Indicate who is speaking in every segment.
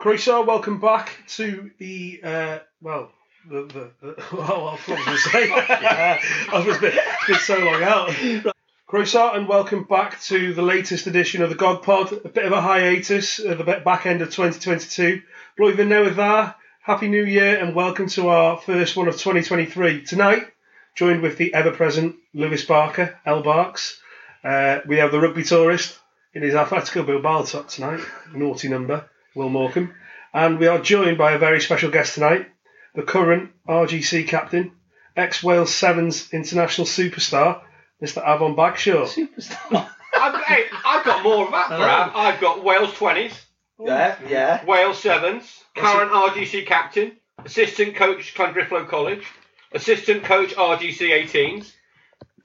Speaker 1: Croeso, welcome back to the uh, well, the the, the well, I was going to say, uh, I was been, it's been so long out. Croeso, and welcome back to the latest edition of the God Pod. A bit of a hiatus at the ba- back end of 2022. Blwyddyn newydd dda, happy new year, and welcome to our first one of 2023. Tonight, joined with the ever-present Lewis Barker, L Barks. Uh, we have the rugby tourist in his Atletico Bilbao top tonight, naughty number, Will Morecambe. And we are joined by a very special guest tonight, the current RGC captain, ex Wales Sevens international superstar, Mr. Avon Bagshaw.
Speaker 2: Superstar.
Speaker 3: I've, hey, I've got more of that, Brad. I've got Wales 20s,
Speaker 2: yeah, yeah.
Speaker 3: Wales 7s, current RGC captain, assistant coach Clondriflo College, assistant coach RGC 18s,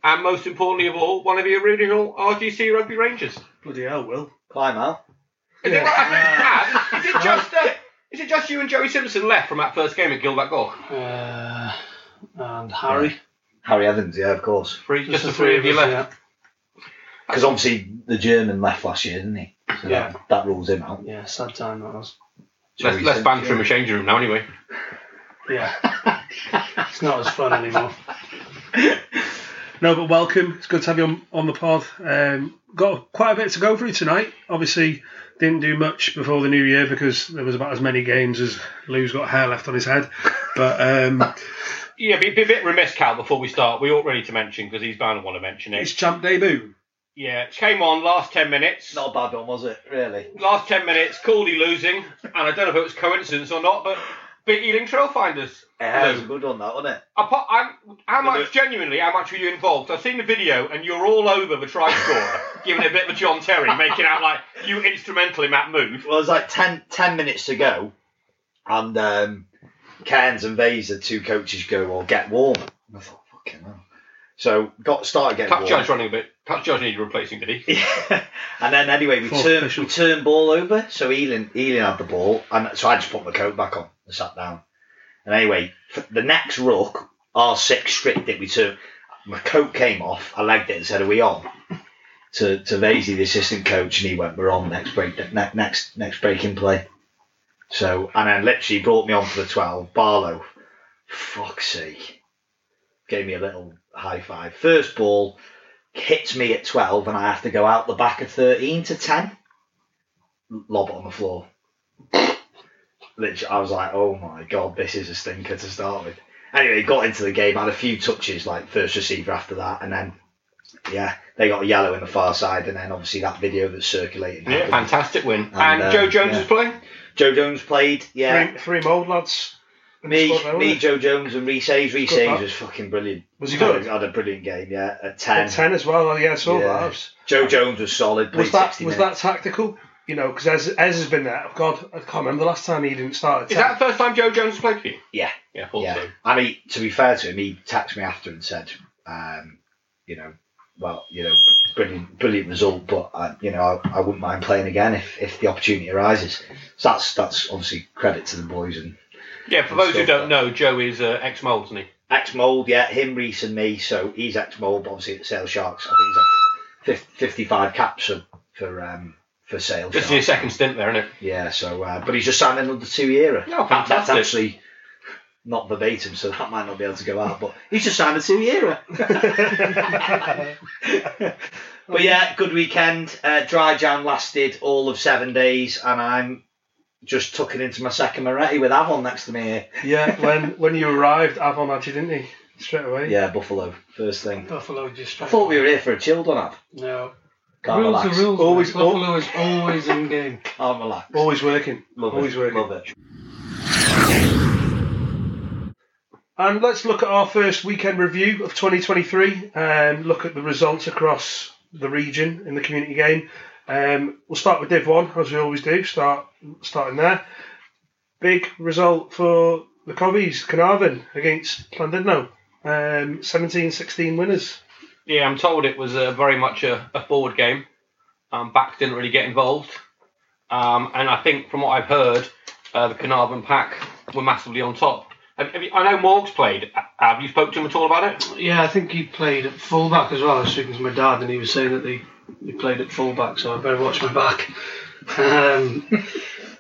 Speaker 3: and most importantly of all, one of the original RGC Rugby Rangers.
Speaker 1: Bloody hell, Will.
Speaker 2: Climb out.
Speaker 3: Is, it, right, Brad? is it just uh, is it just you and Joey Simpson left from that first game at Gilbert Gore?
Speaker 4: Uh, and Harry.
Speaker 2: Harry Evans, yeah, of course.
Speaker 3: Three, just, the three, of you left.
Speaker 2: Because obviously the German left last year, didn't he? So
Speaker 4: Yeah.
Speaker 2: that, that rules him out.
Speaker 4: Yeah. yeah, sad time that was.
Speaker 3: Let's, let's
Speaker 2: bank
Speaker 3: bang through a changing room now, anyway.
Speaker 4: Yeah. it's not as fun anymore.
Speaker 1: No, but welcome. It's good to have you on, on the pod. Um, got quite a bit to go through tonight. Obviously, didn't do much before the new year because there was about as many games as Lou's got hair left on his head. But um,
Speaker 3: Yeah, be, be a bit remiss, Cal, before we start. We ought really to mention, because he's bound to want to mention
Speaker 1: it's
Speaker 3: it.
Speaker 1: champ debut.
Speaker 3: Yeah, it came on last 10 minutes.
Speaker 2: Not a bad one, was it? Really?
Speaker 3: last 10 minutes, Caldy losing, and I don't know if it was coincidence or not, but beat Ealing Trailfinders.
Speaker 2: Yeah, it was a good one, that wasn't it?
Speaker 3: Apart, I'm, how much, genuinely, how much were you involved? I've seen the video, and you're all over the try scorer, giving it a bit of a John Terry, making out like you instrumental in that move.
Speaker 2: Well, it was like 10, 10 minutes to go, and um, Cairns and Bays, the two coaches, go, well, get warm. And I thought, fucking hell. So got started getting warm.
Speaker 3: Touch Judge running a bit. Touch Judge needed replacing, did he?
Speaker 2: Yeah. and then anyway, we
Speaker 1: Full
Speaker 2: turned
Speaker 1: official.
Speaker 2: we turned ball over. So Ealing Ealing had the ball, and so I just put my coat back on and sat down. And anyway, f- the next ruck, R six stripped it. We turned my coat came off. I legged it and said, "Are we on?" to to Vasey, the assistant coach, and he went, "We're on next break ne- next next breaking play." So and then literally brought me on for the twelve. Barlow, fuck's sake, gave me a little high five. First ball hits me at 12 and I have to go out the back of 13 to 10, lob it on the floor. Literally, I was like, oh my god, this is a stinker to start with. Anyway, got into the game, had a few touches, like first receiver after that, and then, yeah, they got a yellow in the far side, and then obviously that video that's circulating.
Speaker 3: Yeah, fantastic win. And,
Speaker 2: And, uh,
Speaker 3: Joe Jones
Speaker 2: yeah.
Speaker 3: was playing.
Speaker 2: Joe Jones played, yeah.
Speaker 1: Three, three mold lads. Squad there,
Speaker 2: Me,
Speaker 1: wasn't
Speaker 2: me,
Speaker 1: it?
Speaker 2: Joe Jones, and Reese Hayes. Reese
Speaker 1: Good luck.
Speaker 2: Hayes was fucking brilliant.
Speaker 1: Was he
Speaker 2: Had
Speaker 1: good?
Speaker 2: a, had a brilliant game, yeah, at 10.
Speaker 1: At ten as well. Oh, Yeah, I saw
Speaker 2: Yeah.
Speaker 1: that. I was-
Speaker 2: Joe Jones was solid.
Speaker 1: Was
Speaker 2: played
Speaker 1: that
Speaker 2: 60
Speaker 1: was
Speaker 2: minutes.
Speaker 1: that tactical? You know, because Ez, Ez has been there. God, I can't remember the last time he didn't start. At
Speaker 3: Is
Speaker 1: 10.
Speaker 3: that the first time Joe Jones has played for you?
Speaker 2: Yeah.
Speaker 3: Yeah, thought
Speaker 2: Yeah.
Speaker 3: so.
Speaker 2: I mean, to be fair to him, he texted me after and said, um, you know, well, you know, brilliant, brilliant result, but I, you know, I, I wouldn't mind playing again if, if the opportunity arises. So that's that's obviously credit to the boys and
Speaker 3: Yeah, for
Speaker 2: Let's
Speaker 3: those who
Speaker 2: go
Speaker 3: don't
Speaker 2: for that.
Speaker 3: know, Joe is uh, ex Mold, isn't he?
Speaker 2: ex mold, yeah, him, Reese, and me. So he's ex mold, obviously at Sale Sharks. I think he's at fif- fifty-five caps for for um, for Sale
Speaker 3: This is his
Speaker 2: Sharks.
Speaker 3: second stint there, isn't it?
Speaker 2: Yeah, so uh, but he's just signed another two year.
Speaker 3: Oh,
Speaker 2: That's
Speaker 3: fantastic.
Speaker 2: actually not verbatim, so that might not be able to go out. But he's just signed a two year. but yeah, good weekend. Uh, dry jam lasted all of seven days, and I'm just tucking into my second Moretti with Avon next to me here.
Speaker 1: Yeah, when when you arrived, Avon had you, didn't he? Straight away.
Speaker 2: Yeah, Buffalo, first thing.
Speaker 4: Buffalo just.
Speaker 2: I thought we were here for a chilled one, Av.
Speaker 4: No.
Speaker 2: Can't
Speaker 4: rules
Speaker 2: relax.
Speaker 4: are rules.
Speaker 1: Always-
Speaker 4: Ah, Always, Buffalo is always in game.
Speaker 2: Can't relax.
Speaker 1: Always working.
Speaker 2: Love it,
Speaker 1: Always working.
Speaker 2: Love it.
Speaker 1: And Um, let's look at our first weekend review of 2023 and look at the results across the region in the community game. Um, we'll start with Div 1, as we always do, start starting there. Big result for the Covies, Carnarvon against Llandudno. Um, 17-16 winners.
Speaker 3: Yeah, I'm told it was uh, very much a, a forward game. Um, back didn't really get involved. Um, and I think from what I've heard, uh, the Carnarvon pack were massively on top. Have, have you, I know Morgs played. Have you spoke to him at all about it?
Speaker 4: Yeah, I think he played at fullback as well. I was speaking to my dad, and he was saying that he, he played at fullback, so I better watch my back. Um,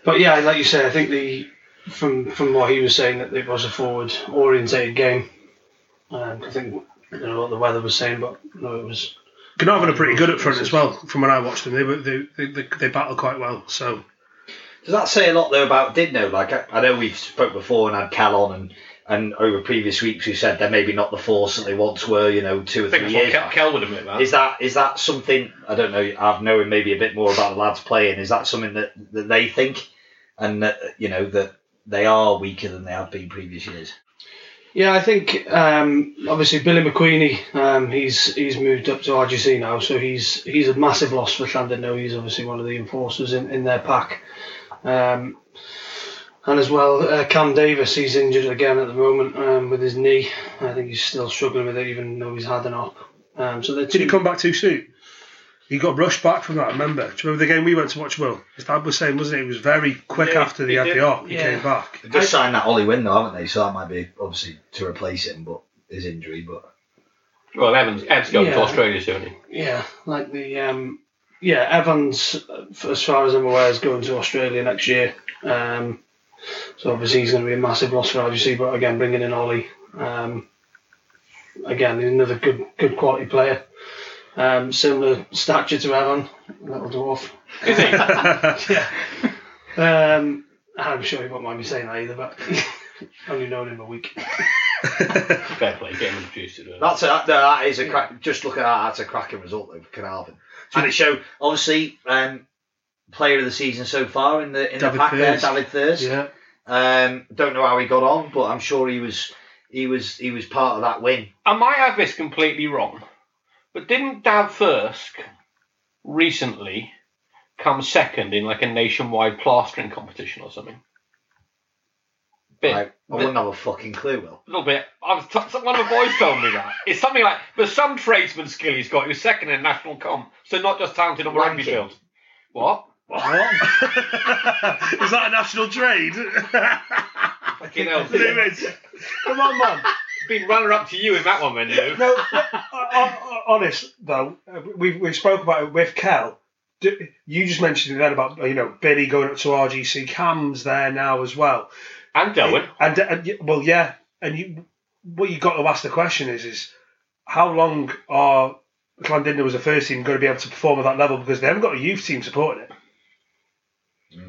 Speaker 4: But yeah, like you say, I think the from from what he was saying that it was a forward orientated game. Um, I think I don't know what the weather was saying, but no, it was
Speaker 1: Carnarvon are pretty good up front as well. From when I watched them, they were they they, they, they battle quite well. So
Speaker 2: Does that say a lot though about Didno? Like I, I know we've spoke before and had Cal on and, and over previous weeks we said they're maybe not the force that they once were, you know, two or
Speaker 3: I think
Speaker 2: three
Speaker 3: that's what
Speaker 2: years.
Speaker 3: Kel,
Speaker 2: back.
Speaker 3: Kel would admit that.
Speaker 2: Is that is that something I don't know, I've known maybe a bit more about the lads playing, is that something that, that they think and that you know that they are weaker than they have been previous years?
Speaker 4: Yeah, I think um, obviously Billy McQueenie, um, he's he's moved up to RGC now, so he's he's a massive loss for Llandudno. He's obviously one of the enforcers in, in their pack, um, and as well uh, Cam Davis, he's injured again at the moment um, with his knee. I think he's still struggling with it, even though he's had an op. Um, so they're
Speaker 1: did he
Speaker 4: two.
Speaker 1: come back too soon? He got rushed back from that. I remember. Do you remember the game we went to watch? Will his dad was saying, wasn't it? It was very quick
Speaker 3: Yeah,
Speaker 1: after they
Speaker 3: he
Speaker 1: had
Speaker 3: did.
Speaker 1: the op. He
Speaker 4: Yeah.
Speaker 1: came back.
Speaker 2: They just signed that Ollie Wynn though, haven't they? So that might be obviously to replace him but his injury, but
Speaker 3: Well, Evans, Ev's going to
Speaker 4: Yeah.
Speaker 3: Australia soon. isn't
Speaker 4: Yeah, like the um, yeah Evans, uh, f- as far as I'm aware, is going to Australia next year. Um, so obviously he's going to be a massive loss for RGC. But again, bringing in Ollie, um, again he's another good good quality player. Um, similar stature to Evan, little dwarf.
Speaker 3: he? Is he?
Speaker 4: Um, I'm sure he won't mind me saying that either, but only known him a week.
Speaker 3: Fair play, get him introduced to the-
Speaker 2: That's a, that, that is a crack. Just look at that. That's a cracking result though for Carnarvon. And it showed obviously um, player of the season so far in the in
Speaker 1: David
Speaker 2: the pack
Speaker 1: Thurs.
Speaker 2: there, David Thurs.
Speaker 1: Yeah,
Speaker 2: Um, don't know how he got on, but I'm sure he was he was he was part of that win.
Speaker 3: I might have this completely wrong, but didn't Dav Fursk recently come second in like a nationwide plastering competition or something? Bit,
Speaker 2: Like, I wouldn't have a fucking clue. Will
Speaker 3: a little bit. I was t- one of the boys told me that it's something like, but some tradesman skill he's got. He was second in national comp, so not just talented on the rugby
Speaker 2: Wanking.
Speaker 3: field. What?
Speaker 1: is that a national trade?
Speaker 3: Fucking hell.
Speaker 1: There is. Come on, man.
Speaker 3: Been runner up to you in that one, then, Lou.
Speaker 1: No, o- o- Uh, honest though, uh, we've we've spoke about it with Kel. D- You just mentioned it then about you know Billy going up to RGC. Cam's there now as Oh, well,
Speaker 3: And Derwin.
Speaker 1: and, uh, and y- well, yeah, and you what you got to ask the question is is how long are Clandindon as a first team going to be able to perform at that level because they haven't got a youth team supporting it.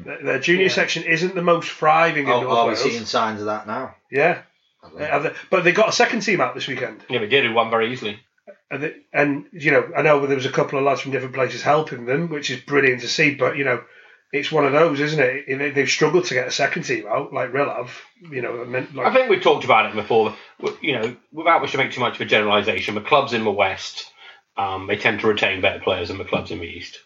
Speaker 1: Their- Their junior
Speaker 4: Yeah.
Speaker 1: section isn't the most thriving in
Speaker 2: are,
Speaker 1: North
Speaker 2: are we
Speaker 1: Wales.
Speaker 2: seeing signs of that now?
Speaker 1: Yeah,
Speaker 2: I don't
Speaker 1: They
Speaker 2: know.
Speaker 1: oh, have the- but they got a second team out this weekend.
Speaker 3: Yeah, we did who won very easily.
Speaker 1: and, it- and you know, I know there was a couple of lads from different places helping them, which is brilliant to see. But you know, it's one of those, isn't it? You know, They've struggled to get a second team out, like Real have. You know, I mean,
Speaker 3: I
Speaker 1: like,
Speaker 3: think we've talked about it before. W- You know, without wishing to make too much of a generalisation, the clubs in the West, um, they tend to retain better players than the clubs in the East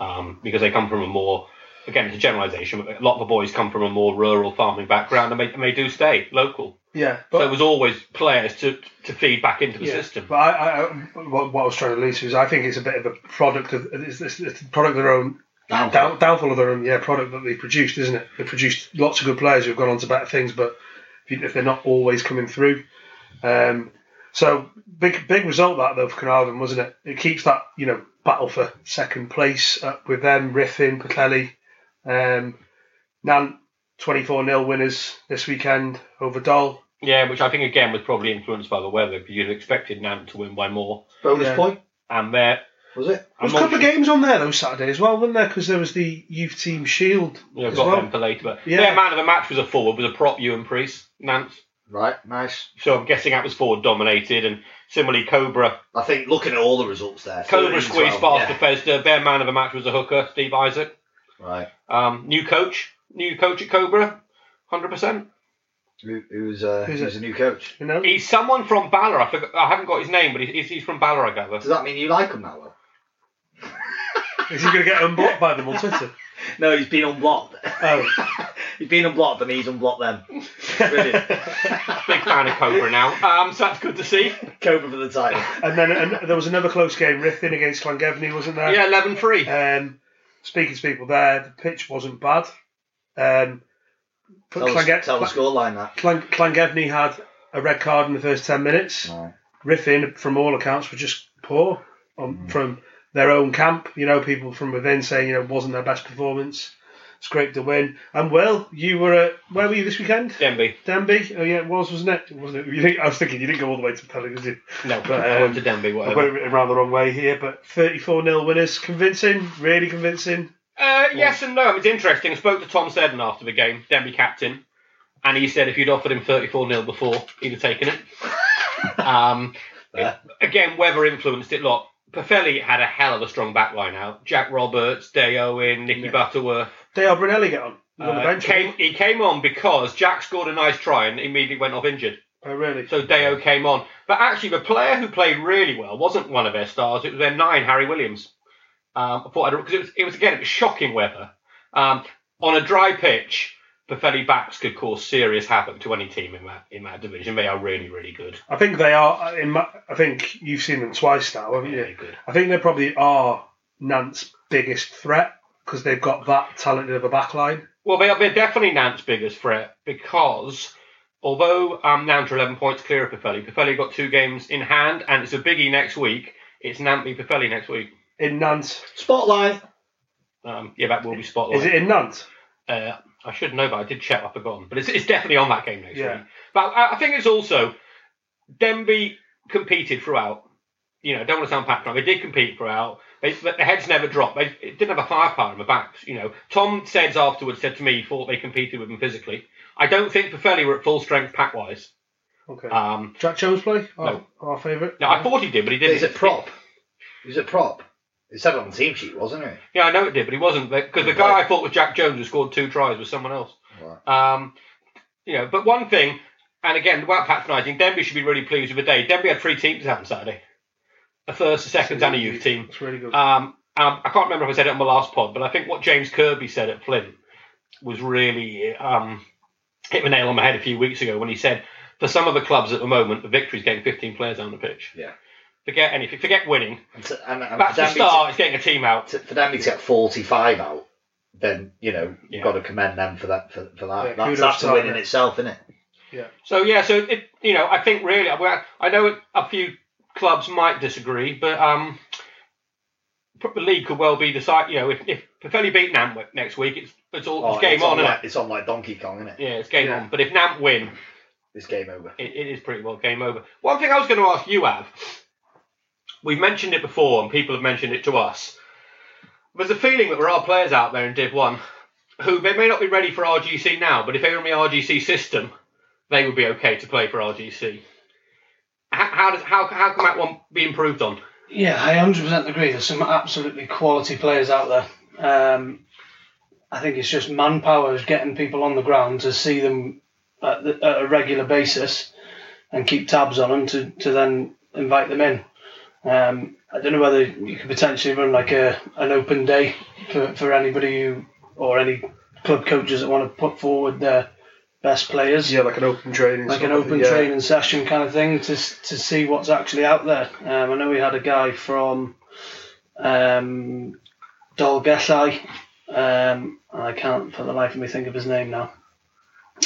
Speaker 3: um, because they come from a more, again, it's a generalisation, but a lot of the boys come from a more rural farming background and they, and they do stay local.
Speaker 1: yeah.
Speaker 3: so there
Speaker 1: But,
Speaker 3: was always players to, to feed back into the
Speaker 1: yeah.
Speaker 3: system.
Speaker 1: but I, I, I- what, what I was trying to lead to is, I think it's a bit of a product of it's, it's, it's a product of their own
Speaker 2: Down.
Speaker 1: down, downfall of their own yeah product that they produced, isn't it? They produced lots of good players who've gone on to better things, but if, you, if they're not always coming through, um, so big big result that though for Carnarvon, wasn't it? It keeps that you know battle for second place up with them, Riffin, Patelli, um, Nan. 24 0 winners this weekend over Dole.
Speaker 3: Yeah, which I think, again, was probably influenced by the weather because you'd have expected Nant to win by more.
Speaker 2: Bonus
Speaker 1: Yeah.
Speaker 2: point
Speaker 3: And there,
Speaker 2: was it?
Speaker 1: There was a couple of games on there though Saturday as well, weren't there? Because there was the youth team Shield.
Speaker 3: Yeah,
Speaker 1: as
Speaker 3: got
Speaker 1: well.
Speaker 3: them for later. But
Speaker 1: Yeah.
Speaker 3: yeah. man of the match was a forward, was a prop, Ewan Priest, Nant.
Speaker 2: Right, nice.
Speaker 3: So I'm guessing that was forward dominated, and similarly Cobra
Speaker 2: I think looking at all the results there,
Speaker 3: Cobra
Speaker 2: 13,
Speaker 3: squeezed
Speaker 2: 12,
Speaker 3: past Bethesda. Their man of the match was a hooker, Steve Isaac.
Speaker 2: yeah. Right,
Speaker 3: Um, new coach, new coach at Cobra, hundred percent.
Speaker 2: who, who's uh,
Speaker 1: Who's
Speaker 2: who's,
Speaker 1: it?
Speaker 2: a new coach?
Speaker 1: You know,
Speaker 3: He's someone from Balor. I, forgot, I haven't got his name, but he's, he's from Balor, I gather.
Speaker 2: Does that mean you like him now? Will?
Speaker 1: is he going to get unblocked by them on Twitter?
Speaker 2: No, he's been unblocked.
Speaker 1: Oh.
Speaker 2: he's been unblocked and he's unblocked them. Brilliant.
Speaker 3: Big fan of Cobra now. Um, so that's good to see.
Speaker 2: Cobra for the title.
Speaker 1: And then and there was another close game, Rifin against Llangefni, wasn't there?
Speaker 3: Yeah, 11-3.
Speaker 1: Um, speaking to people there, the pitch wasn't bad. Um, but
Speaker 2: Tell, us,
Speaker 1: Llange-
Speaker 2: tell the scoreline that.
Speaker 1: Llan- Llangefni had a red card in the first 10 minutes. Riffin, from all accounts, were just poor um, from their own camp. You know, people from within saying, you know, it wasn't their best performance. scraped a win. And Will, you were at where were you this weekend?
Speaker 3: Denby.
Speaker 1: Denby? Oh yeah, it was, wasn't it? Wasn't it? You think, I was thinking you didn't go all the way to Pelling, did you?
Speaker 3: No,
Speaker 1: But,
Speaker 3: I went
Speaker 1: um,
Speaker 3: to Denby,
Speaker 1: I've got it
Speaker 3: whatever.
Speaker 1: written around the wrong way here, but 34 0 winners. Convincing, really convincing.
Speaker 3: Uh, yes and no. It's interesting. I spoke to Tom Seddon after the game, Denby captain, and he said if you'd offered him 34 0 before, he'd have taken it. um,
Speaker 2: Fair.
Speaker 3: again, weather influenced it a lot. Pafelli had a hell of a strong back line out. Jack Roberts, Day Owen, Nicky Butterworth.
Speaker 1: Dale Brunelli get on. He's on the
Speaker 3: Uh,
Speaker 1: bench.
Speaker 3: came, he came on because Jack scored a nice try and immediately went off injured.
Speaker 1: Oh, really?
Speaker 3: So Deo came on. But actually, the player who played really well wasn't one of their stars. It was their nine, Harry Williams. Um, I thought I'd, because it was, it was again, it was shocking weather. Um, on a dry pitch, Perfetti backs could cause serious havoc to any team in that in that division. They are really, really good.
Speaker 1: I think they are. In my, I think you've seen them twice now, haven't
Speaker 3: Really
Speaker 1: you?
Speaker 3: good.
Speaker 1: I think they probably are Nant's biggest threat because they've got that talented of a back line.
Speaker 3: Well, they are, they're definitely Nant's biggest threat because although um, Nant are 11 points clear of Perfetti, Perfetti got two games in hand and it's a biggie next week. It's Nant v Perfetti next week.
Speaker 1: In Nant,
Speaker 2: Spotlight.
Speaker 3: Um, yeah, that will be spotlight.
Speaker 1: is it in Nant?
Speaker 3: Uh, I should know, but I did check. I've forgotten. But it's, it's definitely on that game next
Speaker 1: Yeah.
Speaker 3: week. But I, I think it's also Denby competed throughout. You know, I don't want to sound patronising. They did compete throughout. They, their heads never dropped. They it didn't have a firepower in the backs. You know, Tom said afterwards said to me he thought they competed with them physically. I don't think Perfetti were at full strength pack wise.
Speaker 1: Okay.
Speaker 4: Uh,
Speaker 3: Um,
Speaker 1: Jack Jones play? Our,
Speaker 3: No.
Speaker 1: our favourite.
Speaker 3: no, I thought he did, but he didn't.
Speaker 2: Is it prop? Is it prop? It said on the team sheet, wasn't it?
Speaker 3: Yeah, I know it did, but he wasn't because the guy I thought was Jack Jones who scored two tries was someone else.
Speaker 2: Right.
Speaker 3: Um, you know, but one thing, and again, without patronising, Denby should be really pleased with the day. Denby had three teams out on Saturday: a first, a second, and a youth team.
Speaker 1: It's really
Speaker 4: Uh,
Speaker 1: good.
Speaker 3: Um, um, I can't remember if I said it on the last pod, but I think what James Kirby said at Flint was really um, hit the nail on the head a few weeks ago when he said, for some of the clubs at the moment, the victory's getting 15 players out on the pitch.
Speaker 2: Yeah.
Speaker 3: Forget anything. Forget winning.
Speaker 2: And, to, and, and
Speaker 3: Back
Speaker 2: for
Speaker 3: to the
Speaker 2: Danby to-
Speaker 3: start, it's getting a team out.
Speaker 2: to, for Danby to get 45 out, then, you know, you've
Speaker 3: Yeah.
Speaker 2: got to commend them for that. For, for that.
Speaker 1: Yeah,
Speaker 2: that's
Speaker 1: kudos
Speaker 2: that's
Speaker 1: to
Speaker 2: a win in
Speaker 1: them.
Speaker 2: itself, isn't it?
Speaker 3: So yeah, so it, you know, I think really, I I know a few clubs might disagree, but um, the league could well be decided. You know, if if Perfetti beat Nant we- next week, it's it's all Oh, it's game on,
Speaker 2: like,
Speaker 3: isn't
Speaker 2: It's on like Donkey Kong, isn't
Speaker 3: it?
Speaker 2: it?
Speaker 3: Yeah, it's game
Speaker 1: Yeah.
Speaker 3: on. But if Nant win,
Speaker 2: It's game over.
Speaker 3: it, it is pretty well game over. One thing I was going to ask you, Av, we've mentioned it before, and people have mentioned it to us. There's a feeling that there are players out there in Div One who they may not be ready for RGC now, but if they were in the RGC system, they would be okay to play for RGC. How, how does how how can that one be improved on?
Speaker 4: Yeah, I 100% agree. There's some absolutely quality players out there. Um, I think it's just manpower is getting people on the ground to see them at, the, at a regular basis and keep tabs on them to, to then invite them in. Um, I don't know whether you could potentially run like a an open day for, for anybody who or any club coaches that want to put forward their best players
Speaker 1: yeah, like an open training.
Speaker 4: like
Speaker 1: sort
Speaker 4: an
Speaker 1: of
Speaker 4: open
Speaker 1: thing, yeah.
Speaker 4: training session kind of thing to s- to see what's actually out there. Um, I know we had a guy from um, Dolgellau, um, and I can't for the life of me think of his name now.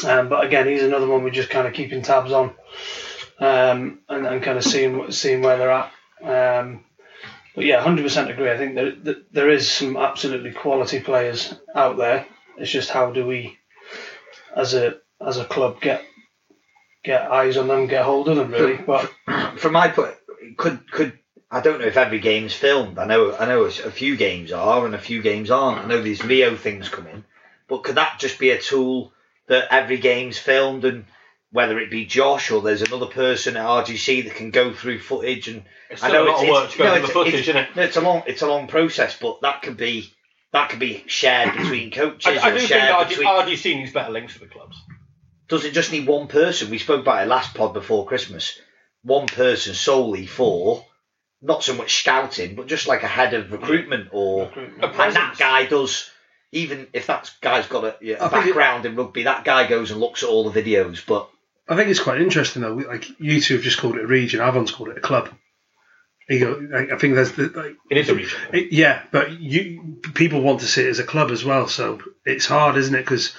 Speaker 4: Um, but again, he's another one we're just kind of keeping tabs on, um, and, and kind of seeing wh- seeing where they're at. Um, but yeah, hundred percent agree. I think there, there there is some absolutely quality players out there. It's just how do we, as a as a club, get get eyes on them, get hold of them, really. But
Speaker 2: From my point, could could I don't know if every game's filmed. I know I know a s- a few games are and a few games aren't. I know these Leo things come in, but could that just be a tool that every game's filmed and whether it be Josh or there's another person at RGC that can go through footage and
Speaker 3: It's still a lot of work to go through the footage, isn't it?
Speaker 2: no, it's a long it's a long process, but that could be that could be shared between
Speaker 3: I,
Speaker 2: coaches
Speaker 3: I
Speaker 2: or
Speaker 3: do think
Speaker 2: shared
Speaker 3: RG,
Speaker 2: between.
Speaker 3: RGC needs better links for the clubs.
Speaker 2: Does it just need one person? We spoke about it last pod before Christmas. One person solely for not so much scouting, but just like a head of recruitment or
Speaker 4: Recruitment.
Speaker 3: A
Speaker 2: and that
Speaker 3: presence.
Speaker 2: guy does. Even if that guy's got a, yeah, a
Speaker 1: I think it-
Speaker 2: background in rugby, that guy goes and looks at all the videos. But
Speaker 1: I think it's quite interesting though. Like you two have just called it a region. Avon's called it a club. You go, I- I think there's the, like,
Speaker 3: It is a region.
Speaker 1: It- yeah, but you people want to see it as a club as well, so it's hard, isn't it? Because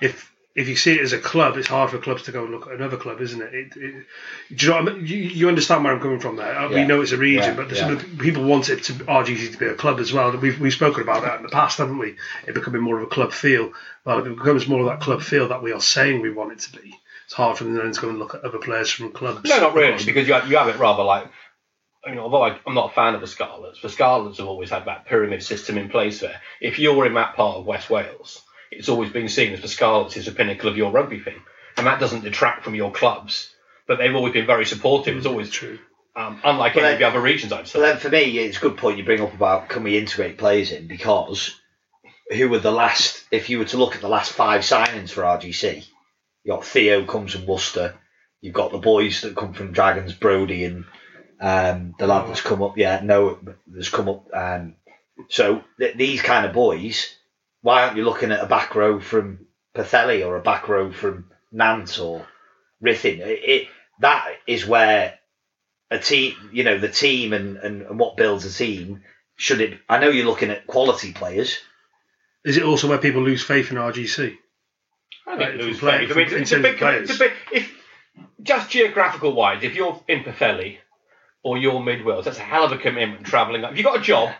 Speaker 1: if if you see it as a club, it's hard for clubs to go and look at another club, isn't it? it, it do you know what I mean? You, you understand where I'm coming from there. Uh, We
Speaker 2: Yeah.
Speaker 1: know it's a region,
Speaker 2: Yeah,
Speaker 1: but the
Speaker 2: yeah.
Speaker 1: sort of people want it to RGC to be a club as well. We've, we've spoken about that in the past, haven't we? It becoming more of a club feel. Well, if it becomes more of that club feel that we are saying we want it to be, it's hard for them then to go and look at other players from clubs.
Speaker 3: No, not really, because you have, you have it rather like, you know, although I, I'm not a fan of the Scarlets, the Scarlets have always had that pyramid system in place there. If you're in that part of West Wales, it's always been seen as the Scarlets is the pinnacle of your rugby thing. And that doesn't detract from your clubs, but they've always been very supportive. It's always
Speaker 1: True.
Speaker 3: Um, unlike
Speaker 2: But
Speaker 3: any of the
Speaker 2: then-
Speaker 3: other regions I've
Speaker 2: But
Speaker 3: seen.
Speaker 2: then for me, it's a good point you bring up about can we integrate players in because who were the last? If you were to look at the last five signings for RGC, you got Theo comes from Worcester. You've got the boys that come from Dragons, Brody, and um, the lad that's come up. Yeah, no, that's come up. Um, so th- these kind of boys, why aren't you looking at a back row from Pathelli or a back row from Nant or Rithin? It, it that is where a team, you know, the team and, and, and what builds a team. Should it? I know you're looking at quality players.
Speaker 1: Is it also where people lose faith in RGC?
Speaker 3: I
Speaker 1: Right,
Speaker 3: think lose
Speaker 1: from play-
Speaker 3: faith. I mean,
Speaker 1: from-
Speaker 3: it's a
Speaker 1: in
Speaker 3: big,
Speaker 1: terms of
Speaker 3: it's a big, if just geographical wise, if you're in Pafeli or you're mid Wales, that's a hell of a commitment travelling. up. If you've got a job,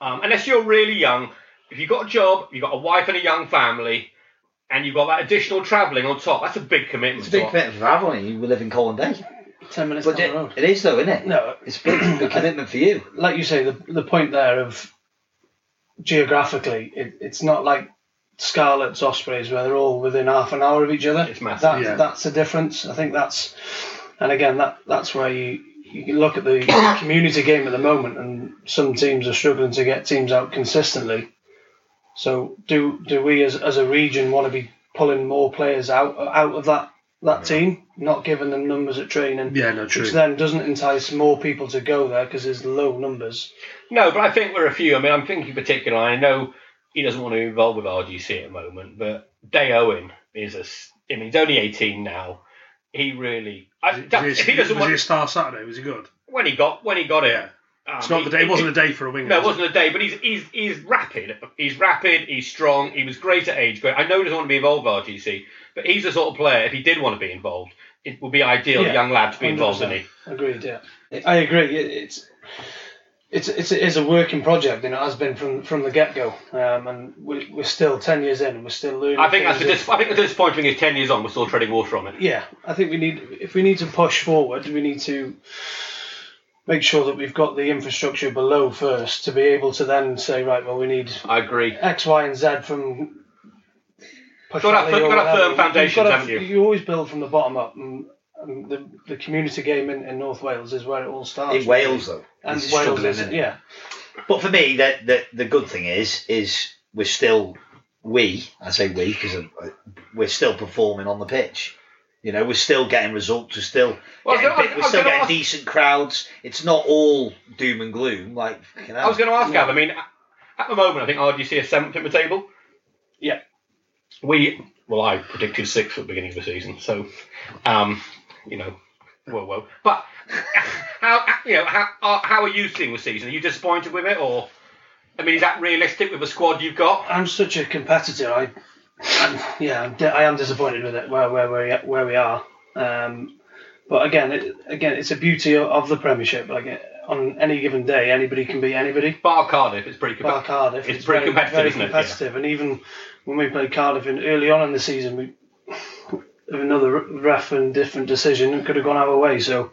Speaker 3: um, unless you're really young, if you've got a job, you've got a wife and a young family, and you've got that additional travelling on top, that's a big commitment.
Speaker 2: It's a big
Speaker 3: So-
Speaker 2: commitment for everyone. You live in Colin Day.
Speaker 4: Ten minutes
Speaker 2: But
Speaker 4: down
Speaker 2: it-
Speaker 4: the road.
Speaker 2: it is though, isn't it?
Speaker 4: No,
Speaker 2: It's a big, big commitment for you.
Speaker 4: like you say, the the point there of geographically, it, it's not like Scarlets, Ospreys, where they're all within half an hour of each other.
Speaker 3: It's massive.
Speaker 4: That,
Speaker 1: Yeah.
Speaker 4: That's the difference. I think that's, and again, that that's where you you can look at the community game at the moment, and some teams are struggling to get teams out consistently. So do do we as as a region want to be pulling more players out out of that that team, not giving them numbers at training?
Speaker 1: Yeah, no, true.
Speaker 4: Which then doesn't entice more people to go there because there's low numbers.
Speaker 3: No, but I think we're a few. I mean, I'm thinking particularly. I know he doesn't want to be involved with RGC at the moment, but Day Owen is a. s- I mean, he's only 18 now. He really. I,
Speaker 1: Was
Speaker 3: that,
Speaker 1: he a-
Speaker 3: if he doesn't
Speaker 1: was
Speaker 3: want
Speaker 1: he a star Saturday? Was he good?
Speaker 3: when he got when he got it.
Speaker 1: Yeah.
Speaker 3: um,
Speaker 1: It's not the
Speaker 3: he-
Speaker 1: day. It
Speaker 3: he-
Speaker 1: wasn't a day for a winger.
Speaker 3: No, it
Speaker 1: was it?
Speaker 3: wasn't a day. But he's he's he's rapid. He's rapid. He's strong. He was great at age. Great. I know he doesn't want to be involved with RGC, but he's the sort of player. If he did want to be involved, it would be ideal
Speaker 4: Yeah,
Speaker 3: young lad to be involved in it.
Speaker 4: 100%. Agreed. Yeah, I agree. It, it's it's it's it is a working project, and it has been from from the get go. Um, and we're, we're still ten years in, and we're still learning.
Speaker 3: I think that's the
Speaker 4: things
Speaker 3: dis- I think the disappointing thing is ten years on, we're still treading water on it.
Speaker 4: that- yeah. I think we need if we need to push forward, we need to make sure that we've got the infrastructure below first to be able to then say right, well, we need
Speaker 3: I agree.
Speaker 4: X, Y, and Z from.
Speaker 3: You've got to have- you've got to have firm
Speaker 4: You've got to-
Speaker 3: foundations, haven't you?
Speaker 4: You always build from the bottom up, and, and the, the community game in, in North Wales is where it all starts.
Speaker 2: In Wales though,
Speaker 4: and
Speaker 2: it's
Speaker 4: Wales,
Speaker 2: struggling.
Speaker 4: is-
Speaker 2: isn't it?
Speaker 4: yeah,
Speaker 2: But for me, the, the the good thing is is we're still we. I say we because we're still performing on the pitch. You know, we're still getting results. We're still
Speaker 3: Well, I was
Speaker 2: getting,
Speaker 3: gonna-
Speaker 2: bit-
Speaker 3: I
Speaker 2: we're
Speaker 3: was
Speaker 2: still
Speaker 3: gonna
Speaker 2: getting
Speaker 3: ask-
Speaker 2: decent crowds. It's not all doom and gloom. Like you know,
Speaker 3: I was going to ask, Gav. I mean, at the moment, I think RGC are seventh in the table.
Speaker 4: yeah.
Speaker 3: We, well, I predicted sixth at the beginning of the season, so, um, you know, whoa, whoa. But how, you know, how are, how are you seeing the season? Are you disappointed with it, or, I mean, is that realistic with the squad you've got?
Speaker 4: I'm such a competitor. I, I'm, yeah, I'm di- I am disappointed with it where where where we, where we are. Um, but again, it, again, it's a beauty of, of the Premiership. Like eh, on any given day, anybody can be anybody.
Speaker 3: Bar Cardiff, it's pretty
Speaker 4: Bar
Speaker 3: competitive.
Speaker 4: Cardiff,
Speaker 3: It's pretty competitive,
Speaker 4: very
Speaker 3: isn't it? Yeah.
Speaker 4: competitive. And even when we played Cardiff in, early on in the season, we another ref and different decision it could have gone our way. So,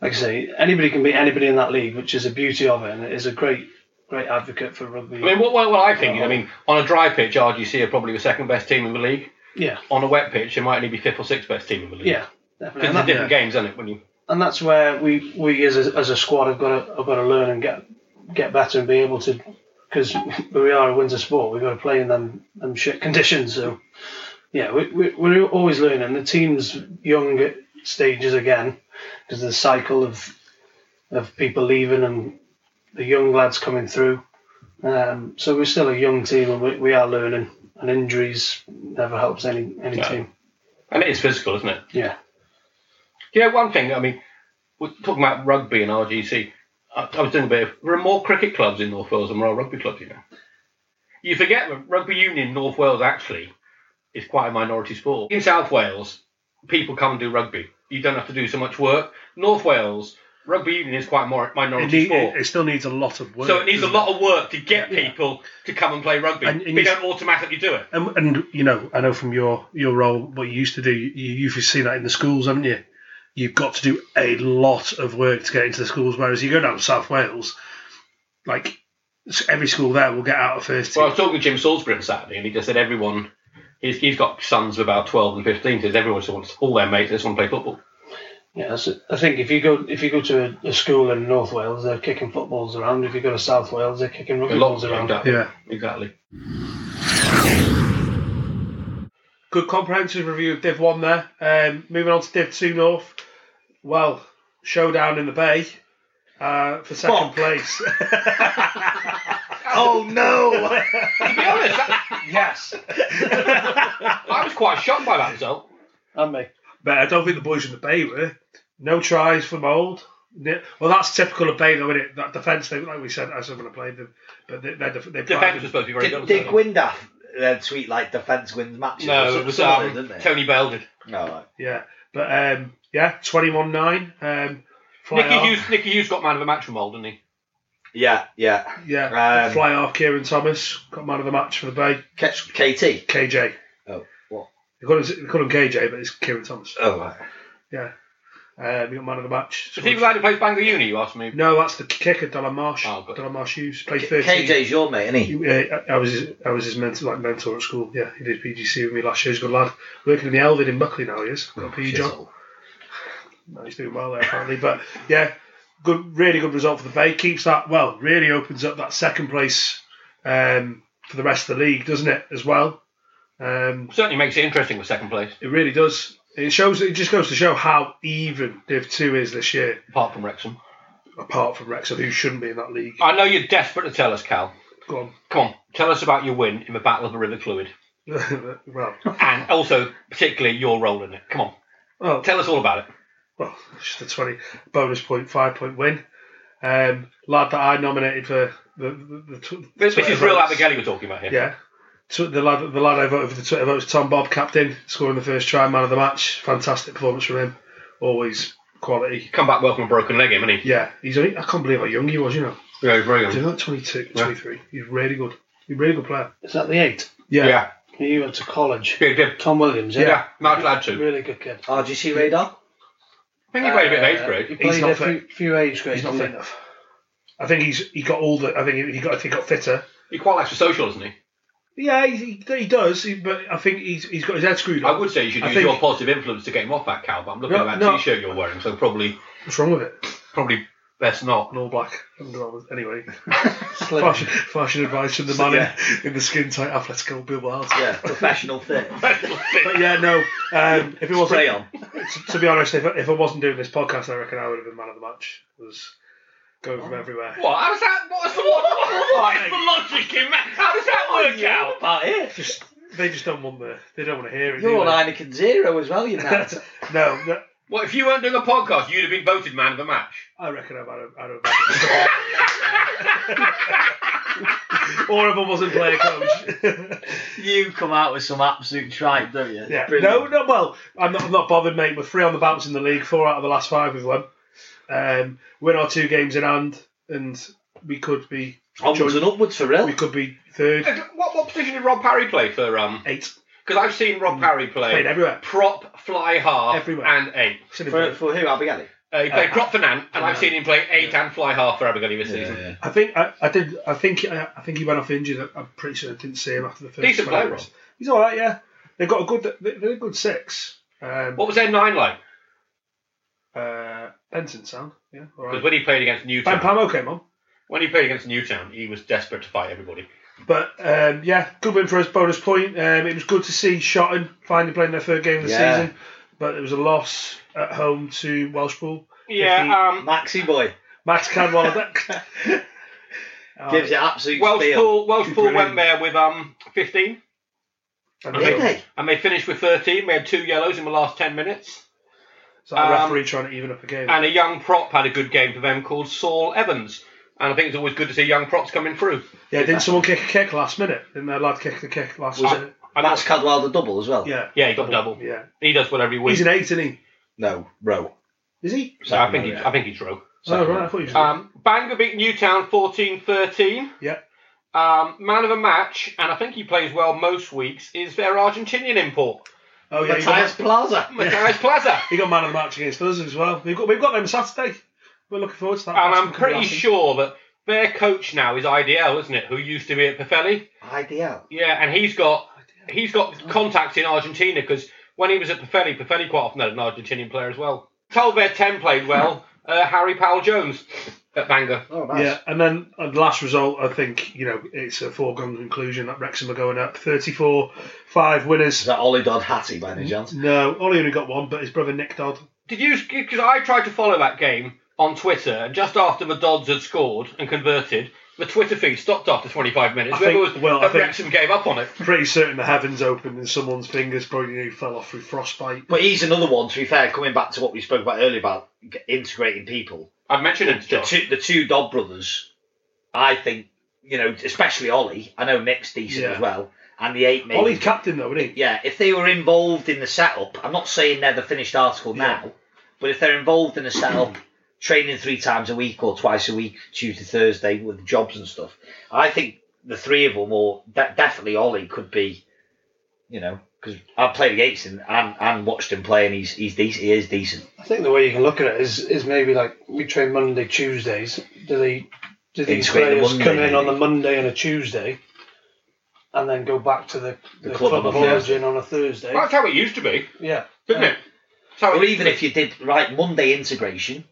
Speaker 4: like I say, anybody can beat anybody in that league, which is a beauty of it, and it is a great, great advocate for rugby.
Speaker 3: I mean, what, what, what I think is, I mean, on a dry pitch, RGC are probably the second best team in the league.
Speaker 4: yeah.
Speaker 3: On a wet pitch, they might only be fifth or sixth best team in the league.
Speaker 4: Yeah, definitely.
Speaker 3: It's
Speaker 4: And,
Speaker 3: a
Speaker 4: that-
Speaker 3: different games, isn't it? When you
Speaker 4: and that's where we, we as a, as a squad have got to have got to learn and get get better and be able to because we are a winter sport. We've got to play in them them shit conditions. So yeah, we, we we're always learning. The team's young at stages again because the cycle of of people leaving and the young lads coming through. Um, so we're still a young team and we, we are learning. And injuries never helps any any
Speaker 3: No.
Speaker 4: team.
Speaker 3: and it is physical, isn't it?
Speaker 4: Yeah.
Speaker 3: Do you know one thing? I mean, we're talking about rugby and RGC. I, I was doing a bit of. There are more cricket clubs in North Wales than there are rugby clubs, you know. You forget that rugby union in North Wales actually is quite a minority sport. In South Wales, people come and do rugby. You don't have to do so much work. North Wales, rugby union is quite a mor-
Speaker 1: It,
Speaker 3: minority
Speaker 1: need,
Speaker 3: sport.
Speaker 1: it, it still needs a lot of work.
Speaker 3: so it needs a
Speaker 1: doesn't
Speaker 3: lot of work to get people to come and play rugby.
Speaker 1: And- and
Speaker 3: they
Speaker 1: you-
Speaker 3: don't automatically do it.
Speaker 1: And, and you know, I know from your your role what you used to do. You, you've seen that in the schools, haven't you? You've got to do a lot of work to get into the schools. Whereas you go down to South Wales, like s- every school there will get out of first team.
Speaker 3: Well, I was talking to Jim Salisbury on Saturday, and he just said everyone. He's, he's got sons of about twelve and fifteen. Says everyone just wants all their mates. They just want to play football.
Speaker 4: Yeah, that's it. I think if you go if you go to a, a school in North Wales, they're kicking footballs around. If you go to South Wales, they're kicking rugby
Speaker 3: A lot
Speaker 4: balls
Speaker 3: of
Speaker 4: around.
Speaker 3: that.
Speaker 1: yeah,
Speaker 3: exactly.
Speaker 1: good comprehensive review of Div One there. Um, moving on to Div Two North. Well, showdown in the Bay uh, for second
Speaker 2: Fuck.
Speaker 1: place.
Speaker 2: Oh no!
Speaker 3: to be honest, that-
Speaker 4: Yes,
Speaker 3: I was quite shocked by that result.
Speaker 4: and me.
Speaker 1: But I don't think the boys in the Bay were. No tries for Mould. Ne- Well, that's typical of Bay, though, isn't it? That defence, they, like we said, I said when I played them, but they, they're def- they
Speaker 3: Defence was supposed to be very
Speaker 2: Did
Speaker 3: good.
Speaker 2: Dick Windaff uh, tweet like defence wins matches? or
Speaker 3: No, it
Speaker 2: something
Speaker 3: was
Speaker 2: similar,
Speaker 3: um,
Speaker 2: didn't it?
Speaker 3: Tony Bell did.
Speaker 2: No, right.
Speaker 1: Yeah, but um, yeah, twenty-one nine. Um, fly
Speaker 3: Nicky
Speaker 1: off.
Speaker 3: Hughes, Nicky Hughes got man of the match from Old, didn't he?
Speaker 2: Yeah, yeah.
Speaker 1: Yeah,
Speaker 2: Um,
Speaker 1: fly off. Kieran Thomas got man of the match for the Bay.
Speaker 2: Catch KT.
Speaker 1: KJ.
Speaker 2: Oh, what?
Speaker 1: They call him, they call him KJ, but it's Kieran Thomas.
Speaker 2: Oh, right.
Speaker 1: Um, he got man of the match.
Speaker 3: The people that plays Bangor Uni, you asked me.
Speaker 1: no, that's the kicker, Dylan Marsh.
Speaker 3: Oh, good.
Speaker 1: Dylan Marsh Hughes played thirteen.
Speaker 2: KJ's your mate, isn't he?
Speaker 1: Yeah, I I was his, I was his mentor, like mentor at school. Yeah, he did PGC with me last year. He's a good lad. Working in the Elvin in Buckley now. He is.
Speaker 2: Oh,
Speaker 1: Got a PE job.
Speaker 2: Shizzle.
Speaker 1: No, he's doing well there apparently. But yeah, good, really good result for the Bay. Keeps that well. Really opens up that second place um, for the rest of the league, doesn't it? As well, um,
Speaker 3: Certainly makes it interesting with second place,
Speaker 1: it really does. It shows. It just goes to show how even Div Two is this year,
Speaker 3: apart from Wrexham.
Speaker 1: apart from Wrexham, who shouldn't be in that league.
Speaker 3: I know you're desperate to tell us, Cal.
Speaker 1: Go
Speaker 3: Come on, tell us about your win in the Battle of the River Clwyd,
Speaker 1: on. well,
Speaker 3: and also particularly your role in it. Come on,
Speaker 1: well,
Speaker 3: tell us all about it.
Speaker 1: well, it's just a 20 bonus point, five point win. Um, lad that I nominated for the the, the tw-
Speaker 3: This,
Speaker 1: Twitter
Speaker 3: is real
Speaker 1: votes.
Speaker 3: Abigail we're talking about here.
Speaker 1: Yeah. Tw- The lad, the lad I voted for the Twitter vote was Tom Bob, captain, scoring the first try, man of the match. Fantastic performance from him. Always quality.
Speaker 3: Come back well from a broken leg, isn't he?
Speaker 1: Yeah, he's only, I can't believe how young he was, you know.
Speaker 3: Yeah, he's very
Speaker 1: He's
Speaker 3: good.
Speaker 1: only like 22, 23. He's really good. He's a really good player.
Speaker 4: Is that the eight?
Speaker 1: Yeah.
Speaker 3: Yeah,
Speaker 4: He went to college.
Speaker 3: yeah, he did.
Speaker 4: Tom Williams.
Speaker 3: yeah. Mark Ladd too.
Speaker 4: really good kid.
Speaker 2: RGC radar?
Speaker 3: I think he played a bit of
Speaker 4: Uh,
Speaker 3: eighth
Speaker 4: He
Speaker 3: grade.
Speaker 4: played
Speaker 1: not
Speaker 4: a
Speaker 1: fit.
Speaker 4: few, few age grades.
Speaker 1: He's not
Speaker 4: didn't
Speaker 1: fit
Speaker 4: he?
Speaker 1: enough. I think he's he got older. I think he got I think he got fitter.
Speaker 3: He quite likes the social, isn't he?
Speaker 1: Yeah, he, he, he does. He, but I think he's he's got his head screwed
Speaker 3: I
Speaker 1: up.
Speaker 3: would say you should
Speaker 1: I
Speaker 3: use
Speaker 1: think-
Speaker 3: your positive influence to get him off that cow, but I'm looking
Speaker 1: No,
Speaker 3: at that
Speaker 1: no.
Speaker 3: t-shirt you're wearing, so probably
Speaker 1: What's wrong with it?
Speaker 3: probably best not.
Speaker 1: an all black underarmor. Anyway,
Speaker 4: Slim.
Speaker 1: fashion, fashion advice from the man
Speaker 2: yeah.
Speaker 1: in, in the skin tight Atletico Bilbao.
Speaker 2: Yeah, professional fit.
Speaker 1: But yeah, no. Um, if it wasn't,
Speaker 2: Spray on.
Speaker 1: to, to be honest, if, I- if I wasn't doing this podcast, I reckon I would have been man of the match. Was going from everywhere.
Speaker 3: What? How's that? What's the, what, what is the logic in that? How does that work out?
Speaker 2: about it?
Speaker 1: Just they just don't want the they don't want to hear it.
Speaker 2: You're
Speaker 1: do
Speaker 2: on
Speaker 1: they?
Speaker 2: Heineken Zero as well, you know.
Speaker 1: no, no,
Speaker 3: What if you weren't doing a podcast, you'd have been voted man of the match.
Speaker 1: I reckon I've had a, had a or if I wasn't player coach.
Speaker 2: you come out with some absolute tripe, don't you?
Speaker 1: Yeah.
Speaker 2: Brilliant.
Speaker 1: No, no. Well, I'm not, I'm not bothered, mate. We're three on the bounce in the league. Four out of the last five we've won. Um, win our two games in hand, and we could be
Speaker 2: Onwards and upwards for real.
Speaker 1: we could be third,
Speaker 3: Uh, What, what position did Rob Parry play for? Um,
Speaker 1: eight,
Speaker 3: because I've seen Rob Parry
Speaker 1: Mm. played
Speaker 3: play
Speaker 1: everywhere.
Speaker 3: prop, fly half,
Speaker 1: Everywhere.
Speaker 3: and eight.
Speaker 1: Seen him
Speaker 2: For,
Speaker 1: play.
Speaker 2: for who, Abigail?
Speaker 3: Uh, he played prop for Nant, and I've seen him play eight and fly half for Abigail this season.
Speaker 1: I think I, I did. I think uh, I, I think he went off injured. I- I'm pretty sure I didn't see him after the first. 20
Speaker 3: Decent player,
Speaker 1: minutes. He's all right. Yeah, they've got a good. they- They're a good six. Um,
Speaker 3: What was their nine like?
Speaker 1: uh, Benton sound. Yeah, all
Speaker 3: Because
Speaker 1: right.
Speaker 3: when he played against
Speaker 1: Ben
Speaker 3: Newtown,
Speaker 1: Pamo came on.
Speaker 3: when he played against Newtown, he was desperate to fight everybody.
Speaker 1: But um, yeah, good win for us, bonus point. Um, it was good to see Shotton finally playing their third game of the
Speaker 2: Yeah.
Speaker 1: season, but it was a loss at home to Welshpool. If he-
Speaker 3: Yeah, um,
Speaker 2: Maxi boy
Speaker 1: Max Ah, Cadwell that-
Speaker 2: gives it absolute spiel.
Speaker 3: Welshpool, Welshpool
Speaker 1: Brilliant.
Speaker 3: went there with um 15,
Speaker 1: and
Speaker 2: Did
Speaker 1: Is
Speaker 2: they?
Speaker 3: and they finished with 13. They had two yellows in the last 10 minutes.
Speaker 1: that a
Speaker 3: Um,
Speaker 1: referee trying to even up a game?
Speaker 3: And a young prop had a good game for them called Saul Evans. And I think it's always good to see young props coming through.
Speaker 1: yeah, didn't someone kick a kick last minute? Didn't their lad kick the kick last
Speaker 2: Was
Speaker 1: minute?
Speaker 3: I
Speaker 2: Matt's Cadwell the double as well.
Speaker 1: Yeah,
Speaker 3: Yeah, he got double.
Speaker 1: yeah.
Speaker 3: He does one every week.
Speaker 1: He's an eight, isn't he?
Speaker 2: No, row.
Speaker 1: Is he?
Speaker 3: So I think he, I think he's row.
Speaker 1: Oh, right. I thought he was.
Speaker 3: Um, Bangor beat Newtown 14-13.
Speaker 1: yeah.
Speaker 3: Um, man of the match, and I think he plays well most weeks, is their Argentinian import,
Speaker 1: Oh, yeah. He
Speaker 2: Matthias
Speaker 1: got,
Speaker 2: Plaza.
Speaker 3: Matthias Plaza.
Speaker 1: he got man of the match against us as well. We've got, we've got them Saturday. We're looking forward to that.
Speaker 3: And
Speaker 1: That's
Speaker 3: I'm
Speaker 1: gonna be
Speaker 3: pretty
Speaker 1: laughing.
Speaker 3: sure that their coach now is IDL, isn't it? Who used to be at Perfeli.
Speaker 2: IDL.
Speaker 3: Yeah, and he's got he's got contacts in Argentina because when he was at Perfeli, Perfeli quite often had an Argentinian player as well. Told their ten played well. Uh, Harry Powell Jones at Bangor.
Speaker 2: Oh, nice.
Speaker 1: Yeah, and then uh, the last result, I think, you know, it's a foregone conclusion that Wrexham are going up 34 5
Speaker 2: Is
Speaker 1: winners.
Speaker 2: that Ollie Dodd Hattie by
Speaker 1: Mm.
Speaker 2: any chance?
Speaker 1: No, Ollie only got one, but his brother Nick Dodd.
Speaker 3: Did you? Because I tried to follow that game on Twitter, and just after the Dodds had scored and converted, the Twitter feed stopped after 25 minutes.
Speaker 1: I
Speaker 3: Whoever
Speaker 1: think-
Speaker 3: was
Speaker 1: well, I
Speaker 3: at
Speaker 1: think-
Speaker 3: Wrexham gave up on it.
Speaker 1: Pretty certain the heavens opened and someone's fingers probably nearly fell off through frostbite.
Speaker 2: But he's another one, to be fair, coming back to what we spoke about earlier about g- integrating people.
Speaker 3: I'd mentioned it to
Speaker 2: The
Speaker 3: Josh.
Speaker 2: two, the two Dodd brothers, I think, you know, especially Ollie, I know Nick's decent
Speaker 1: Yeah.
Speaker 2: as well, and the eight maybe.
Speaker 1: Ollie's captain, though, isn't he?
Speaker 2: yeah, if they were involved in the setup, I'm not saying they're the finished article now, but if they're involved in the setup, training three times a week or twice a week, Tuesday, Thursday, with jobs and stuff, I think the three of them, or de- definitely Ollie, could be, you know, because I played against him and, and watched him play, and he's he's dec- he is decent.
Speaker 4: I think the way you can look at it is is maybe like we train Monday, Tuesdays. Do they do these
Speaker 2: Integrate the
Speaker 4: players
Speaker 2: Monday,
Speaker 4: come in on the
Speaker 2: maybe.
Speaker 4: Monday and a Tuesday, and then go back to the, the,
Speaker 2: club
Speaker 4: club,
Speaker 2: on
Speaker 4: of
Speaker 2: the Thursday.
Speaker 4: origin on a Thursday?
Speaker 3: That's how it used to be,
Speaker 4: Yeah,
Speaker 3: didn't it? That's how it
Speaker 2: Or
Speaker 3: used
Speaker 2: even
Speaker 3: to be.
Speaker 2: if you did right Monday integration,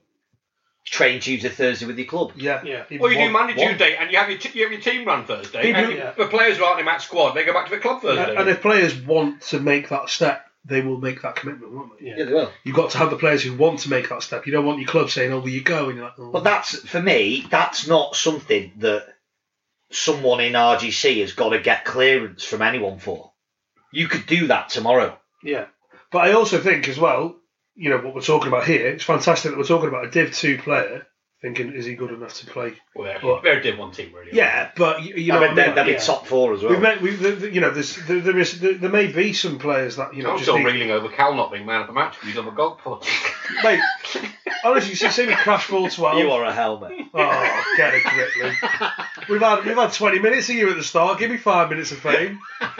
Speaker 2: train Tuesday, Thursday with your club.
Speaker 1: Yeah.
Speaker 4: Yeah.
Speaker 1: He
Speaker 3: Well, you
Speaker 1: won.
Speaker 3: do Monday,
Speaker 2: one-
Speaker 3: Tuesday, and you have your t- you have your team run Thursday.
Speaker 1: They
Speaker 3: and
Speaker 1: do,
Speaker 3: if
Speaker 4: yeah.
Speaker 3: The players who aren't in that squad, they go back to the club Thursday.
Speaker 1: And and if players want to make that step, they will make that commitment, won't they?
Speaker 4: Yeah.
Speaker 2: they will.
Speaker 1: You've got to have the players who want to make that step. You don't want your club saying, oh, will you go? And you're like, oh.
Speaker 2: But that's for me. That's not something that someone in RGC has got to get clearance from anyone for. You could do that tomorrow.
Speaker 4: yeah.
Speaker 1: But I also think as well, you know, what we're talking about here, it's fantastic that we're talking about a Div 2 player thinking, is he good enough to play?
Speaker 3: well, they're,
Speaker 1: Well-
Speaker 3: they're a Div One team, really.
Speaker 1: Yeah, but you, you
Speaker 2: I
Speaker 1: know, what I
Speaker 2: mean,
Speaker 3: Oh,
Speaker 2: they're,
Speaker 1: mean?
Speaker 2: they're
Speaker 1: Like,
Speaker 2: in
Speaker 4: yeah.
Speaker 2: top four as well.
Speaker 1: we've met, we the, the- you know, there's, there, there, is, there, there may be some players that, you know,
Speaker 2: Oh,
Speaker 3: I'm
Speaker 1: just
Speaker 3: still
Speaker 1: need-
Speaker 3: reeling over Cal not being man of the match. He's on the goal pot.
Speaker 1: Mate, honestly, Oh, you see me crash ball 12.
Speaker 2: you are a helmet.
Speaker 1: Oh, get a grip, Luke. We've had, we've had 20 minutes of you at the start. Give me five minutes of fame.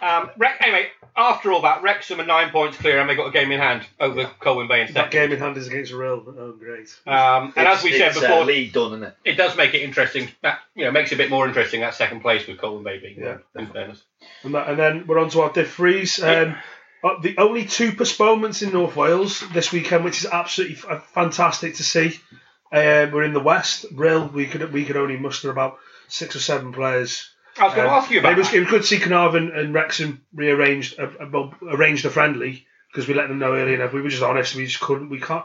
Speaker 3: um, Re- anyway, after all that, Wrexham are nine points clear, and they got a game in hand over Colwyn Bay and
Speaker 1: That
Speaker 3: second.
Speaker 1: game in hand is against Real. Oh, great.
Speaker 3: Um, and as we
Speaker 2: It's-
Speaker 3: said
Speaker 2: it's, uh,
Speaker 3: before,
Speaker 2: league done, isn't it?
Speaker 3: it does make it interesting. That you know makes it a bit more interesting that second place with Colwyn Bay being
Speaker 1: Yeah,
Speaker 3: there. In fairness,
Speaker 1: And, that, and then we're on to our diff threes. Um, uh, the only two postponements in North Wales this weekend, which is absolutely f- uh, fantastic to see. Um, we're in the West. Real, we could we could only muster about six or seven players.
Speaker 3: I was going to
Speaker 1: Um,
Speaker 3: ask you about.
Speaker 1: It was,
Speaker 3: that.
Speaker 1: it was good to see Carnarvon and Wrexham rearranged a, a, well, arranged a friendly because we let them know early enough. We were just honest. We just couldn't. We can't.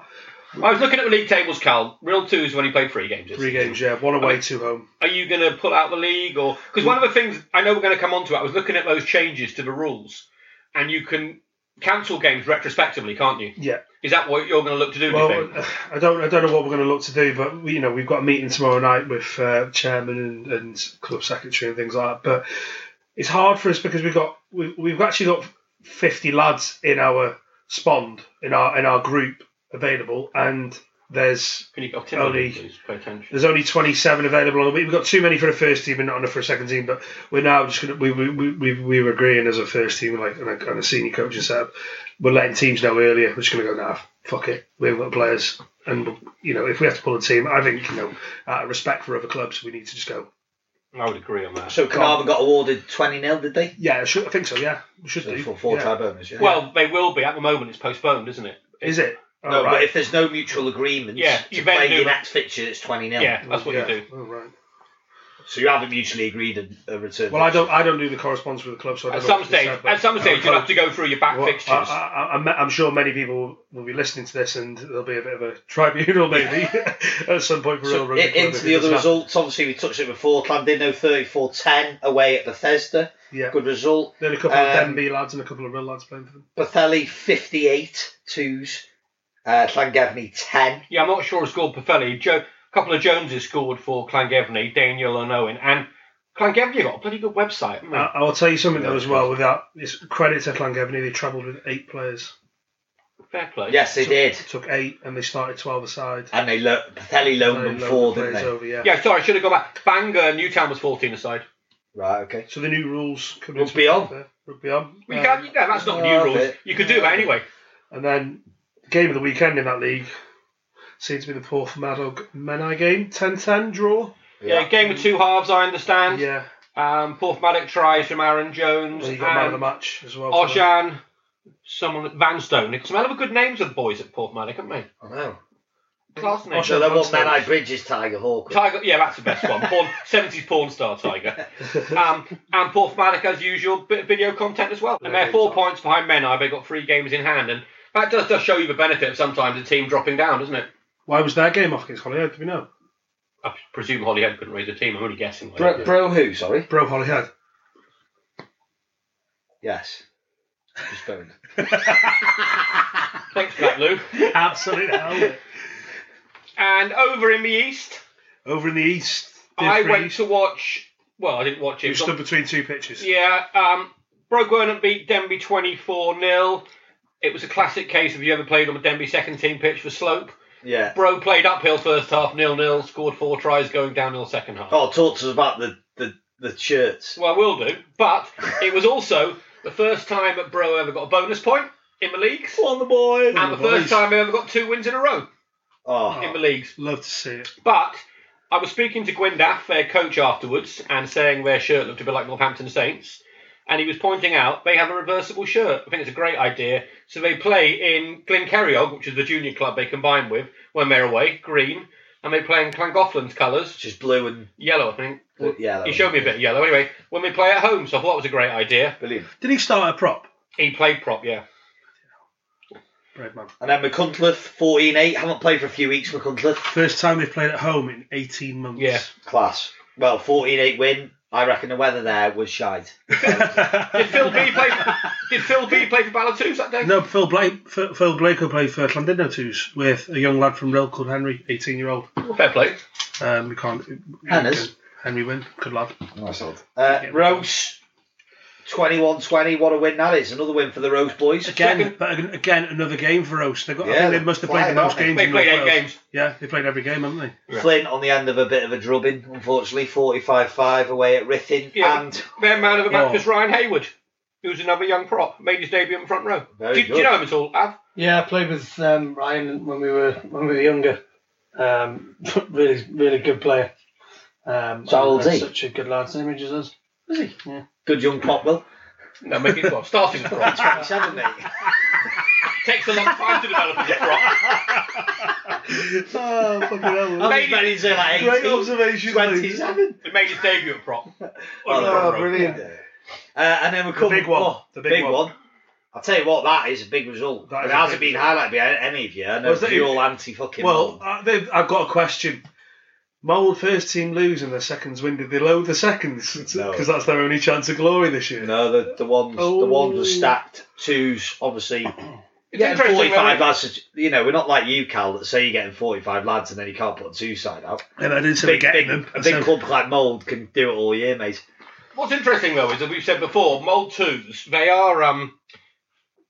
Speaker 3: I was looking at the league tables, Cal. Real two is when he played three games. this
Speaker 1: Three
Speaker 3: season.
Speaker 1: games, yeah. One away, two home.
Speaker 3: are you going to pull out the league or because one of the things I know we're going to come on to I was looking at those changes to the rules and you can cancel games retrospectively can't you
Speaker 1: Yeah.
Speaker 3: is that what you're going to look to do do you
Speaker 1: Well,
Speaker 3: think?
Speaker 1: uh, I don't, I don't know what we're going to look to do, but we, you know, we've got a meeting tomorrow night with uh, chairman and, and club secretary and things like that. But it's hard for us because we've got, we, we've actually got fifty lads in our spond in our in our group available, and there's
Speaker 3: can you go
Speaker 1: I'll
Speaker 3: Timberlake,
Speaker 1: leave.
Speaker 3: please pay attention
Speaker 1: there's only twenty seven available. on the week. We've got too many for the first team and not enough for a second team. But we're now just going to, we, we, we, we we were agreeing as a first team, like and a, and a senior coaching setup, we're letting teams know earlier. We're just going to go, nah, fuck it. We've got players. And, you know, if we have to pull a team, I think, you know, out of respect for other clubs, we need to just go,
Speaker 3: I would agree on that
Speaker 2: So Carnarvon got awarded 20 nil, did they?
Speaker 1: yeah, I, should, I think so, yeah. We should
Speaker 2: So
Speaker 1: do.
Speaker 2: for four
Speaker 1: yeah.
Speaker 2: tribunals, yeah.
Speaker 3: well they will be at the moment it's postponed isn't it
Speaker 1: Is it? Oh,
Speaker 2: no, but
Speaker 1: right.
Speaker 2: if there's no mutual agreement
Speaker 3: Yeah,
Speaker 2: to
Speaker 3: you better
Speaker 2: play
Speaker 3: do
Speaker 2: your
Speaker 3: that.
Speaker 2: next fixture, it's 20 nil.
Speaker 3: yeah that's what
Speaker 1: yeah.
Speaker 3: you do
Speaker 1: Oh, right.
Speaker 2: So you haven't mutually agreed a, a return.
Speaker 1: Well, I don't. I don't do the correspondence with the club, so I
Speaker 3: at
Speaker 1: don't know
Speaker 3: some
Speaker 1: what they
Speaker 3: stage
Speaker 1: said, but-
Speaker 3: at some stage you'll have to go through your back
Speaker 1: Well,
Speaker 3: fixtures
Speaker 1: I, I, I'm, I'm sure many people will be listening to this, and there'll be a bit of a tribunal maybe at some point for Real
Speaker 2: So,
Speaker 1: Rugby
Speaker 2: in-
Speaker 1: Club
Speaker 2: into
Speaker 1: if
Speaker 2: the
Speaker 1: it
Speaker 2: other
Speaker 1: doesn't happen.
Speaker 2: results, obviously we touched it before. Clandino 34-10 away at Bethesda.
Speaker 1: Yeah,
Speaker 2: Good result.
Speaker 1: there are a couple
Speaker 2: Um,
Speaker 1: of Denby lads and a couple of real lads playing for them.
Speaker 2: Bethelli 58 twos. Uh, Llangefni 10.
Speaker 3: Yeah, I'm not sure who scored Perfeli. Jo- a couple of Joneses scored for Clangevny, Daniel and Owen. And Clangevny got a bloody good website. haven't they?
Speaker 1: I, I'll tell you something though
Speaker 2: Yeah,
Speaker 1: as well. With that, it's credit to Clangevny. They travelled with eight players.
Speaker 3: Fair play.
Speaker 2: Yes, they did.
Speaker 1: Took eight, and they started twelve aside.
Speaker 2: And they lo- Pathelli loaned
Speaker 1: They
Speaker 2: them
Speaker 1: loaned
Speaker 2: four,
Speaker 1: the
Speaker 2: didn't
Speaker 1: players
Speaker 2: they?
Speaker 1: Over, yeah.
Speaker 3: Yeah, sorry, I should have gone back. Bangor, Newtown was 14 aside.
Speaker 2: Right, okay.
Speaker 1: So the new rules coming
Speaker 2: Rugby
Speaker 1: into
Speaker 2: on.
Speaker 1: effect there. Rugby on.
Speaker 3: We
Speaker 1: Um,
Speaker 3: can't, yeah, that's not
Speaker 2: Yeah,
Speaker 3: new rules.
Speaker 2: but-
Speaker 3: You could do that anyway.
Speaker 1: And then the game of the weekend in that league seemed to be the Porth Madog Menai game, 10-10 draw.
Speaker 3: Yeah, game of two halves, I understand.
Speaker 1: Yeah,
Speaker 3: Um, Porthmatic tries from Aaron
Speaker 1: and
Speaker 3: Jones
Speaker 1: he
Speaker 3: and
Speaker 1: got man of the match as well. for them.
Speaker 3: Oshan, someone Vanstone. Some hell of a good names of the boys at Porthmatic, haven't they?
Speaker 2: I know.
Speaker 3: Class names.
Speaker 2: So there was
Speaker 1: Vanstone.
Speaker 2: Nanai Bridges, Tiger Hawk.
Speaker 3: Tiger, yeah, that's the best one. Porn, 70s porn star Tiger. Um, and Porthmatic, as usual, bit of video content as well. And they're four points behind Menai. They've got three games in hand. And that does, does show you the benefit of sometimes a team dropping down, doesn't it?
Speaker 1: Why was their game off against Holyhead? Do we know?
Speaker 3: I presume Holyhead couldn't raise a team. I'm only guessing. like,
Speaker 2: Bro,
Speaker 3: yeah.
Speaker 2: bro who, sorry?
Speaker 1: Bro, Holyhead.
Speaker 2: Yes. Just phoned.
Speaker 3: Thanks for that, Lou.
Speaker 1: Absolute hell.
Speaker 3: And over in the East,
Speaker 1: Over in the east,
Speaker 3: I
Speaker 1: Div
Speaker 3: went
Speaker 1: Rees,
Speaker 3: to watch. Well, I didn't watch it.
Speaker 1: who
Speaker 3: but-
Speaker 1: stood between two pitches.
Speaker 3: Yeah, um, Broke Werner beat Denby 24 0. It was a classic case of you ever played on a Denby second team pitch for slope.
Speaker 2: Yeah.
Speaker 3: Bro played uphill first half, nil nil, scored four tries, going downhill second half.
Speaker 2: Oh, talk to us about the, the, the shirts.
Speaker 3: Well, I will do, but it was also the first time that Bro ever got a bonus point in the leagues,
Speaker 2: On the board.
Speaker 3: and the first time he ever got two wins in a row
Speaker 2: Oh,
Speaker 3: in the leagues.
Speaker 1: Love to see it.
Speaker 3: But I was speaking to Gwyndaff, their coach, afterwards, and saying their shirt looked a bit like Northampton Saints. And he was pointing out they have a reversible shirt. I think it's a great idea. So they play in Glenkerriog, which is the junior club they combine with when they're away, green, and they play in Llangollen's colours,
Speaker 2: just blue and
Speaker 3: yellow, I think.
Speaker 2: yeah. that
Speaker 3: He
Speaker 2: one.
Speaker 3: showed me a bit of yellow. Anyway, when we play at home, so I thought it was a great idea.
Speaker 2: Brilliant.
Speaker 1: Did he start a prop?
Speaker 3: He played prop, yeah.
Speaker 1: Brave man.
Speaker 2: And then McCuntliff, 14 8. Haven't played for a few weeks, McCuntliff.
Speaker 1: First time they've played at home in 18 months.
Speaker 3: Yeah.
Speaker 2: Class. Well, 14 8 win. I reckon the weather there was shite.
Speaker 3: Did Phil B play? did Phil B play for Ballatoos that day?
Speaker 1: No, Phil Blake, Phil Phil Blake who played for Clandino Twos with a young lad from Rill called Henry, 18 year old.
Speaker 3: Fair play.
Speaker 1: Um, we can't.
Speaker 2: Hannah's.
Speaker 1: Henry Wynn, good lad.
Speaker 2: Nice old. Uh, Rose, 21 20. What a win that is. Another win for the Rose boys.
Speaker 1: Again, but ag- again, another game for Roast. They got. I
Speaker 2: Yeah,
Speaker 1: think they must have
Speaker 2: flying,
Speaker 1: played the most
Speaker 2: aren't they?
Speaker 1: games.
Speaker 3: They
Speaker 1: in
Speaker 3: played
Speaker 1: North
Speaker 3: eight
Speaker 1: Wales.
Speaker 3: games.
Speaker 1: Yeah, they played every game, haven't they?
Speaker 2: Flint on the end of a bit of a drubbing, unfortunately. 45 5 away at Rithin.
Speaker 3: Yeah,
Speaker 2: And
Speaker 3: their man of the match
Speaker 1: Oh.
Speaker 3: was Ryan Hayward, who's another young prop, made his debut in front row.
Speaker 2: Very
Speaker 3: do, do you
Speaker 2: good.
Speaker 3: know him at all, Av?
Speaker 4: Yeah, I played with um, Ryan when we were when we were younger. Um, really, really good player. Um,
Speaker 2: So how old's
Speaker 4: and
Speaker 2: he?
Speaker 4: Such a good lad. Same age as us.
Speaker 2: good young Popwell.
Speaker 3: No, maybe he's not. Starting prop.
Speaker 2: Tax, haven't they?
Speaker 3: Takes a long time to develop as a prop.
Speaker 1: oh, fucking hell.
Speaker 2: Maybe
Speaker 3: Maybe-
Speaker 2: he's like Uh,
Speaker 1: Great
Speaker 2: 18,
Speaker 1: observation. Lee.
Speaker 2: 27.
Speaker 3: He made his debut at prop. On the
Speaker 2: Oh,
Speaker 3: front row.
Speaker 2: brilliant. Uh, and then we come
Speaker 1: big one.
Speaker 2: oh,
Speaker 1: The big
Speaker 2: big
Speaker 1: one.
Speaker 2: one. I'll tell you what, that is a big result.
Speaker 1: That
Speaker 2: It
Speaker 1: is a
Speaker 2: hasn't
Speaker 1: big
Speaker 2: been highlighted by any of you. I know
Speaker 1: Was that
Speaker 2: you're
Speaker 1: it?
Speaker 2: all anti fucking.
Speaker 1: Well, I, they've- I've got a question. Mole first team lose and their seconds win. Did they load the seconds? Because
Speaker 2: No.
Speaker 1: that's their only chance of glory this year.
Speaker 2: no, the, the ones the ones
Speaker 1: Oh.
Speaker 2: were stacked. Twos, obviously.
Speaker 3: It's
Speaker 2: Getting
Speaker 3: interesting, really.
Speaker 2: 45 lads, is- you know, we're not like you, Cal, that say you're getting 45 lads and then you can't put two side out.
Speaker 1: And I did say
Speaker 2: big,
Speaker 1: getting
Speaker 2: big,
Speaker 1: them.
Speaker 2: a
Speaker 1: So-
Speaker 2: big club like Mould can do it all year, mate.
Speaker 3: What's interesting though is that we've said before, Mold Twos, they are um,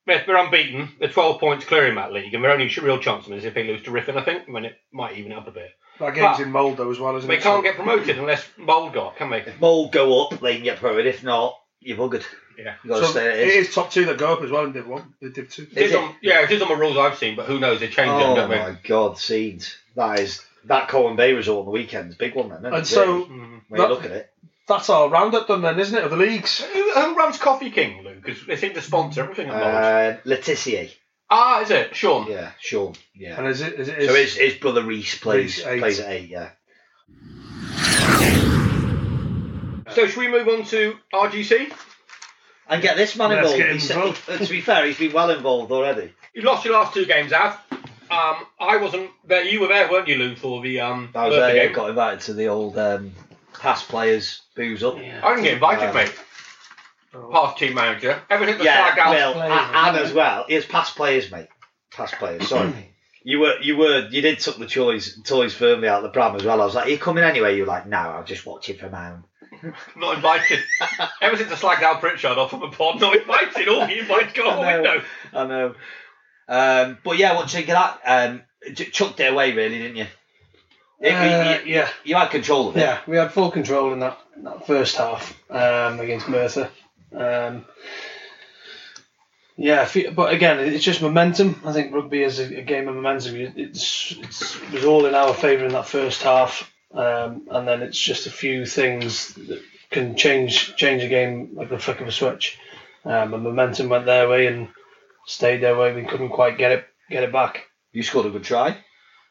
Speaker 3: they're, they're unbeaten. They're twelve points clear in that league, and their only real chance of it is if they lose to Riffin. I think when it might even up a bit.
Speaker 1: That game's
Speaker 3: But-
Speaker 1: in Mould though as well, isn't
Speaker 3: They
Speaker 1: it?
Speaker 3: can't get promoted unless Mold got, can they?
Speaker 2: If Mould go up, they can get promoted. If not, you're buggered.
Speaker 3: Yeah.
Speaker 2: You've got to
Speaker 1: So
Speaker 2: stay at
Speaker 1: it is top two that go up as well in Div One. The Div Two.
Speaker 3: It
Speaker 2: Is
Speaker 3: is
Speaker 2: it?
Speaker 3: on, yeah, it is on the rules I've seen, but who knows? They change them,
Speaker 2: Oh
Speaker 3: don't they?
Speaker 2: my God, seeds. That is that Colin Bay resort on the weekends, big one then. Isn't
Speaker 1: And
Speaker 2: it,
Speaker 1: so
Speaker 2: really,
Speaker 3: Mhm.
Speaker 2: when you
Speaker 1: that-
Speaker 2: look at it,
Speaker 1: that's our roundup done then, isn't it? Of the leagues.
Speaker 3: Who, who runs Coffee King, Lou? Because they seem to sponsor everything at Mold.
Speaker 2: uh, Letitia,
Speaker 3: Ah, is it Sean?
Speaker 2: yeah, Sean, yeah.
Speaker 1: And is it? Is it?
Speaker 2: So his his brother Reese plays
Speaker 1: Reece, eight.
Speaker 2: plays at eight, yeah.
Speaker 3: So should we move on to RGC?
Speaker 2: And get this man
Speaker 1: Let's
Speaker 2: involved.
Speaker 1: get him
Speaker 2: He's-
Speaker 1: involved.
Speaker 2: uh, to be fair, he's been well involved already.
Speaker 3: You lost your last two games, Av. Um, I wasn't there. You were there, weren't you, Lou, for the um
Speaker 2: That was
Speaker 3: Bertha
Speaker 2: there.
Speaker 3: game?
Speaker 2: Got invited to the old um, past players booze up.
Speaker 4: Yeah.
Speaker 3: I didn't get invited,
Speaker 2: Um,
Speaker 3: mate. Past team manager, everything was
Speaker 2: Yeah,
Speaker 3: flagged out.
Speaker 2: well,
Speaker 4: players,
Speaker 2: and, and as well, it's past players, mate. Past players. Sorry, you were, you were, you did took the toys, toys firmly out of the pram as well. I was like, "Are you coming anyway?" You were like, "No, I'll just watch it from home."
Speaker 3: Not invited. Ever since I slagged out Pritchard off of a pod, not invited. All the invites go out
Speaker 2: I
Speaker 3: the
Speaker 2: know.
Speaker 3: window.
Speaker 2: I know. Um, but yeah, what do you think of that? Um, j- chucked it away, really, didn't you? You- you-
Speaker 4: Uh,
Speaker 2: you,
Speaker 4: yeah,
Speaker 2: you had control of it.
Speaker 4: yeah, we had full control in that, in that first half um, against Merthyr. Um, yeah, if you- but again, it's just momentum. I think rugby is a, a game of momentum. You- It's, it's it was all in our favour in that first half, um, and then it's just a few things that can change change a game like the flick of a switch. Um, and momentum went their way and stayed their way. We couldn't quite get it get it back.
Speaker 2: You scored a good try.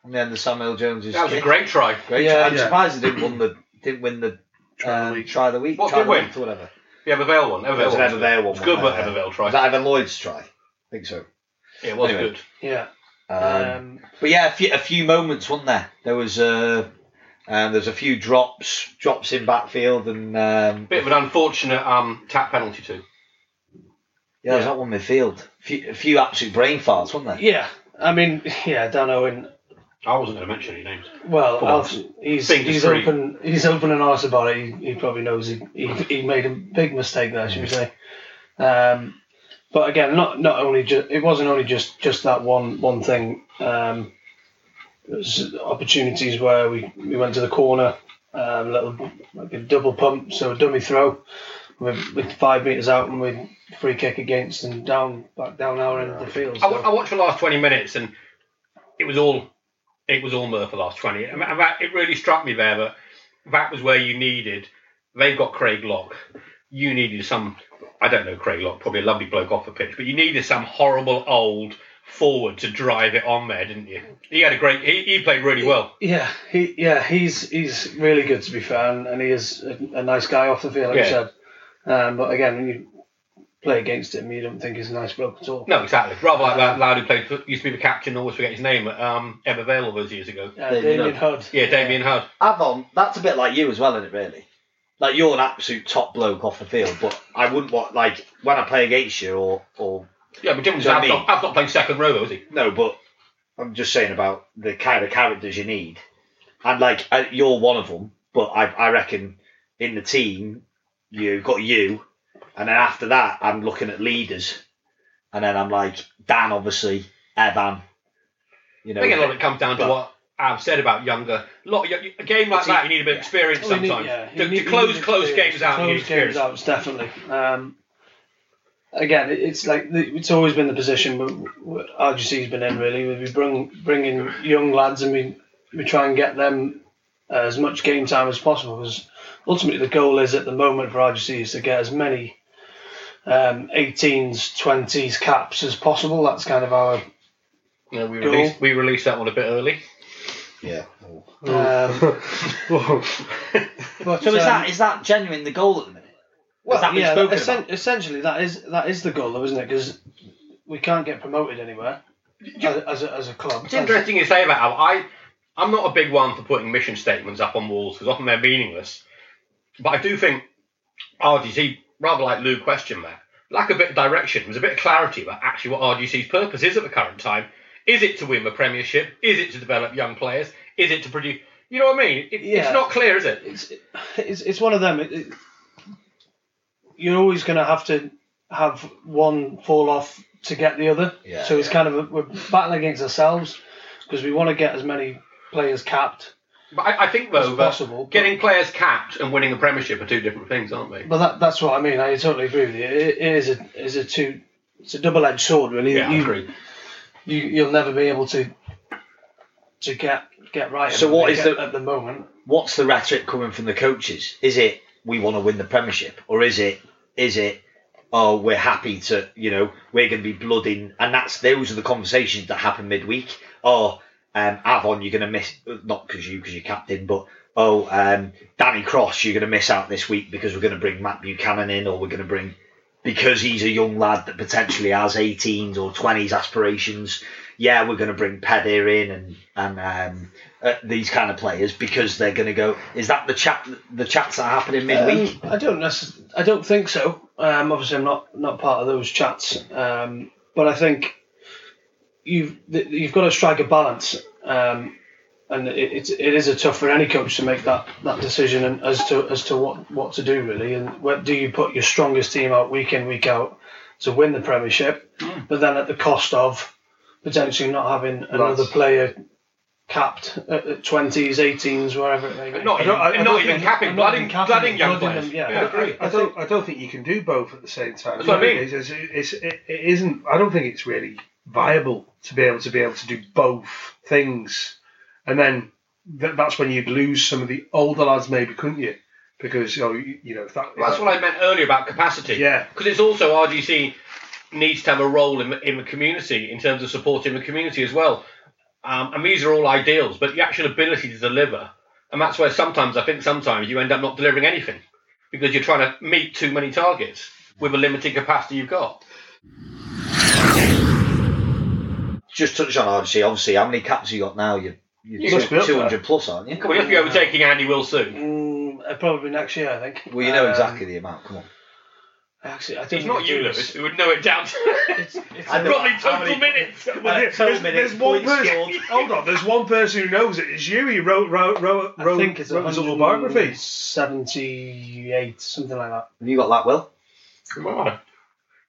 Speaker 2: And then the Samuel Jones is
Speaker 3: That was a great try.
Speaker 2: great
Speaker 4: Yeah,
Speaker 2: try. I'm
Speaker 1: yeah.
Speaker 2: surprised they didn't win the didn't win the
Speaker 1: Try of the
Speaker 2: um,
Speaker 1: week.
Speaker 2: try of the week.
Speaker 3: What
Speaker 2: try
Speaker 3: did
Speaker 2: of the
Speaker 3: win?
Speaker 2: week or whatever.
Speaker 3: The Evervale one. Evervale
Speaker 2: It was an
Speaker 3: one.
Speaker 2: Evervale one.
Speaker 3: It's good
Speaker 2: wasn't
Speaker 3: with
Speaker 2: it?
Speaker 3: Evervale
Speaker 2: Was
Speaker 3: try.
Speaker 2: that Evan Lloyd's try? I think so.
Speaker 3: Yeah, it was
Speaker 2: Anyway.
Speaker 3: good.
Speaker 4: Yeah.
Speaker 2: Um,
Speaker 4: um,
Speaker 2: But yeah, a few, a few moments, weren't there? There was uh, um, there's a few drops, drops in backfield, and um,
Speaker 3: Bit of an unfortunate um, tap penalty too.
Speaker 2: yeah, there's that one midfield. Few, a few absolute brain farts, weren't there?
Speaker 4: yeah. I mean, yeah, Dan Owen
Speaker 3: I wasn't going to mention any names.
Speaker 4: Well,
Speaker 3: Come on.
Speaker 4: Alf, he's
Speaker 3: Think
Speaker 4: he's
Speaker 3: it's free.
Speaker 4: open he's open and honest about it. He, he probably knows he, he he made a big mistake there, should we say? Um, but again, not not only ju- it wasn't only just just that one one thing. Um, it was opportunities where we, we went to the corner, um, little like a double pump, so a dummy throw, with, with five meters out, and we free kick against and down back down our end of the field.
Speaker 3: I,
Speaker 4: So.
Speaker 3: wa- I watched the last twenty minutes, and it was all it was all Murph the last twenty. And that, it really struck me there that that was where you needed. They've got Craig Lock. You needed some. I don't know Craig Lock, probably a lovely bloke off the pitch, but you needed some horrible old forward to drive it on there, didn't you? He had a great. He, he played really well.
Speaker 4: Yeah, he yeah he's he's really good to be fair, and, and he is a, a nice guy off the field, like you
Speaker 3: Yeah.
Speaker 4: said. Um, but again, when you play against him, you don't think he's a nice bloke at all.
Speaker 3: No, exactly. Rather like that lad who played for- used to be the captain. Always forget his name. At, um, Evervale all those years ago.
Speaker 4: Uh,
Speaker 2: There you
Speaker 4: Damien
Speaker 2: go.
Speaker 4: Hud.
Speaker 3: Yeah, Damien Hurd.
Speaker 2: Avon, that's a bit like you as well, isn't it? Really, like you're an absolute top bloke off the field, but I wouldn't want like when I play against you or or
Speaker 3: Yeah, but difference
Speaker 2: Do you know what I
Speaker 3: is I've
Speaker 2: mean?
Speaker 3: not, I've not played second row, though, is he?
Speaker 2: no, but I'm just saying about the kind of characters you need, and like I, you're one of them. But I I reckon in the team you've got you, and then after that I'm looking at leaders, and then I'm like Dan obviously, Evan, you know.
Speaker 3: I think a lot of it comes down to
Speaker 2: But-
Speaker 3: what I've said about younger. A, lot, a game like
Speaker 2: See-
Speaker 3: that, you need a bit of experience
Speaker 4: Oh, he need-
Speaker 3: sometimes.
Speaker 4: yeah, he
Speaker 3: to,
Speaker 4: need-
Speaker 3: to
Speaker 4: he
Speaker 3: close
Speaker 4: needed
Speaker 3: close
Speaker 4: experience.
Speaker 3: games out, you need
Speaker 4: Close games
Speaker 3: experience.
Speaker 4: out, it's definitely. Um, again, it- it's like the, it's always been the position w- w- RGC's been in really. We bring bring in young lads and we we try and get them uh, as much game time as possible because ultimately the goal is at the moment for RGC is to get as many um, 18s, 20s caps as possible. That's kind of our
Speaker 3: Yeah, we,
Speaker 4: Go.
Speaker 3: released, we released that one a bit early.
Speaker 2: yeah.
Speaker 4: um,
Speaker 1: Whoa.
Speaker 4: but,
Speaker 2: Oh. So is
Speaker 4: um,
Speaker 2: that is that genuine the goal at the minute? Well, that been
Speaker 4: yeah,
Speaker 2: spoken
Speaker 4: essen-
Speaker 2: about?
Speaker 4: essentially that is that is the goal, though, isn't it? Because we can't get promoted anywhere as, as, a, as a club.
Speaker 3: It's interesting you say that, Al. I, I'm not a big one for putting mission statements up on walls because often they're meaningless. But I do think RGC, rather like Lou question there, lack a bit of direction. There's a bit of clarity about actually what RGC's purpose is at the current time. Is it to win the Premiership? Is it to develop young players? Is it to produce. You know what I mean? It,
Speaker 4: Yeah.
Speaker 3: It's not clear, is it?
Speaker 4: It's it's, it's one of them. It, it, you're always going to have to have one fall off to get the other.
Speaker 2: Yeah,
Speaker 4: so it's kind of a, we're battling against ourselves because we want to get as many players capped.
Speaker 3: But I, I think, though, that
Speaker 4: possible, but-
Speaker 3: getting players capped and winning the Premiership are two different things, aren't they?
Speaker 4: But that that's what I mean. I totally agree with you. It, it is a is a two. It's a double-edged sword, really.
Speaker 3: Yeah, I
Speaker 4: You-
Speaker 3: agree.
Speaker 4: you you'll never be able to to get get right.
Speaker 2: So
Speaker 4: at
Speaker 2: what
Speaker 4: the-
Speaker 2: is
Speaker 4: at-
Speaker 2: the-
Speaker 4: at the moment?
Speaker 2: What's the rhetoric coming from the coaches? Is it we want to win the Premiership, or is it is it oh we're happy to you know we're going to be blooding and that's those are the conversations that happen midweek. Or um, Avon, you're going to miss not because you because you're captain, but oh um, Danny Cross, you're going to miss out this week because we're going to bring Matt Buchanan in, or we're going to bring because he's a young lad that potentially has 18s or 20s aspirations. Yeah, we're going to bring Pedir in and and um, uh, these kind of players because they're going to go. Is that the chat? The chats that happen in midweek?
Speaker 4: Um, I don't necess- I don't think so. Um, obviously, I'm not not part of those chats. Um, but I think you've th- you've got to strike a balance. Um, and it, it's it is a tough for any coach to make that, that decision and as to as to what, what to do really and what do you put your strongest team out week in week out to win the Premiership, but then at the cost of potentially not having another player capped at twenties, eighteens, wherever it may be.
Speaker 3: Not even,
Speaker 1: don't- I- I don't
Speaker 3: not even
Speaker 1: think-
Speaker 3: capping,
Speaker 4: I'm not
Speaker 3: blooding,
Speaker 4: even capping
Speaker 3: blooding young
Speaker 4: blooding
Speaker 3: players.
Speaker 4: them, yeah.
Speaker 3: I agree.
Speaker 1: I don't. I don't think you can do both at the same time.
Speaker 3: That's what I mean.
Speaker 1: It's, it's, it's, it, it isn't. I don't think it's really viable to be able to be able to do both things, and then th- that's when you'd lose some of the older lads, maybe, couldn't you? Because you know, you, you know if that.
Speaker 3: That's what I meant earlier about capacity.
Speaker 1: Yeah.
Speaker 3: Because it's also RGC needs to have a role in, in the community in terms of supporting the community as well. Um, and these are all ideals, but the actual ability to deliver, and that's where sometimes I think sometimes you end up not delivering anything because you're trying to meet too many targets with a limited capacity you've got.
Speaker 2: Just touch on RGC. Obviously, how many caps you got now? You you
Speaker 1: must be up
Speaker 2: two hundred plus, aren't you?
Speaker 3: Come on, you have to be overtaking Andy Will soon.
Speaker 4: Mm, uh, probably next year, I think.
Speaker 2: Well, you know
Speaker 4: Um,
Speaker 2: exactly the amount. Come on.
Speaker 4: Actually, I think
Speaker 3: It's not you, Lewis. We would know it down to
Speaker 4: It's, it's
Speaker 2: I know.
Speaker 3: probably
Speaker 2: How
Speaker 3: total
Speaker 2: many-
Speaker 3: minutes.
Speaker 1: Well, there-
Speaker 2: Uh,
Speaker 1: there's,
Speaker 2: Tillman,
Speaker 1: there's
Speaker 2: it's
Speaker 1: one
Speaker 2: points
Speaker 1: person.
Speaker 2: scored.
Speaker 1: Hold on, there's one person who knows it. It's you. He wrote wrote wrote
Speaker 4: I
Speaker 1: wrote,
Speaker 4: think it's
Speaker 1: wrote his autobiography.
Speaker 4: 78, something like that.
Speaker 2: And you got that, Will?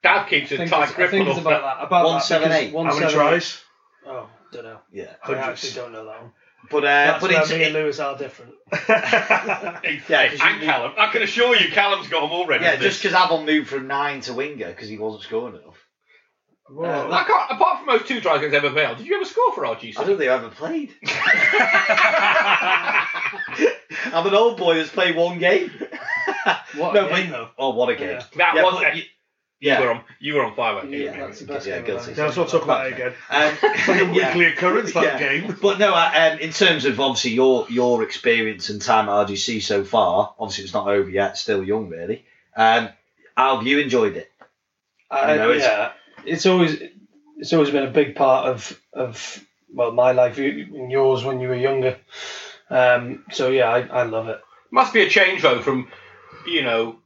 Speaker 3: Dad keeps
Speaker 4: I
Speaker 3: a
Speaker 4: think
Speaker 3: tight
Speaker 4: it's, I
Speaker 3: grip
Speaker 4: think
Speaker 3: on
Speaker 4: it's
Speaker 3: all
Speaker 4: about
Speaker 3: that.
Speaker 4: that. About
Speaker 2: One
Speaker 4: that,
Speaker 2: seven
Speaker 4: because
Speaker 2: eight.
Speaker 4: one
Speaker 1: How many
Speaker 4: seven eight-
Speaker 1: tries?
Speaker 4: Oh, don't know.
Speaker 2: Yeah.
Speaker 4: I
Speaker 1: Hundreds.
Speaker 4: actually don't know that one.
Speaker 2: But uh,
Speaker 4: That's
Speaker 2: but
Speaker 4: where
Speaker 2: it's,
Speaker 4: me and
Speaker 2: it,
Speaker 4: Lewis are different.
Speaker 2: yeah, 'cause
Speaker 3: And Callum, I can assure you, Callum's got them all ready.
Speaker 2: yeah,
Speaker 3: for this.
Speaker 2: just because Avon moved from nine to winger because he wasn't scoring enough.
Speaker 1: Whoa.
Speaker 4: Uh,
Speaker 3: I can't, apart from those two tries against Evervale, did you ever score for RGC?
Speaker 2: I don't think I ever played. I'm an old boy that's played one game.
Speaker 4: What
Speaker 2: no,
Speaker 4: a
Speaker 2: but-
Speaker 4: game, though.
Speaker 2: Oh, what a game!
Speaker 4: Yeah.
Speaker 3: That
Speaker 2: Yeah,
Speaker 3: was
Speaker 2: but
Speaker 3: you,
Speaker 2: you- yeah. um,
Speaker 3: were on you were on fire. weren't you?
Speaker 4: Yeah, that's the best
Speaker 2: Yeah,
Speaker 4: game I've
Speaker 2: guilty.
Speaker 1: Yeah, let's not talk about it again.
Speaker 2: Um,
Speaker 1: Like a
Speaker 2: yeah.
Speaker 1: weekly occurrence that
Speaker 2: Yeah.
Speaker 1: game.
Speaker 2: But no, I- um, in terms of obviously your your experience and time at RGC so far, obviously it's not over yet. Still young, really. Um, Al, have you enjoyed it?
Speaker 4: I,
Speaker 2: You know, it's-
Speaker 4: yeah, it's always it's always been a big part of of well my life you- and yours when you were younger. Um, so yeah, I, I love it.
Speaker 3: Must be a change though from, you know,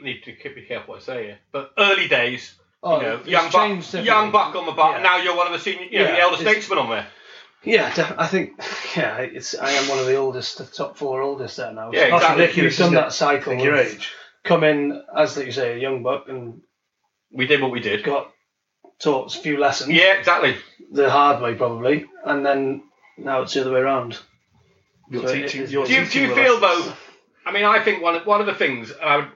Speaker 3: need to keep- be careful what I say here, but early days.
Speaker 4: Oh,
Speaker 3: you know, young buck, young buck on the bar.
Speaker 4: Yeah.
Speaker 3: Now you're one of the senior, you know,
Speaker 4: Yeah,
Speaker 3: the elder
Speaker 4: it's-
Speaker 3: statesmen on there.
Speaker 4: Yeah, def- I think yeah, it's I am one of the oldest, the top four oldest there now.
Speaker 3: Yeah,
Speaker 1: That's
Speaker 3: exactly.
Speaker 1: ridiculous.
Speaker 4: We've done
Speaker 1: isn't it?
Speaker 4: that cycle.
Speaker 1: Like your
Speaker 4: of
Speaker 1: age.
Speaker 4: Come in as like you say, a young buck and
Speaker 3: We did what we did.
Speaker 4: got taught a few lessons
Speaker 3: Yeah, exactly.
Speaker 4: the hard way probably, and then now it's the other way around.
Speaker 1: You're
Speaker 4: So it
Speaker 1: teaching.
Speaker 4: is-
Speaker 1: you're
Speaker 3: do you, do
Speaker 1: teaching
Speaker 3: you
Speaker 1: the
Speaker 3: feel
Speaker 1: lessons.
Speaker 3: though? I mean, I think one of- one of the things I would,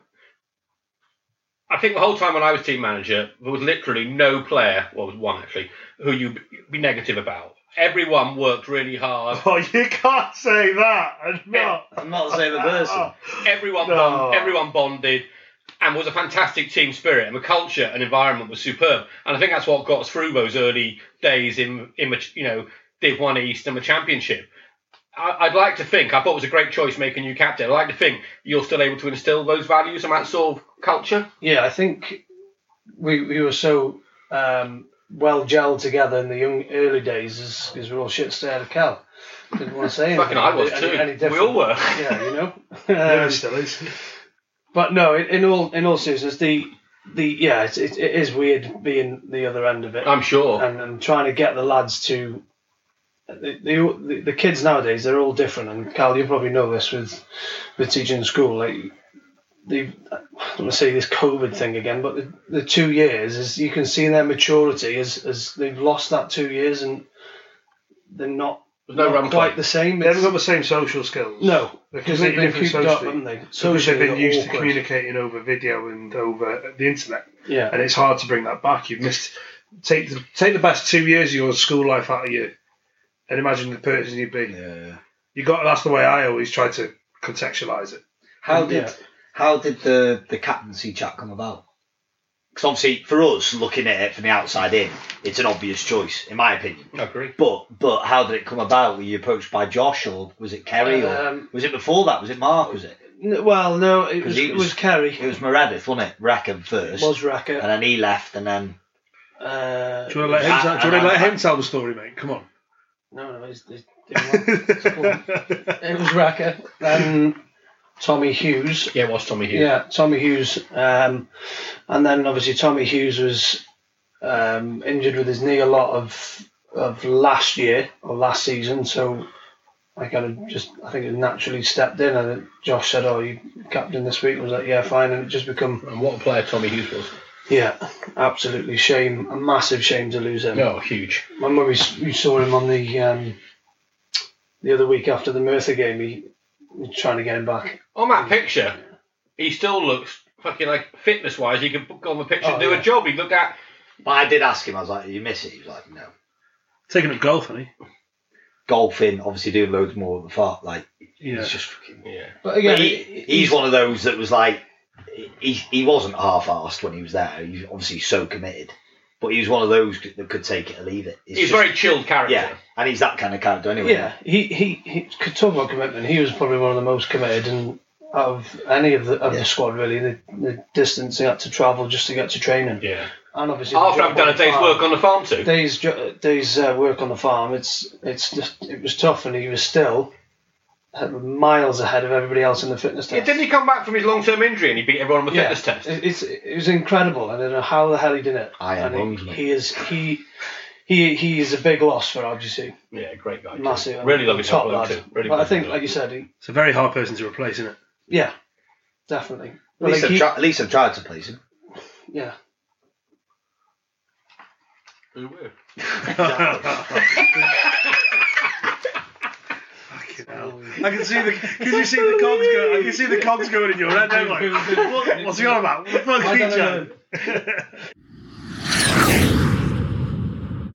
Speaker 3: I think the whole time when I was team manager, there was literally no player, well, there was one actually, who you'd be negative about. Everyone worked really hard.
Speaker 1: Oh, you can't say that and not. Ah.
Speaker 2: I'm not saying the person.
Speaker 3: Everyone,
Speaker 1: No.
Speaker 3: bond, everyone bonded, and was a fantastic team spirit. And the culture and environment was superb. And I think that's what got us through those early days in in the ch- you know Div One East and the Championship. I, I'd like to think I thought it was a great choice making you captain. I'd like to think you're still able to instill those values and that sort of culture.
Speaker 4: Yeah, I think we we were so um, well gelled together in the young early days because we were all shit scared of Cal. Didn't want to say anything.
Speaker 3: Fucking I was
Speaker 4: any-
Speaker 3: too.
Speaker 4: any
Speaker 3: we
Speaker 4: different.
Speaker 3: all were.
Speaker 4: Yeah, you know.
Speaker 1: Yeah,
Speaker 4: Um,
Speaker 1: it still is.
Speaker 4: but no, in, in all in all seriousness, the the yeah, it's, it, it is weird being the other end of it
Speaker 1: Oh.
Speaker 3: I'm sure.
Speaker 4: and, and trying to get the lads to the, the the kids nowadays they're all different and Carl you probably know this with with teaching in school like the I don't want to say this COVID thing again but the, the two years is you can see their maturity as as they've lost that two years and they're not,
Speaker 3: There's no
Speaker 4: not
Speaker 3: rum
Speaker 4: quite
Speaker 3: club.
Speaker 4: the same
Speaker 1: They haven't
Speaker 4: It's-
Speaker 1: got the same social skills.
Speaker 4: no
Speaker 1: Because
Speaker 4: because
Speaker 1: they've
Speaker 4: they've been
Speaker 1: been
Speaker 4: cooped
Speaker 1: socially-
Speaker 4: up haven't they
Speaker 1: Because they've been
Speaker 4: they're
Speaker 1: used to
Speaker 4: awkward.
Speaker 1: communicating over video and over the internet,
Speaker 4: yeah
Speaker 1: and it's hard to bring that back. You've missed take the take the best two years of your school life out of you, and imagine the person you'd be.
Speaker 2: Yeah.
Speaker 1: You got that's the way I always try to contextualize it.
Speaker 2: How did
Speaker 4: Yeah.
Speaker 2: how did the the captaincy chat come about? Because obviously for us looking at it from the outside in, it's an obvious choice in my opinion.
Speaker 3: I agree.
Speaker 2: But but how did it come about? Were you approached by Josh or was it Kerry or
Speaker 4: Um,
Speaker 2: was it before that? Was it Mark? Was it?
Speaker 4: n- well no it
Speaker 2: 'Cause
Speaker 4: was,
Speaker 2: he
Speaker 4: it
Speaker 2: was-
Speaker 4: was Kerry
Speaker 2: It was Meredith, wasn't it? Rackham first,
Speaker 4: was Racker
Speaker 2: and then he left, and then
Speaker 4: uh,
Speaker 1: Do you want to let him,
Speaker 2: I-
Speaker 1: do you want to
Speaker 2: I-
Speaker 1: let him tell the story, mate? Come on.
Speaker 4: No, no, it's, it's, it was Racker. Then Tommy Hughes.
Speaker 3: Yeah, it was Tommy Hughes.
Speaker 4: Yeah, Tommy Hughes. Um, and then obviously Tommy Hughes was um, injured with his knee a lot of of last year or last season. So I kind of just I think it naturally stepped in. And Josh said, "Oh, you captain this week." I was like, "Yeah, fine." And it just become
Speaker 5: And what a player Tommy Hughes was.
Speaker 4: yeah, absolutely shame, a massive shame to lose him.
Speaker 5: No, huge.
Speaker 4: And when we, s- we saw him on the um, the other week after the Merthyr game, he was trying to get him back.
Speaker 3: On that picture, he still looks fucking like fitness wise. He could go on the picture
Speaker 4: Oh,
Speaker 3: and do
Speaker 4: yeah.
Speaker 3: a job. He looked at
Speaker 2: But I did ask him. I was like, "You miss it?" He was like, "No."
Speaker 1: Taking up golf, hasn't
Speaker 2: Golfing, obviously doing loads more at the far. Like
Speaker 1: he? Yeah.
Speaker 2: it's just fucking.
Speaker 3: yeah.
Speaker 4: But again,
Speaker 2: But he, he's one of those that was like, he he wasn't half-assed when he was there. He's obviously so committed, but he was one of those that could take it or leave it. It's
Speaker 3: He's
Speaker 2: just-
Speaker 3: a very chilled character.
Speaker 2: yeah, and he's that kind of character anyway.
Speaker 4: yeah, he, he, he could talk about commitment. He was probably one of the most committed and out of any of the of
Speaker 2: Yeah.
Speaker 4: the squad really. The, the distance he had to travel just to get to training,
Speaker 5: Yeah.
Speaker 4: and obviously
Speaker 3: After I've done a day's work on the farm too.
Speaker 4: days jo- days uh, work on the farm. It's it's just, it was tough, and he was still miles ahead of everybody else in the fitness
Speaker 3: Yeah,
Speaker 4: test.
Speaker 3: didn't he come back from his long term injury and he beat everyone on the
Speaker 4: Yeah,
Speaker 3: fitness test?
Speaker 4: it- It's it was incredible. I don't know how the hell he did it.
Speaker 2: I am
Speaker 4: And he-
Speaker 2: wrong, mate.
Speaker 4: He is he. He, he is a big loss for RGC.
Speaker 5: Yeah, great guy.
Speaker 4: Massive. uh,
Speaker 3: Really lovely
Speaker 4: top
Speaker 3: bloke
Speaker 4: lad.
Speaker 3: too. Really
Speaker 4: but I
Speaker 3: good
Speaker 4: think,
Speaker 3: bloke.
Speaker 4: like you said, he,
Speaker 1: It's a very hard person to replace, isn't it?
Speaker 4: yeah, definitely.
Speaker 2: At least,
Speaker 4: Like,
Speaker 2: I've
Speaker 4: he-
Speaker 2: tri- at least I've tried to please him.
Speaker 4: yeah.
Speaker 3: Who will?
Speaker 1: Fucking hell. I can see the. Can you see the cogs going? I can see the cogs going in your head. I'm like, what, what's he on about? What the fuck
Speaker 4: I
Speaker 1: is he
Speaker 4: don't know.
Speaker 1: chatting?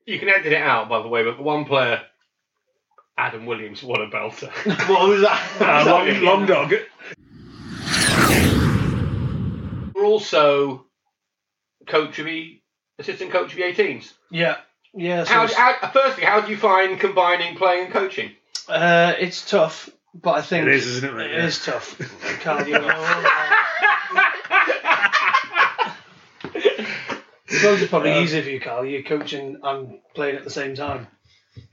Speaker 3: You can edit it out, by the way, but the one player, Adam Williams, what a belter.
Speaker 2: what was that?
Speaker 1: Uh, long, long dog.
Speaker 3: We're also coach of the assistant coach of the 18s.
Speaker 4: Yeah. Yeah. So
Speaker 3: How,
Speaker 4: it's,
Speaker 3: how, firstly, how do you find combining playing and coaching?
Speaker 4: uh, it's tough, but I think
Speaker 1: It is, isn't it, mate?
Speaker 4: it
Speaker 1: Yeah.
Speaker 4: is tough. Cardio. I suppose it's probably easier for you, Carl. You're coaching and playing at the same time.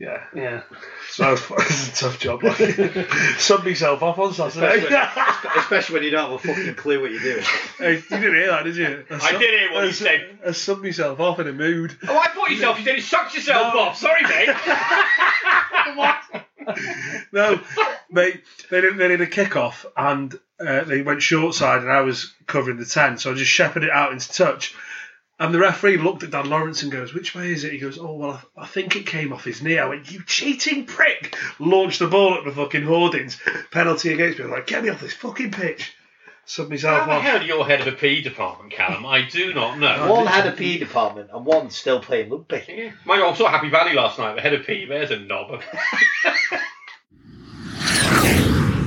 Speaker 1: Yeah.
Speaker 4: Yeah.
Speaker 1: Sounds it's a tough job. Like. Sub myself off on Saturday.
Speaker 2: Especially when you don't have a fucking clue what you're doing.
Speaker 1: Hey, you didn't hear that, did you?
Speaker 3: I did hear what
Speaker 1: I
Speaker 3: you
Speaker 1: su-
Speaker 3: said.
Speaker 1: I subbed myself off in a mood.
Speaker 3: Oh, I thought yourself, you said you sucked yourself off. Sorry, mate.
Speaker 1: No, mate, they didn't. They did a kickoff and uh, they went short side, and I was covering the ten, so I just shepherded it out into touch. And the referee looked at Dan Lawrence and goes, "Which way is it?" He goes, "Oh well, I, I think it came off his knee." I went, "You cheating prick!" Launched the ball at the fucking hoardings. Penalty against me. I'm like, "Get me off this fucking pitch!" Sub
Speaker 3: How
Speaker 1: myself
Speaker 3: the
Speaker 1: off.
Speaker 3: hell you're head of a PE department, Callum? I do not know.
Speaker 2: One had a PE department and one still playing rugby.
Speaker 3: Yeah. Mate, I saw Happy Valley last night. The head of PE, there's a knob.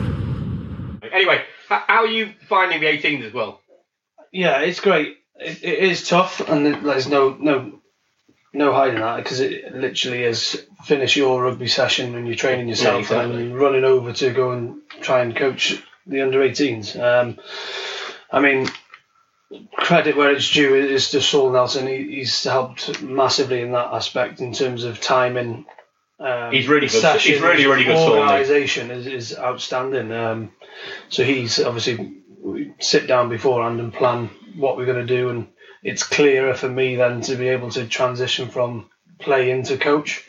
Speaker 3: anyway, h- how are you finding the 18s as well?
Speaker 4: yeah, it's great. It, it is tough, and th- there's no no no hiding that because it literally is finish your rugby session and you're training yourself
Speaker 3: Yeah,
Speaker 4: and then running over to go and try and coach the under 18s. Um, I mean, credit where it's due is to Saul Nelson. He, he's helped massively in that aspect in terms of timing. Um,
Speaker 3: He's really good.
Speaker 4: sessions,
Speaker 3: He's really, really good, Saul, mate.
Speaker 4: Organisation is, is outstanding. Um, so he's obviously we sit down beforehand and plan what we're going to do, and it's clearer for me then to be able to transition from play into coach.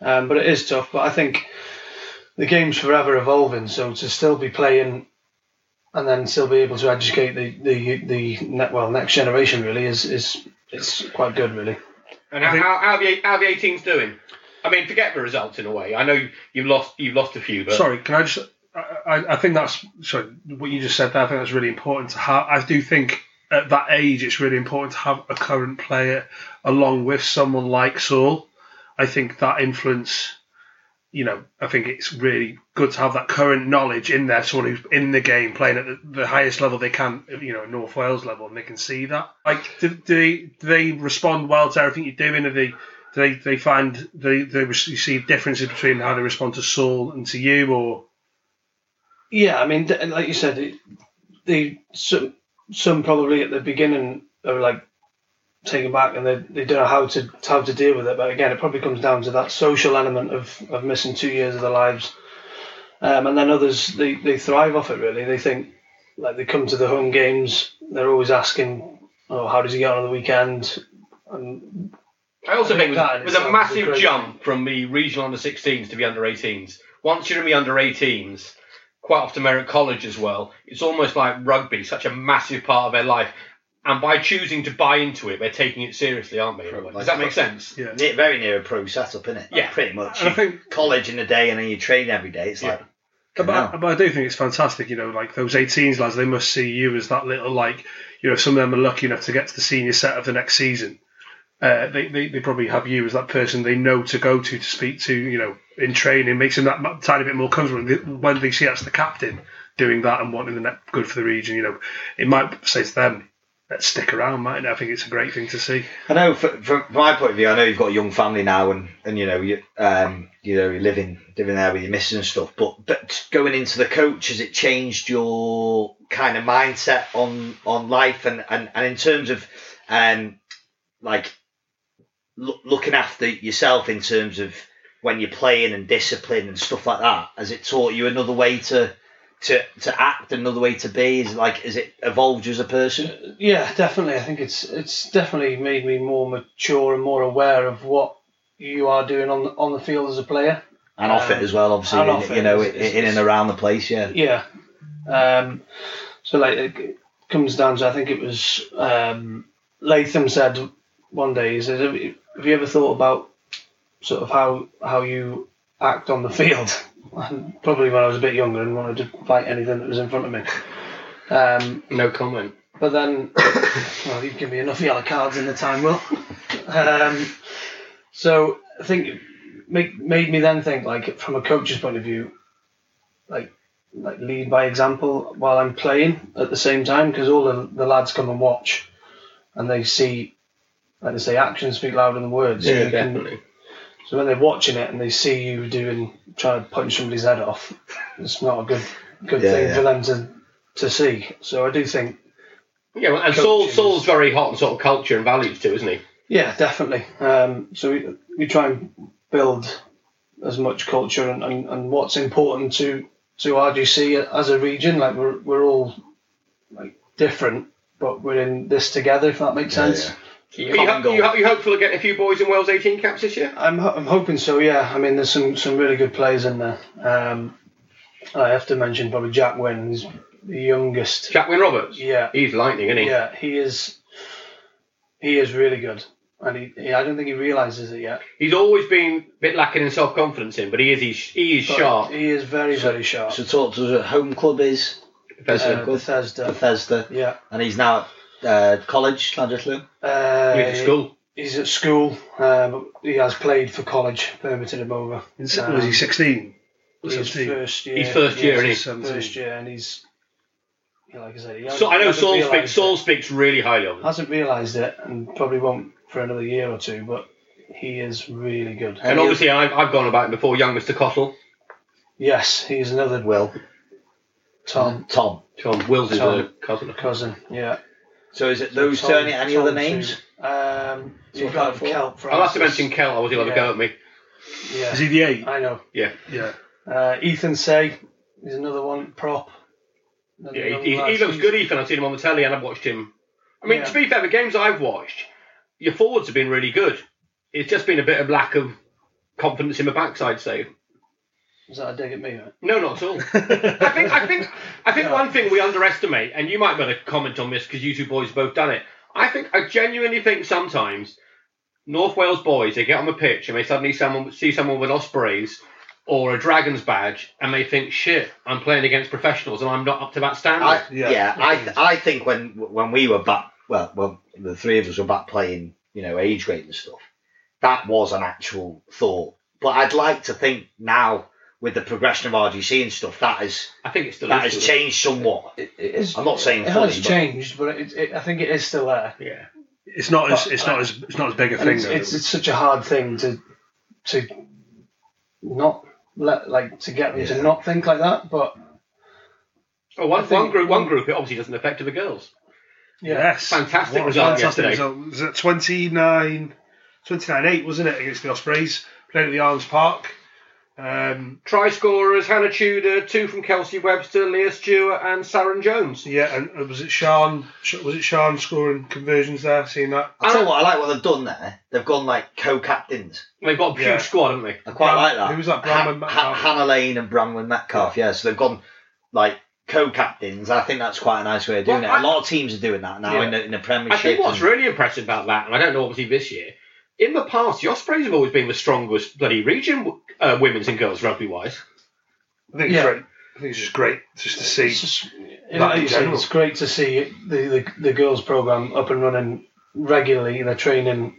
Speaker 4: Um, but it is tough. But I think the game's forever evolving, so to still be playing and then still be able to educate the the the ne- well next generation really is is it's quite good really.
Speaker 3: And how, how, how, are the, how are the 18s doing? I mean, forget the results in a way. I know you- you've lost you've lost a few, but
Speaker 1: Sorry, can I just? I, I, I think that's sorry what you just said there. I think that's really important to have. I do think at that age it's really important to have a current player along with someone like Saul. I think that influence. You know, I think it's really good to have that current knowledge in there. Someone who's in the game, playing at the, the highest level they can, you know, North Wales level, and they can see that. Like, do, do, they, do they respond well to everything you're doing? Are they do they, they find they, they re- you see differences between how they respond to Saul and to you, or
Speaker 4: Yeah, I mean, th- like you said, it, they some some probably at the beginning are like taken back and they, they don't know how to how to deal with it. But again, it probably comes down to that social element of, of missing two years of their lives, um, and then others they, they thrive off it. Really, they think like they come to the home games, they're always asking, "Oh, how does he get on at the weekend?" And
Speaker 3: I also
Speaker 4: I
Speaker 3: think it
Speaker 4: think that
Speaker 3: was,
Speaker 4: in
Speaker 3: was a
Speaker 4: itself is a
Speaker 3: massive
Speaker 4: great-
Speaker 3: jump from the regional under 16s to the under 18s. Once you're in the under 18s, quite often they're at college as well. It's almost like rugby, such a massive part of their life. And by choosing to buy into it, they're taking it seriously, aren't they? in a way? Does that make sense?
Speaker 1: Yeah.
Speaker 2: Ne- very near a pro setup, isn't it?
Speaker 3: Yeah.
Speaker 2: pretty much.
Speaker 1: And I
Speaker 2: You
Speaker 1: think-
Speaker 2: college in a day, and then you train every day. It's
Speaker 3: Yeah.
Speaker 2: like
Speaker 1: But, I-
Speaker 2: Canal.
Speaker 1: but I do think it's fantastic, you know, like those 18s lads, they must see you as that little, like, you know, some of them are lucky enough to get to the senior set of the next season. Uh, they, they, they probably have you as that person they know to go to to speak to, you know, in training, makes them that mu- tiny bit more comfortable. And they- When they see that's the captain doing that and wanting the net good for the region, you know, it might say to them, let's stick around, mate. And I think it's a great thing to see.
Speaker 2: I know fr- from my point of view, I know you've got a young family now, and, and you know you um you know you're living living there with your missus and stuff. But but going into the coach, has it changed your kind of mindset on on life and and, and in terms of um like loo- looking after yourself in terms of when you're playing and discipline and stuff like that? Has it taught you another way to to to act, another way to be? Is it like has it evolved you as a person?
Speaker 4: yeah, definitely. I think it's it's definitely made me more mature and more aware of what you are doing on the, on the field as a player.
Speaker 2: and off it
Speaker 4: Um,
Speaker 2: as well. Obviously,
Speaker 4: and off
Speaker 2: you
Speaker 4: it
Speaker 2: know,
Speaker 4: is-
Speaker 2: in,
Speaker 4: is-
Speaker 2: in and around the place. Yeah,
Speaker 4: Yeah. Um, so like it comes down to I think it was um, Latham said one day he says, "Have you have you ever thought about sort of how how you act on the field?" And Probably when I was a bit younger and wanted to fight anything that was in front of me. Um,
Speaker 3: No comment.
Speaker 4: but then, well, you've given me enough yellow cards in the time, Will. Um, so I think make, made me then think, like from a coach's point of view, like like lead by example while I'm playing at the same time because all the, the lads come and watch, and they see, like they say, actions speak louder than words. So you can- so when they're watching it and they see you doing trying to punch somebody's head off, it's not a good good
Speaker 2: Yeah,
Speaker 4: thing
Speaker 2: yeah.
Speaker 4: for them to to see. So I do think
Speaker 3: Yeah, well, and Saul,
Speaker 4: Coaches.
Speaker 3: Saul's very hot on sort of culture and values too, isn't he?
Speaker 4: Yeah, definitely. Um, so we, we try and build as much culture and, and, and what's important to to RGC as a region. Like we're we're all like different, but we're in this together. If that makes sense.
Speaker 2: yeah.
Speaker 3: You, you, ho- you, ho- you hopeful of getting a few boys in Wales 18 caps this year?
Speaker 4: I'm ho- I'm hoping so. Yeah, I mean, there's some some really good players in there. Um, I have to mention probably Jack Wynn. He's the youngest.
Speaker 3: Jackwin Roberts.
Speaker 4: Yeah,
Speaker 3: He's lightning, isn't he?
Speaker 4: yeah, he is. He is really good, and he, he I don't think he realizes it yet.
Speaker 3: He's always been a bit lacking in self confidence in, but he is he, he is
Speaker 4: but
Speaker 3: sharp.
Speaker 4: He is very very sharp.
Speaker 2: So talk to us at home club is
Speaker 4: Uh,
Speaker 2: Good.
Speaker 4: Bethesda.
Speaker 2: Bethesda,
Speaker 4: Yeah.
Speaker 2: and he's now at uh, college, Llanelli.
Speaker 4: Uh,
Speaker 3: He's at school.
Speaker 4: He's at school. uh, but he has played for college. Permitted him over.
Speaker 1: And so- was he
Speaker 4: Um,
Speaker 1: 16?
Speaker 4: His
Speaker 1: 17?
Speaker 4: first year.
Speaker 3: He's first year,
Speaker 4: yeah,
Speaker 3: isn't he?
Speaker 1: he's 17.
Speaker 4: First year, and he's yeah, like I said. He
Speaker 3: So I know
Speaker 4: hasn't
Speaker 3: Saul
Speaker 4: realised
Speaker 3: speaks.
Speaker 4: it-
Speaker 3: Saul speaks really highly of him.
Speaker 4: hasn't realised it, and probably won't for another year or two. But he is really good.
Speaker 3: And obviously, I've, I've gone about him before. Young Mister Cottle,
Speaker 4: yes, he's another
Speaker 2: Will
Speaker 4: Tom
Speaker 2: Tom.
Speaker 3: Tom Wills is
Speaker 4: Tom.
Speaker 3: a cousin.
Speaker 4: cousin. Yeah.
Speaker 2: So is it those
Speaker 4: Tom-
Speaker 2: two? Any, any
Speaker 4: Tom
Speaker 2: other
Speaker 4: too.
Speaker 2: names?
Speaker 4: Um, you've
Speaker 2: about
Speaker 4: got
Speaker 2: four.
Speaker 4: Kelp.
Speaker 3: I'll have to
Speaker 4: Francis.
Speaker 3: mention Kel, or he'll have a
Speaker 4: Yeah.
Speaker 3: go at me.
Speaker 4: Yeah.
Speaker 1: Is he the eight?
Speaker 4: I know.
Speaker 1: Yeah.
Speaker 4: Uh, Ethan Say is another one prop. Another
Speaker 3: Yeah,
Speaker 4: young
Speaker 3: he, he,
Speaker 4: lad.
Speaker 3: he looks good, Ethan. I've seen him on the telly, and I've watched him. I mean,
Speaker 4: Yeah.
Speaker 3: to be fair, the games I've watched, your forwards have been really good. It's just been a bit of lack of confidence in the backside, say.
Speaker 4: Is that a dig at me? mate?
Speaker 3: No, not at all. I think I think I think one thing we underestimate, and you might want to comment on this because you two boys have both done it. I think I genuinely think sometimes North Wales boys they get on the pitch and they suddenly someone see someone with Ospreys or a Dragons badge and they think shit, I'm playing against professionals and I'm not up to that standard.
Speaker 2: I, yeah,
Speaker 1: Yeah.
Speaker 2: I, th- I think when when we were back, well, when the three of us were back playing, you know, age grade and stuff, that was an actual thought. But I'd like to think now with the progression of RGC and stuff, that is
Speaker 3: I think it's still
Speaker 2: that
Speaker 3: is
Speaker 2: has
Speaker 3: still-
Speaker 2: changed somewhat.
Speaker 4: It, it is.
Speaker 2: I'm not saying
Speaker 4: it
Speaker 2: fully,
Speaker 4: has
Speaker 2: but-
Speaker 4: changed, but it, it, I think it is still there.
Speaker 3: Yeah.
Speaker 1: It's not as
Speaker 4: But,
Speaker 1: it's
Speaker 4: uh,
Speaker 1: not as it's not as big a
Speaker 4: And
Speaker 1: thing
Speaker 4: it's,
Speaker 1: though.
Speaker 4: it's, it's such a hard thing to to not let like to get them
Speaker 2: Yeah.
Speaker 4: to not think like that. But
Speaker 3: Oh, one,
Speaker 4: I think-
Speaker 3: one group one group it obviously doesn't affect the girls.
Speaker 4: yeah,
Speaker 1: yes,
Speaker 3: Fantastic
Speaker 1: What a
Speaker 3: result
Speaker 1: fantastic
Speaker 3: yesterday.
Speaker 1: result. Was it 29, 29-8, wasn't it, against the Ospreys? Played at the Arms Park. Um,
Speaker 3: Try scorers Hannah Tudor, two from Kelsey Webster, Leah Stewart, and Saren Jones.
Speaker 1: yeah, and uh, was it Sean? Sh- Was it Sean scoring conversions there? Seeing that?
Speaker 2: I tell you what, I like what they've done there. They've gone like co-captains.
Speaker 3: They've got a huge
Speaker 1: Yeah.
Speaker 3: squad, haven't they?
Speaker 2: I quite
Speaker 1: Bram-
Speaker 2: like that.
Speaker 1: who was that, Bram and Metcalf?
Speaker 2: Hannah Lane and Bramwin Metcalf. Yeah, so they've gone like co-captains. I think that's quite a nice way of doing
Speaker 3: Well,
Speaker 2: it.
Speaker 3: I-
Speaker 2: A lot of teams are doing that now
Speaker 3: Yeah.
Speaker 2: in, the, in the
Speaker 3: I
Speaker 2: Premiership.
Speaker 3: think what's
Speaker 2: and-
Speaker 3: really impressive about that, and I don't know obviously this year, in the past the Ospreys have always been the strongest bloody region, uh, women's and girls rugby wise.
Speaker 1: I think it's
Speaker 4: Yeah.
Speaker 1: great. I think it's just great just to see.
Speaker 4: It's, just,
Speaker 1: That in
Speaker 4: it's, it's
Speaker 1: general.
Speaker 4: great to see it- the, the, the girls' program up and running regularly. They're training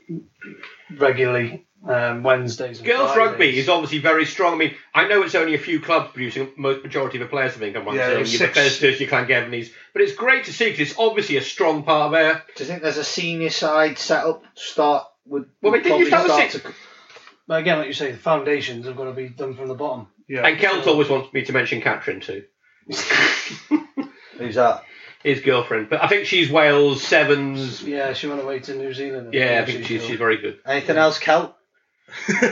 Speaker 4: regularly um, Wednesdays. And
Speaker 3: Girls
Speaker 4: Fridays.
Speaker 3: rugby is obviously very strong. I mean, I know it's only a few clubs producing most majority of the players. I think I'm right in
Speaker 1: Yeah,
Speaker 3: saying
Speaker 1: there's
Speaker 3: your
Speaker 1: six.
Speaker 3: Bethesda's, your Clangavenys, but it's great to see because it's obviously a strong part there.
Speaker 2: Do you think there's a senior side set up to start with?
Speaker 3: Well, they did
Speaker 2: probably
Speaker 3: used to have a
Speaker 2: start
Speaker 3: six.
Speaker 2: to-
Speaker 4: But again, like you say, the foundations have got to be done from the bottom.
Speaker 1: yeah,
Speaker 3: And Kelt always wants me to mention Katrin too,
Speaker 2: Who's that?
Speaker 3: his girlfriend. But I think she's Wales sevens.
Speaker 4: Yeah, she went away to New Zealand.
Speaker 3: Yeah, I think she's, she's very good.
Speaker 2: Anything else, Kel?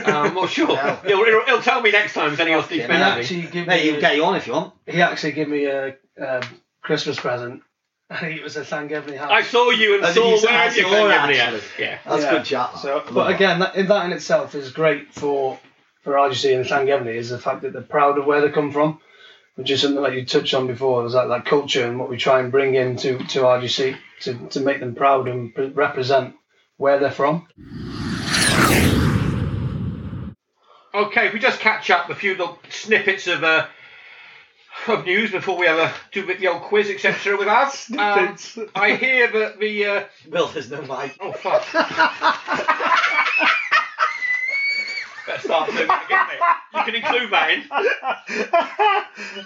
Speaker 3: Um, well, sure.
Speaker 2: No.
Speaker 3: He'll, he'll, he'll tell me next time if anything else needs
Speaker 4: He
Speaker 3: mentioning.
Speaker 4: actually gave
Speaker 2: Mate, you can
Speaker 4: me,
Speaker 2: get you on if you want.
Speaker 4: he actually gave me a, um Christmas present, and it was a Llangefni hat.
Speaker 3: I saw you and
Speaker 2: I
Speaker 3: saw
Speaker 2: think you
Speaker 3: where
Speaker 2: said-
Speaker 3: you're
Speaker 2: I saw
Speaker 3: going.
Speaker 2: it,
Speaker 3: Yeah.
Speaker 2: actually.
Speaker 3: yeah.
Speaker 2: That's
Speaker 4: Yeah.
Speaker 2: good chat. that.
Speaker 4: So,
Speaker 2: Love
Speaker 4: but
Speaker 2: that.
Speaker 4: again, that, that in itself is great for for RGC and Llangefni is the fact that they're proud of where they come from, which is something that you touched on before. There's that, that culture and what we try and bring into to RGC to, to make them proud and pre- represent where they're from.
Speaker 3: Okay, if we just catch up a few little snippets of uh, of news before we have a do the the old quiz, etc. With us, um,
Speaker 1: Snippets.
Speaker 3: I hear that the uh,
Speaker 2: Will, there's no mic.
Speaker 3: oh fuck. Better start doing that again, mate. You can include that in.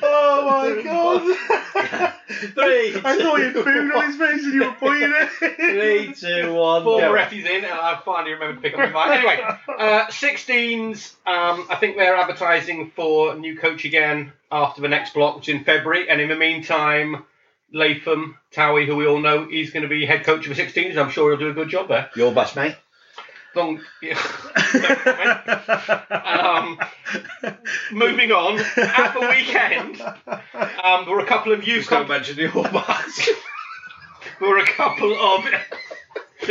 Speaker 1: oh my god!
Speaker 2: Three,
Speaker 1: I
Speaker 2: two,
Speaker 1: saw your food on his face and you were pointing it.
Speaker 2: three, two, one.
Speaker 3: Four
Speaker 2: go.
Speaker 3: referees in, and I finally remembered to pick up my mic. Anyway, uh, 16s, um, I think they're advertising for new coach again after the next block, which is in February. And in the meantime, Latham, Towie, who we all know, he's going to be head coach of the 16s. I'm sure he'll do a good job there.
Speaker 2: Your best, mate.
Speaker 3: Long, yeah. Don't comment. um, moving on, at the weekend, um, there were a couple of youth comp-
Speaker 2: mention your best.
Speaker 3: there were a couple of,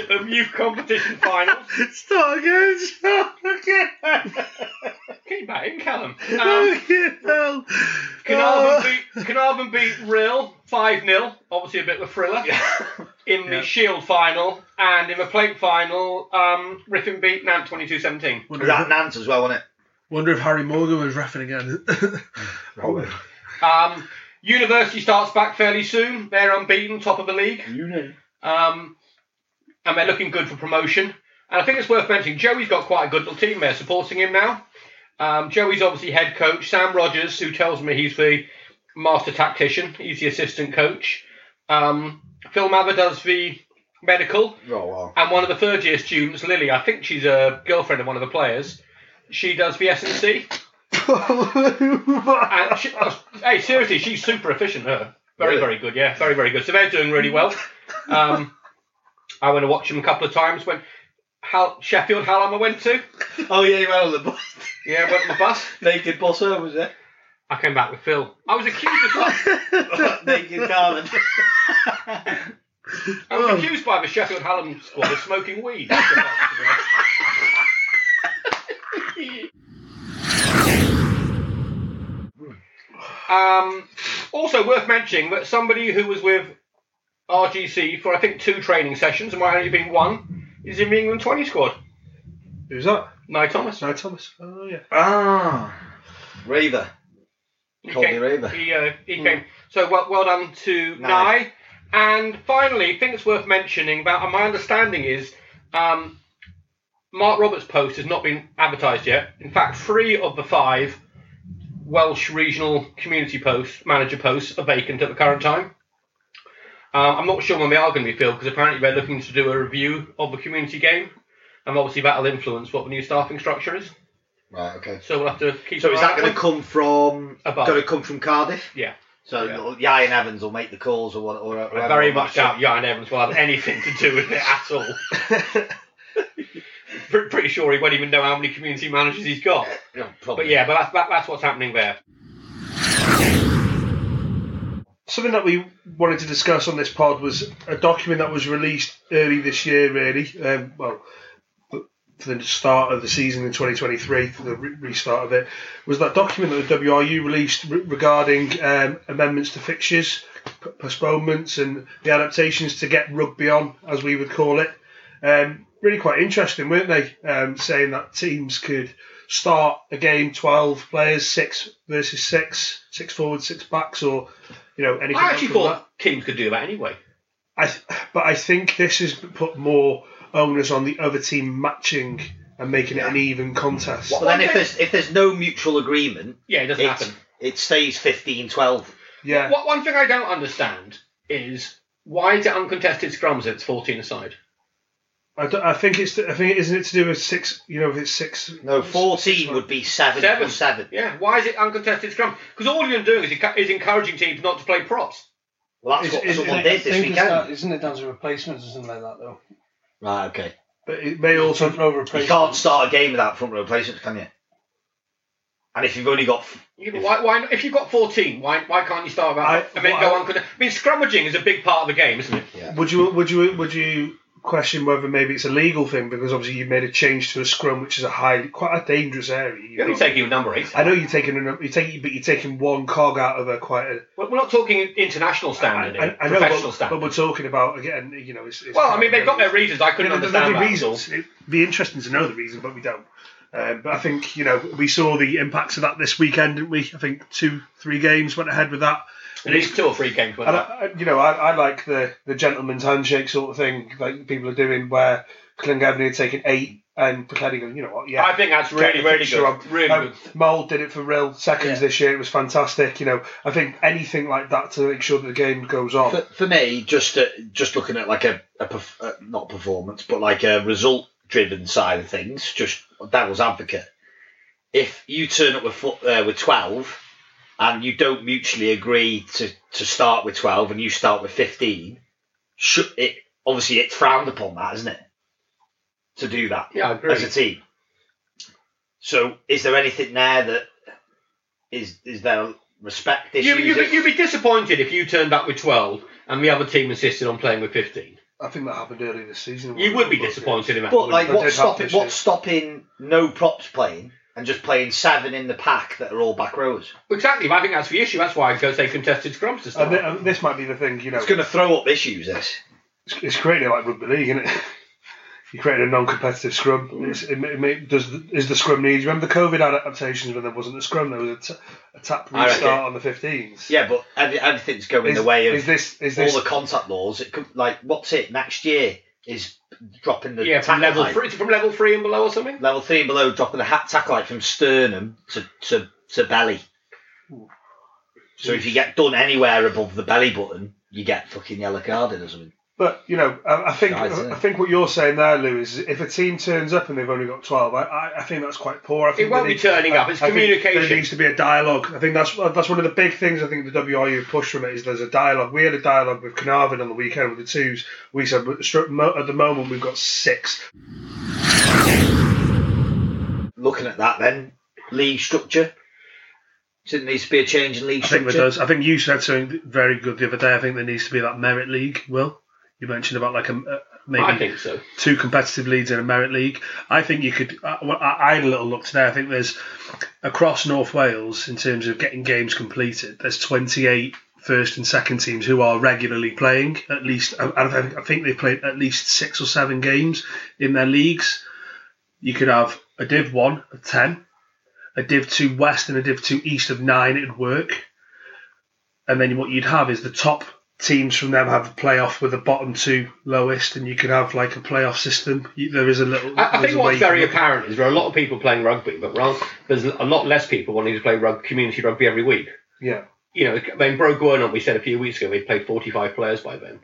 Speaker 3: of youth competition finals.
Speaker 1: Start again. Start again.
Speaker 3: Keep that in, Callum. Um,
Speaker 1: Fucking hell.
Speaker 3: Carnarvon
Speaker 1: Oh.
Speaker 3: beat, Carnarvon beat Rill 5 0, obviously a bit of a thriller, in the
Speaker 1: Yeah.
Speaker 3: Shield final. And in the plate final, um, Riffin beat Nant 22 17.
Speaker 1: Wonder,
Speaker 2: that
Speaker 1: if,
Speaker 2: Nance as well, wasn't it?
Speaker 1: wonder if Harry Morgan was rapping again.
Speaker 3: Um, University starts back fairly soon. They're unbeaten, top of the league.
Speaker 2: You know.
Speaker 3: Um, and they're looking good for promotion. And I think it's worth mentioning Joey's got quite a good little team there supporting him now. Um, Joey's obviously head coach. Sam Rogers, who tells me he's the master tactician, he's the assistant coach. Um, Phil Mather does the medical.
Speaker 2: Oh, wow.
Speaker 3: And one of the third year students, Lily, I think she's a girlfriend of one of the players. She does the S and C. And she, oh, hey, seriously, she's super efficient. Her very,
Speaker 2: Really?
Speaker 3: very good. Yeah, very, very good. So they're doing really well. Um, I went to watch them a couple of times when Hal, Sheffield. How long I went to?
Speaker 2: Oh, yeah, you went on the bus.
Speaker 3: Yeah, I went on the bus.
Speaker 2: Naked boss over, was it?
Speaker 3: I came back with Phil. I was accused of
Speaker 2: Naked Carmen.
Speaker 3: I was accused by the Sheffield Hallam squad of smoking weed. um, also worth mentioning that somebody who was with RGC for I think two training sessions and might only been one is in the England 20 squad.
Speaker 1: Who's that?
Speaker 3: No, Thomas.
Speaker 1: Now Thomas. Oh yeah.
Speaker 2: Ah. Raver.
Speaker 3: He
Speaker 2: Colby
Speaker 3: came-
Speaker 2: Raver.
Speaker 3: He, uh, he
Speaker 2: Hmm.
Speaker 3: came. So well, well done to
Speaker 2: Nye.
Speaker 3: Nye. And finally, I think it's worth mentioning about, and my understanding is um, Mark Roberts' post has not been advertised yet. In fact, three of the five Welsh regional community posts, manager posts, are vacant at the current time. Uh, I'm not sure when they are going to be filled because apparently they're looking to do a review of the community game, and obviously that'll influence what the new staffing structure is.
Speaker 2: Right, okay.
Speaker 3: So we'll have to keep.
Speaker 2: So
Speaker 3: an
Speaker 2: is
Speaker 3: eye
Speaker 2: that
Speaker 3: on
Speaker 2: going to
Speaker 3: one.
Speaker 2: come from?
Speaker 3: Above.
Speaker 2: Going to come from Cardiff.
Speaker 3: Yeah.
Speaker 2: So
Speaker 3: Yeah.
Speaker 2: yeah. Ian Evans will make the calls or what? Or, or
Speaker 3: I very
Speaker 2: whoever.
Speaker 3: much doubt Yarn Evans will have anything to do with it at all. Pre- Pretty sure he won't even know how many community managers he's got.
Speaker 2: Yeah, probably.
Speaker 3: But yeah, but that's, that, that's what's happening there.
Speaker 1: Something that we wanted to discuss on this pod was a document that was released early this year, really. Um, well, for the start of the season in 2023, for the re- restart of it, was that document that the WRU released re- regarding um, amendments to fixtures, p- postponements, and the adaptations to get rugby on, as we would call it. Um, really quite interesting, weren't they? Um, saying that teams could start a game 12 players, six versus six, six forwards, six backs, or you know anything.
Speaker 3: I actually
Speaker 1: else than that.
Speaker 3: thought teams could do that anyway.
Speaker 1: I th- but I think this has put more onus on the other team matching and making it an even contest.
Speaker 2: Well, then if there's if there's no mutual agreement,
Speaker 3: Yeah, it doesn't
Speaker 2: it,
Speaker 3: happen.
Speaker 2: it stays 15-12.
Speaker 1: Yeah,
Speaker 3: What one thing I don't understand is why is it uncontested scrums if it's fourteen aside?
Speaker 1: I, don't- I think it's I think isn't it to do with six? You know, if it's six.
Speaker 2: No, fourteen would be seven,
Speaker 3: Seven.
Speaker 2: plus seven.
Speaker 3: Yeah, why is it uncontested scrum? Because all you're doing is, enc- is encouraging teams not to play props.
Speaker 2: Well, that's
Speaker 1: Is-
Speaker 2: what
Speaker 1: is-
Speaker 2: someone
Speaker 1: is-
Speaker 2: did
Speaker 4: I
Speaker 2: this
Speaker 4: think it's
Speaker 2: weekend.
Speaker 4: that- isn't it down to replacements or something like that though?
Speaker 2: Right, okay.
Speaker 1: But it may also
Speaker 4: Front row
Speaker 2: You
Speaker 4: replacements.
Speaker 2: can't start a game without front row replacements, can you? And if you've only got f-
Speaker 3: Yeah, but why, why, if you've got 14, why, why can't you start
Speaker 1: I-
Speaker 3: that? I, mean,
Speaker 1: what
Speaker 3: go
Speaker 1: I-
Speaker 3: uncontested. I mean, scrummaging is a big part of the game, isn't it?
Speaker 1: would you would you would you question whether maybe it's a legal thing because obviously you made a change to a scrum which is a highly quite a dangerous area. You
Speaker 3: You're
Speaker 1: know.
Speaker 3: only taking your number eight.
Speaker 1: I know you're taking a, num- you're taking but you're taking one cog out of a quite a
Speaker 3: But We're not talking international standard,
Speaker 1: I-
Speaker 3: here,
Speaker 1: I know,
Speaker 3: professional
Speaker 1: but,
Speaker 3: standard.
Speaker 1: but we're talking about again. You know, it's, it's
Speaker 3: well, I mean, they've got their reasons. I couldn't
Speaker 1: Yeah, but there
Speaker 3: understand
Speaker 1: may be
Speaker 3: that.
Speaker 1: reasons. It'd be interesting to know the reasons, but we don't. Um, but I think you know we saw the impacts of that this weekend, didn't we? I think two, three games went ahead with that.
Speaker 3: At least two or three games went
Speaker 1: And I,
Speaker 3: that.
Speaker 1: I- Uh, you know, I, I like the the gentleman's handshake sort of thing, like people are doing, where Clengavney are taking eight and Pletting, you know what? Yeah,
Speaker 3: I think that's
Speaker 1: get
Speaker 3: really,
Speaker 1: the
Speaker 3: really
Speaker 1: picture
Speaker 3: good.
Speaker 1: on.
Speaker 3: Really
Speaker 1: Um,
Speaker 3: good.
Speaker 1: Mole did it for real seconds
Speaker 2: Yeah.
Speaker 1: this year. It was fantastic. You know, I think anything like that to make sure that the game goes on.
Speaker 2: for, for me, just uh, just looking at like a, a perf- uh, not performance, but like a result driven side of things, just devil's advocate. If you turn up with fo- uh, with twelve, and you don't mutually agree to, to start with twelve, and you start with fifteen, should it obviously it's frowned upon that, isn't it? To do that
Speaker 3: Yeah, I
Speaker 2: as
Speaker 3: agree.
Speaker 2: a team. So, is there anything there that is is there respect
Speaker 3: You,
Speaker 2: issues?
Speaker 3: you'd, be, you'd be disappointed if you turned up with 12 and the other team insisted on playing with 15.
Speaker 1: I think that happened earlier this season.
Speaker 3: You would be disappointed in that.
Speaker 2: But like,
Speaker 1: They
Speaker 2: what's
Speaker 1: did have
Speaker 2: stopping?
Speaker 1: this year.
Speaker 2: What's stopping no props playing and just playing seven in the pack that are all back rows?
Speaker 3: Exactly, but I think that's the issue. That's why I'd go say contested scrums to
Speaker 1: And,
Speaker 3: start.
Speaker 1: thi- and this might be the thing, you know.
Speaker 2: It's going to throw up issues. This.
Speaker 1: it's, it's creating like rugby league, isn't it? You create a non-competitive scrum. It's, it, ma- it, ma- does the, is the scrum need? Remember the COVID adaptations when there wasn't a scrum, there was a, t- a tap
Speaker 2: I reckon-
Speaker 1: restart on the 15s.
Speaker 2: Yeah, but every, everything's going
Speaker 1: is,
Speaker 2: the way of
Speaker 1: is this is
Speaker 2: all
Speaker 1: this
Speaker 2: the contact laws. It could like what's it next year is dropping the
Speaker 3: yeah, from
Speaker 2: tackle
Speaker 3: level
Speaker 2: height.
Speaker 3: three, from level three and below or something.
Speaker 2: level three and below, dropping the hat tackle height from sternum to to, to belly. So if you get done anywhere above the belly button, you get fucking yellow carded or something.
Speaker 1: But you know, I, I think
Speaker 2: Guys, isn't
Speaker 1: I,
Speaker 2: it?
Speaker 1: think what you're saying there, Lou, is if a team turns up and they've only got twelve, I, I, I think that's quite poor. I think
Speaker 3: won't
Speaker 1: there
Speaker 3: be
Speaker 1: needs-
Speaker 3: turning
Speaker 1: I-
Speaker 3: up, it's
Speaker 1: I think There
Speaker 3: communication.
Speaker 1: needs to be a dialogue. I think that's that's one of the big things. I think the WRU push from it is there's a dialogue. We had a dialogue with Carnarvon on the weekend with the twos. We said "But stru- mo- at the moment we've got six.
Speaker 2: Looking at that, then league structure. So there needs to be a change in league
Speaker 1: I
Speaker 2: structure.
Speaker 1: think there does. I think you said something very good the other day. I think there needs to be that merit league. Will you mentioned about like a uh, maybe
Speaker 3: I think so.
Speaker 1: two competitive leads in a merit league. I think you could. I, well, I I had a little look today. I think there's across North Wales in terms of getting games completed. There's 28 first and second teams who are regularly playing at least. I, I I think they played at least six or seven games in their leagues. You could have a Div One of ten, a Div Two West, and a Div Two East of nine. It'd work. And then what you'd have is the top teams from them have a playoff with the bottom two lowest, and you could have like a playoff system. You, there is a little.
Speaker 3: I, I
Speaker 1: there's
Speaker 3: think
Speaker 1: a way
Speaker 3: what's
Speaker 1: you can
Speaker 3: very
Speaker 1: look-
Speaker 3: apparent is there are a lot of people playing rugby, but rather, there's a lot less people wanting to play rug, community rugby every week.
Speaker 1: yeah.
Speaker 3: You know, I mean, Bro Gwernot, we said a few weeks ago, we'd played 45 players by then,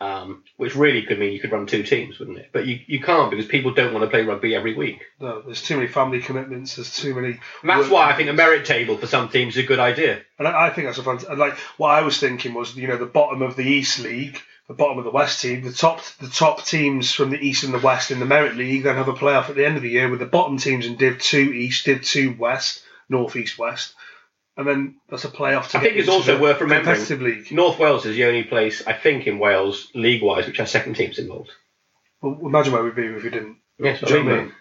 Speaker 3: um, which really could mean you could run two teams, wouldn't it? But you, you can't because people don't want to play rugby every week.
Speaker 1: No, there's too many family commitments. There's too many.
Speaker 3: And that's
Speaker 1: work
Speaker 3: why I think a
Speaker 1: commitments.
Speaker 3: merit table for some teams is a good idea.
Speaker 1: And I, I think that's a fantastic. Like what I was thinking was, you know, the bottom of the East League the bottom of the West team. The top the top teams from the East and the West in the Merit League then have a playoff at the end of the year with the bottom teams in Div Two East, Div Two West, North East West, and then that's a playoff. To
Speaker 3: I
Speaker 1: get
Speaker 3: think it's
Speaker 1: into
Speaker 3: also
Speaker 1: the
Speaker 3: worth remembering-
Speaker 1: competitive league.
Speaker 3: North Wales is the only place, I think, in Wales, league wise, which has second teams involved.
Speaker 1: Well, imagine where we'd be if we didn't.
Speaker 3: Yes,
Speaker 1: Do you know what I mean?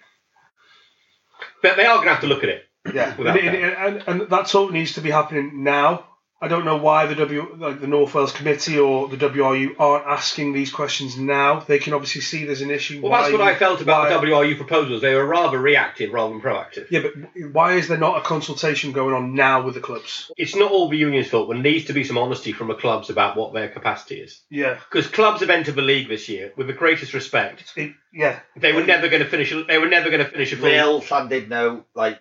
Speaker 3: But they are going to have to look at it.
Speaker 1: Yeah, and,
Speaker 3: Without
Speaker 1: it- it- and, and that sort needs to be happening now. I don't know why the W, like the North Wales Committee or the WRU, aren't asking these questions now. They can obviously see there's an issue.
Speaker 3: Well, that's
Speaker 1: Why-
Speaker 3: what I felt about
Speaker 1: why-
Speaker 3: the WRU proposals. They were rather reactive rather than proactive.
Speaker 1: Yeah, but why is there not a consultation going on now with the clubs?
Speaker 3: It's not all the union's fault. There needs to be some honesty from the clubs about what their capacity is.
Speaker 1: Yeah,
Speaker 3: Because clubs have entered the league this year with the greatest respect.
Speaker 1: it, yeah,
Speaker 3: They were never going to finish. They were never going to finish a full.
Speaker 2: Real did know, like,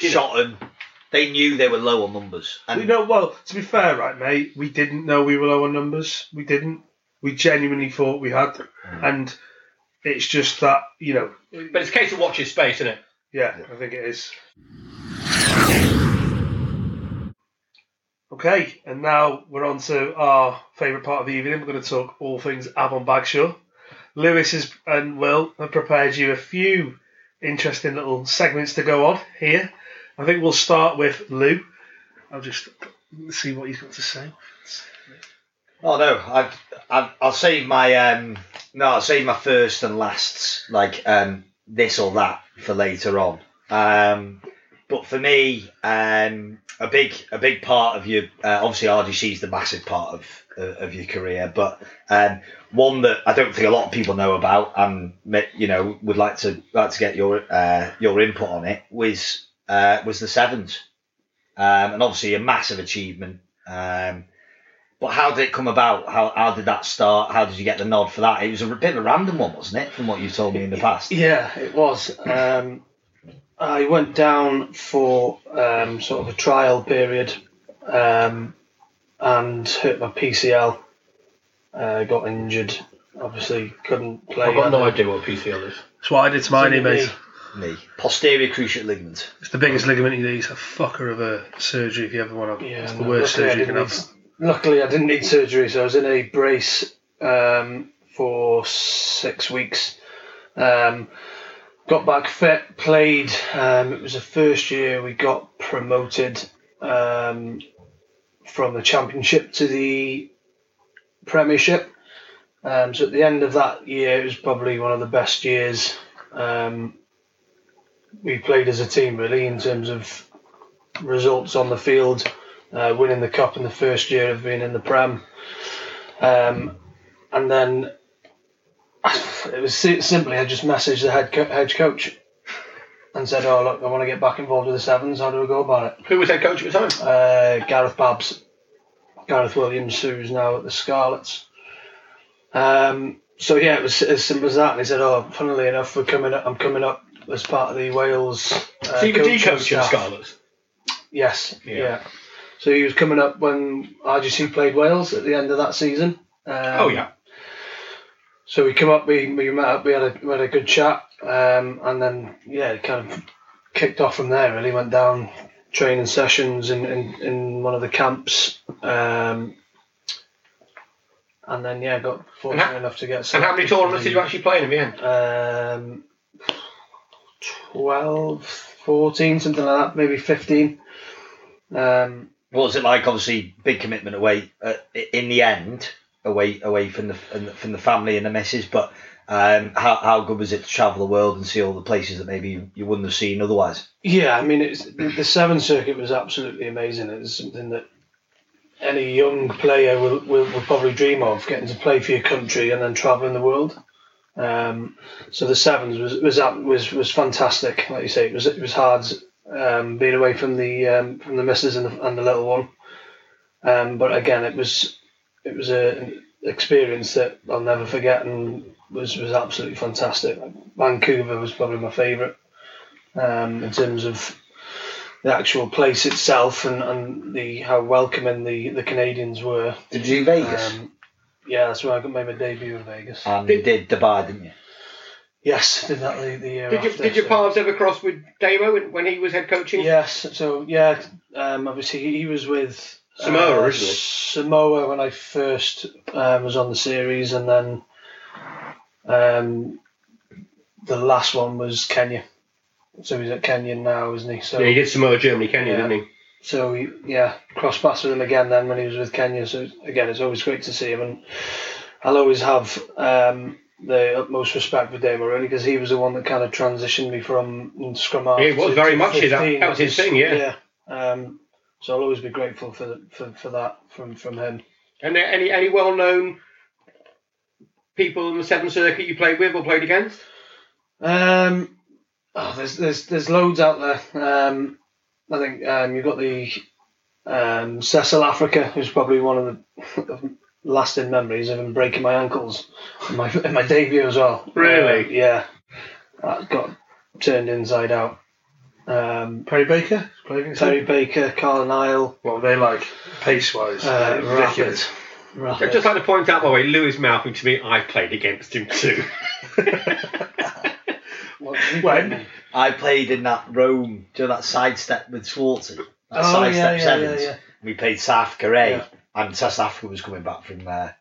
Speaker 3: You know.
Speaker 2: shot them. They knew they were low on numbers. And
Speaker 1: We know, well, to be fair, right, mate, we didn't know we were low on numbers. We didn't. We genuinely thought we had them. And it's just that, you know,
Speaker 3: But it's a case of watch your space, isn't it?
Speaker 1: yeah, I think it is. Okay, and now we're on to our favourite part of the evening. We're going to talk all things Avon Bagshaw. Lewis is, and Will have prepared you a few interesting little segments to go on here. I think we'll start with Lou. I'll just see what he's got to say.
Speaker 2: Oh no, I've, I've I'll save my um no, I'll save my first and lasts like um this or that for later on. Um, but for me, um, a big a big part of your uh, obviously RDC is the massive part of uh, of your career, but um, one that I don't think a lot of people know about, and ma- you know would like to like to get your uh, your input on it was uh, was the sevens, um, and obviously a massive achievement. Um, but how did it come about? How how did that start? How did you get the nod for that? It was a bit of a random one, wasn't it? From what you told me in the past.
Speaker 4: Yeah, it was. Um, I went down for um, sort of a trial period um, and hurt my PCL. Uh, got injured. Obviously, couldn't play.
Speaker 5: I've got no
Speaker 4: Had a-
Speaker 5: idea what PCL is.
Speaker 1: That's what I did to my knee, mate.
Speaker 2: Knee. Posterior cruciate ligament.
Speaker 1: It's the biggest ligament in your knee. It's a fucker of a surgery if you ever want to.
Speaker 4: Yeah,
Speaker 1: it's the
Speaker 4: no,
Speaker 1: worst
Speaker 4: luckily
Speaker 1: surgery
Speaker 4: I
Speaker 1: you can
Speaker 4: didn't
Speaker 1: have.
Speaker 4: need- Luckily, I didn't need surgery, so I was in a brace um, for six weeks. Um, got back fit, played. Um, it was the first year we got promoted um, from the championship to the premiership. Um, so at the end of that year, it was probably one of the best years um, we played as a team, really, in terms of results on the field uh, winning the cup in the first year of being in the Prem, um, and then it was si- simply I just messaged the head co- head coach and said, "Oh look, I want to get back involved with the Sevens. How do we go about
Speaker 3: Who was head coach at the time?
Speaker 4: it?" Uh, Gareth Babs, Gareth Williams, who's now at the Scarlets. Um, so yeah, it was as simple as that. And he said, "Oh, funnily enough, we're coming. Up, I'm coming up as part of the Wales." Uh,
Speaker 3: So you were D
Speaker 4: coaching
Speaker 3: coach at
Speaker 4: staff."
Speaker 3: Scarlets.
Speaker 4: Yes.
Speaker 3: Yeah.
Speaker 4: Yeah. So he was coming up when RGC played Wales at the end of that season. Um,
Speaker 3: Oh yeah.
Speaker 4: So we come up, we, we met up, we had a we had a good chat, um, and then yeah, it kind of kicked off from there. Really went down training sessions in in, in one of the camps, um, and then yeah, got fortunate
Speaker 3: how-
Speaker 4: enough to get.
Speaker 3: And how many
Speaker 4: selected for
Speaker 3: tournaments
Speaker 4: the-
Speaker 3: did you actually play in at the end?
Speaker 4: um, 12, 14, something like that, maybe 15. Um,
Speaker 2: What was it like? Obviously, big commitment away uh, i- in the end, away away from the and- from the family and the missus. But um, how how good was it to travel the world and see all the places that maybe you, you wouldn't have seen otherwise?
Speaker 4: yeah, I mean, it's the, the Seven Circuit was absolutely amazing. It's something that any young player will, will, will probably dream of getting to play for your country and then traveling the world. Um, so the sevens was was ab- was was fantastic. Like you say, it was it was hard um, being away from the um, from the missus and the, and the little one. Um, but again, it was it was a, an experience that I'll never forget and was was absolutely fantastic. Vancouver was probably my favourite um, in terms of the actual place itself and, and the how welcoming the, the Canadians were.
Speaker 2: Did you do Vegas?
Speaker 4: Um, yeah, that's where I got- made my debut in Vegas.
Speaker 3: Uh,
Speaker 2: and you did Dubai, didn't you?
Speaker 4: Yes, did that the, the year
Speaker 3: Did, you,
Speaker 4: after,
Speaker 3: did your
Speaker 4: so-
Speaker 3: paths ever cross with Damo when- when he was head coaching?
Speaker 4: Yes, so yeah, um, obviously he was with
Speaker 3: Samoa
Speaker 4: Uh,
Speaker 3: originally.
Speaker 4: Samoa when I first um, was on the series, and then um, the last one was Kenya. So he's at Kenya now, isn't he? So
Speaker 3: Yeah, he did Samoa, Germany, Kenya,
Speaker 4: Yeah.
Speaker 3: didn't he?
Speaker 4: so he, yeah, cross paths with him again then when he was with Kenya. So again, it's always great to see him, and I'll always have um, the utmost respect for Damo really because he was the one that kind of transitioned me from scrum half.
Speaker 3: It was
Speaker 4: to-
Speaker 3: very
Speaker 4: to
Speaker 3: much his- that-
Speaker 4: 15,
Speaker 3: that was his
Speaker 4: which is-
Speaker 3: thing, yeah.
Speaker 4: Yeah. Um, so I'll always be grateful for the, for, for that from from him.
Speaker 3: And uh, any any well known people in the Seventh Circuit you played with or played against?
Speaker 4: Um, oh, there's there's there's loads out there. Um, I think um, you've got the um, Cecil Africa, who's probably one of the of lasting memories of him breaking my ankles in my in my debut as well.
Speaker 3: Really?
Speaker 4: Uh, yeah, that got turned inside out. Um,
Speaker 1: Perry Baker? Playing against
Speaker 4: Terry
Speaker 1: him?
Speaker 4: Baker, Carl Nile,
Speaker 1: What were they like pace wise?
Speaker 4: uh, Rapid.
Speaker 1: ridiculous.
Speaker 4: Rapid.
Speaker 3: I'd just like to point out, by the way, Lewis Malcolm to me, I played against him too.
Speaker 4: What-
Speaker 1: When?
Speaker 2: I played in that Rome, do you know that sidestep with Swarty? That
Speaker 4: Oh, yeah,
Speaker 2: sidestep
Speaker 4: yeah,
Speaker 2: sevens.
Speaker 4: yeah, yeah.
Speaker 2: We played South Korea,
Speaker 4: Yeah.
Speaker 2: and South Africa was coming back from there.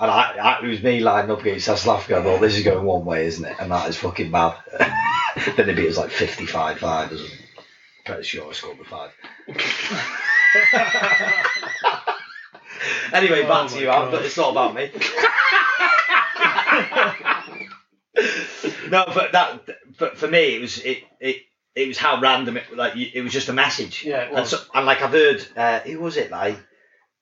Speaker 2: And I, I, it was me lining up against South Africa. I thought, this is going one way, isn't it? And that is fucking mad. then it beat us like 55 5 or something. Pretty sure I scored with five. anyway,
Speaker 4: Oh
Speaker 2: back to you, Al, but it's not about me. no, but that, but for me, it was it it. It was how random it like you- it was just a message.
Speaker 4: Yeah, it
Speaker 2: And,
Speaker 4: was.
Speaker 2: so, and like I've heard, uh, who was it? Like,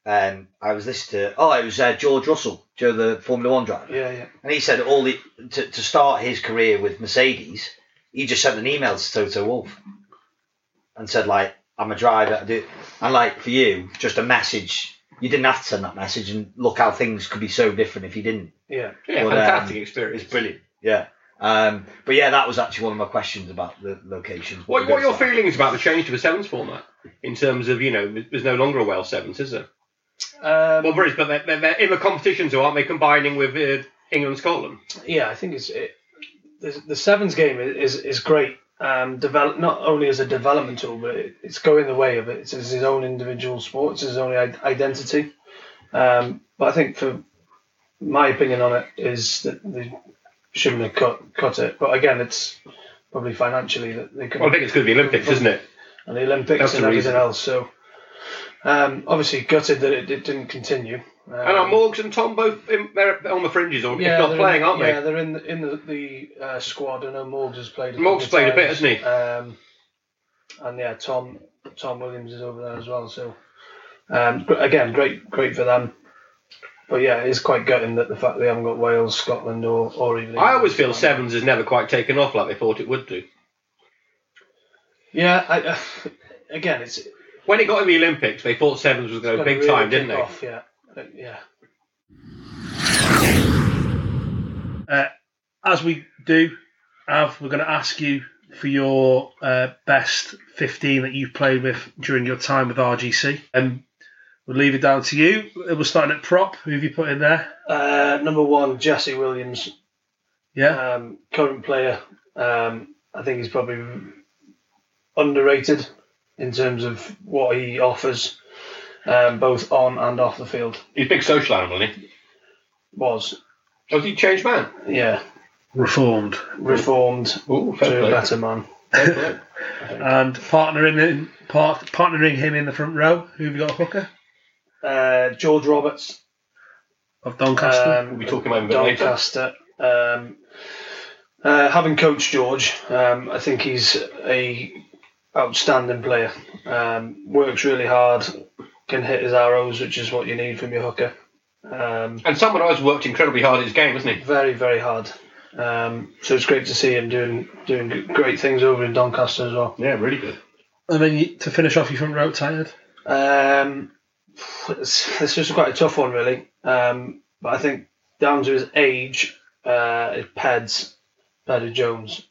Speaker 2: um, I was listening to. Oh, it was uh, George Russell, Joe the Formula One driver.
Speaker 4: Yeah, yeah.
Speaker 2: And he said all the to, to start his career with Mercedes, he just sent an email to Toto Wolf and said like, "I'm a driver." I do and like for you, just a message. You didn't have to send that message, and look how things could be so different if you didn't.
Speaker 4: Yeah.
Speaker 3: yeah,
Speaker 2: Well, um,
Speaker 3: fantastic
Speaker 2: It's
Speaker 3: experience.
Speaker 2: brilliant. Yeah. Um, but yeah, that was actually one of my questions about the locations.
Speaker 3: What, what are your
Speaker 2: we're gonna
Speaker 3: feelings about the change to a sevens format? In terms of you know, there's no longer a Wales sevens, is there?
Speaker 4: Um,
Speaker 3: Well, there is, but they're, they're, they're in the competition, so aren't they combining with uh, England, and Scotland?
Speaker 4: yeah, I think it's it, the, the sevens game is is great. Um, develop not only as a development tool, but it, it's going the way of it. It's, his own individual sport. It's his own i- identity. Um, but I think for my opinion on it is that they shouldn't have cut cut it. But again, it's probably financially that they could
Speaker 3: Well, I think it's going to be Olympics, isn't it?
Speaker 4: and the Olympics
Speaker 3: That's
Speaker 4: and
Speaker 3: the
Speaker 4: everything
Speaker 3: reason.
Speaker 4: else. So um, obviously gutted that it, it didn't continue. Um,
Speaker 3: And are Morgs and Tom both in, they're on the fringes, or if not
Speaker 4: they're
Speaker 3: playing,
Speaker 4: in,
Speaker 3: aren't
Speaker 4: yeah,
Speaker 3: they?
Speaker 4: they're in the, in the, the uh, squad. I know Morgs has played. A
Speaker 3: Morgs
Speaker 4: couple of
Speaker 3: played a bit,
Speaker 4: times.
Speaker 3: hasn't he?
Speaker 4: Um, and yeah, Tom Tom Williams is over there as well. So um, gr- again, great great for them. But yeah, it is quite gutting that the fact they haven't got Wales, Scotland, or or even.
Speaker 3: I always feel
Speaker 4: England.
Speaker 3: sevens has never quite taken off like they thought it would do.
Speaker 4: Yeah, I, uh, again, it's it's
Speaker 3: When it got in the Olympics, they thought sevens was going to
Speaker 4: gonna
Speaker 3: go big
Speaker 4: really
Speaker 3: time, didn't
Speaker 4: kick
Speaker 3: they?
Speaker 4: Off, yeah, Uh, yeah.
Speaker 1: As we do, Av, we're going to ask you for your uh, best 15 that you've played with during your time with RGC. Um, we'll leave it down to you. We're starting at prop. Who have you put in there?
Speaker 4: Uh, number one, Jesse Williams,
Speaker 2: Uh,
Speaker 1: Yeah.
Speaker 4: um, current player. Um, I think he's probably underrated in terms of what he offers, um, both on and off the field.
Speaker 3: He's a big social animal, isn't he?
Speaker 4: Was
Speaker 3: Was he a changed man?
Speaker 4: yeah,
Speaker 1: Reformed.
Speaker 4: reformed
Speaker 3: Ooh,
Speaker 4: to a better man.
Speaker 3: Fair play.
Speaker 1: And partnering in, part, partnering him in the front row. Who have you got, Hooker?
Speaker 4: Uh, George Roberts,
Speaker 1: Of Doncaster.
Speaker 4: um,
Speaker 3: We'll be talking about him a bit later.
Speaker 4: Doncaster. Um, uh, having coached George, um, I think he's a outstanding player. Um, works really hard, can hit his arrows, which is what you need from your hooker. Um,
Speaker 3: And someone who has worked incredibly hard at his game, hasn't he?
Speaker 4: very, very hard. Um, so it's great to see him doing doing g- great things over in Doncaster as well.
Speaker 3: Yeah, really good.
Speaker 1: and then you, to finish off your front row, tired.
Speaker 4: Um, it's, this was quite a tough one, really. Um, but I think down to his age, uh, is Peds, Pedder Jones.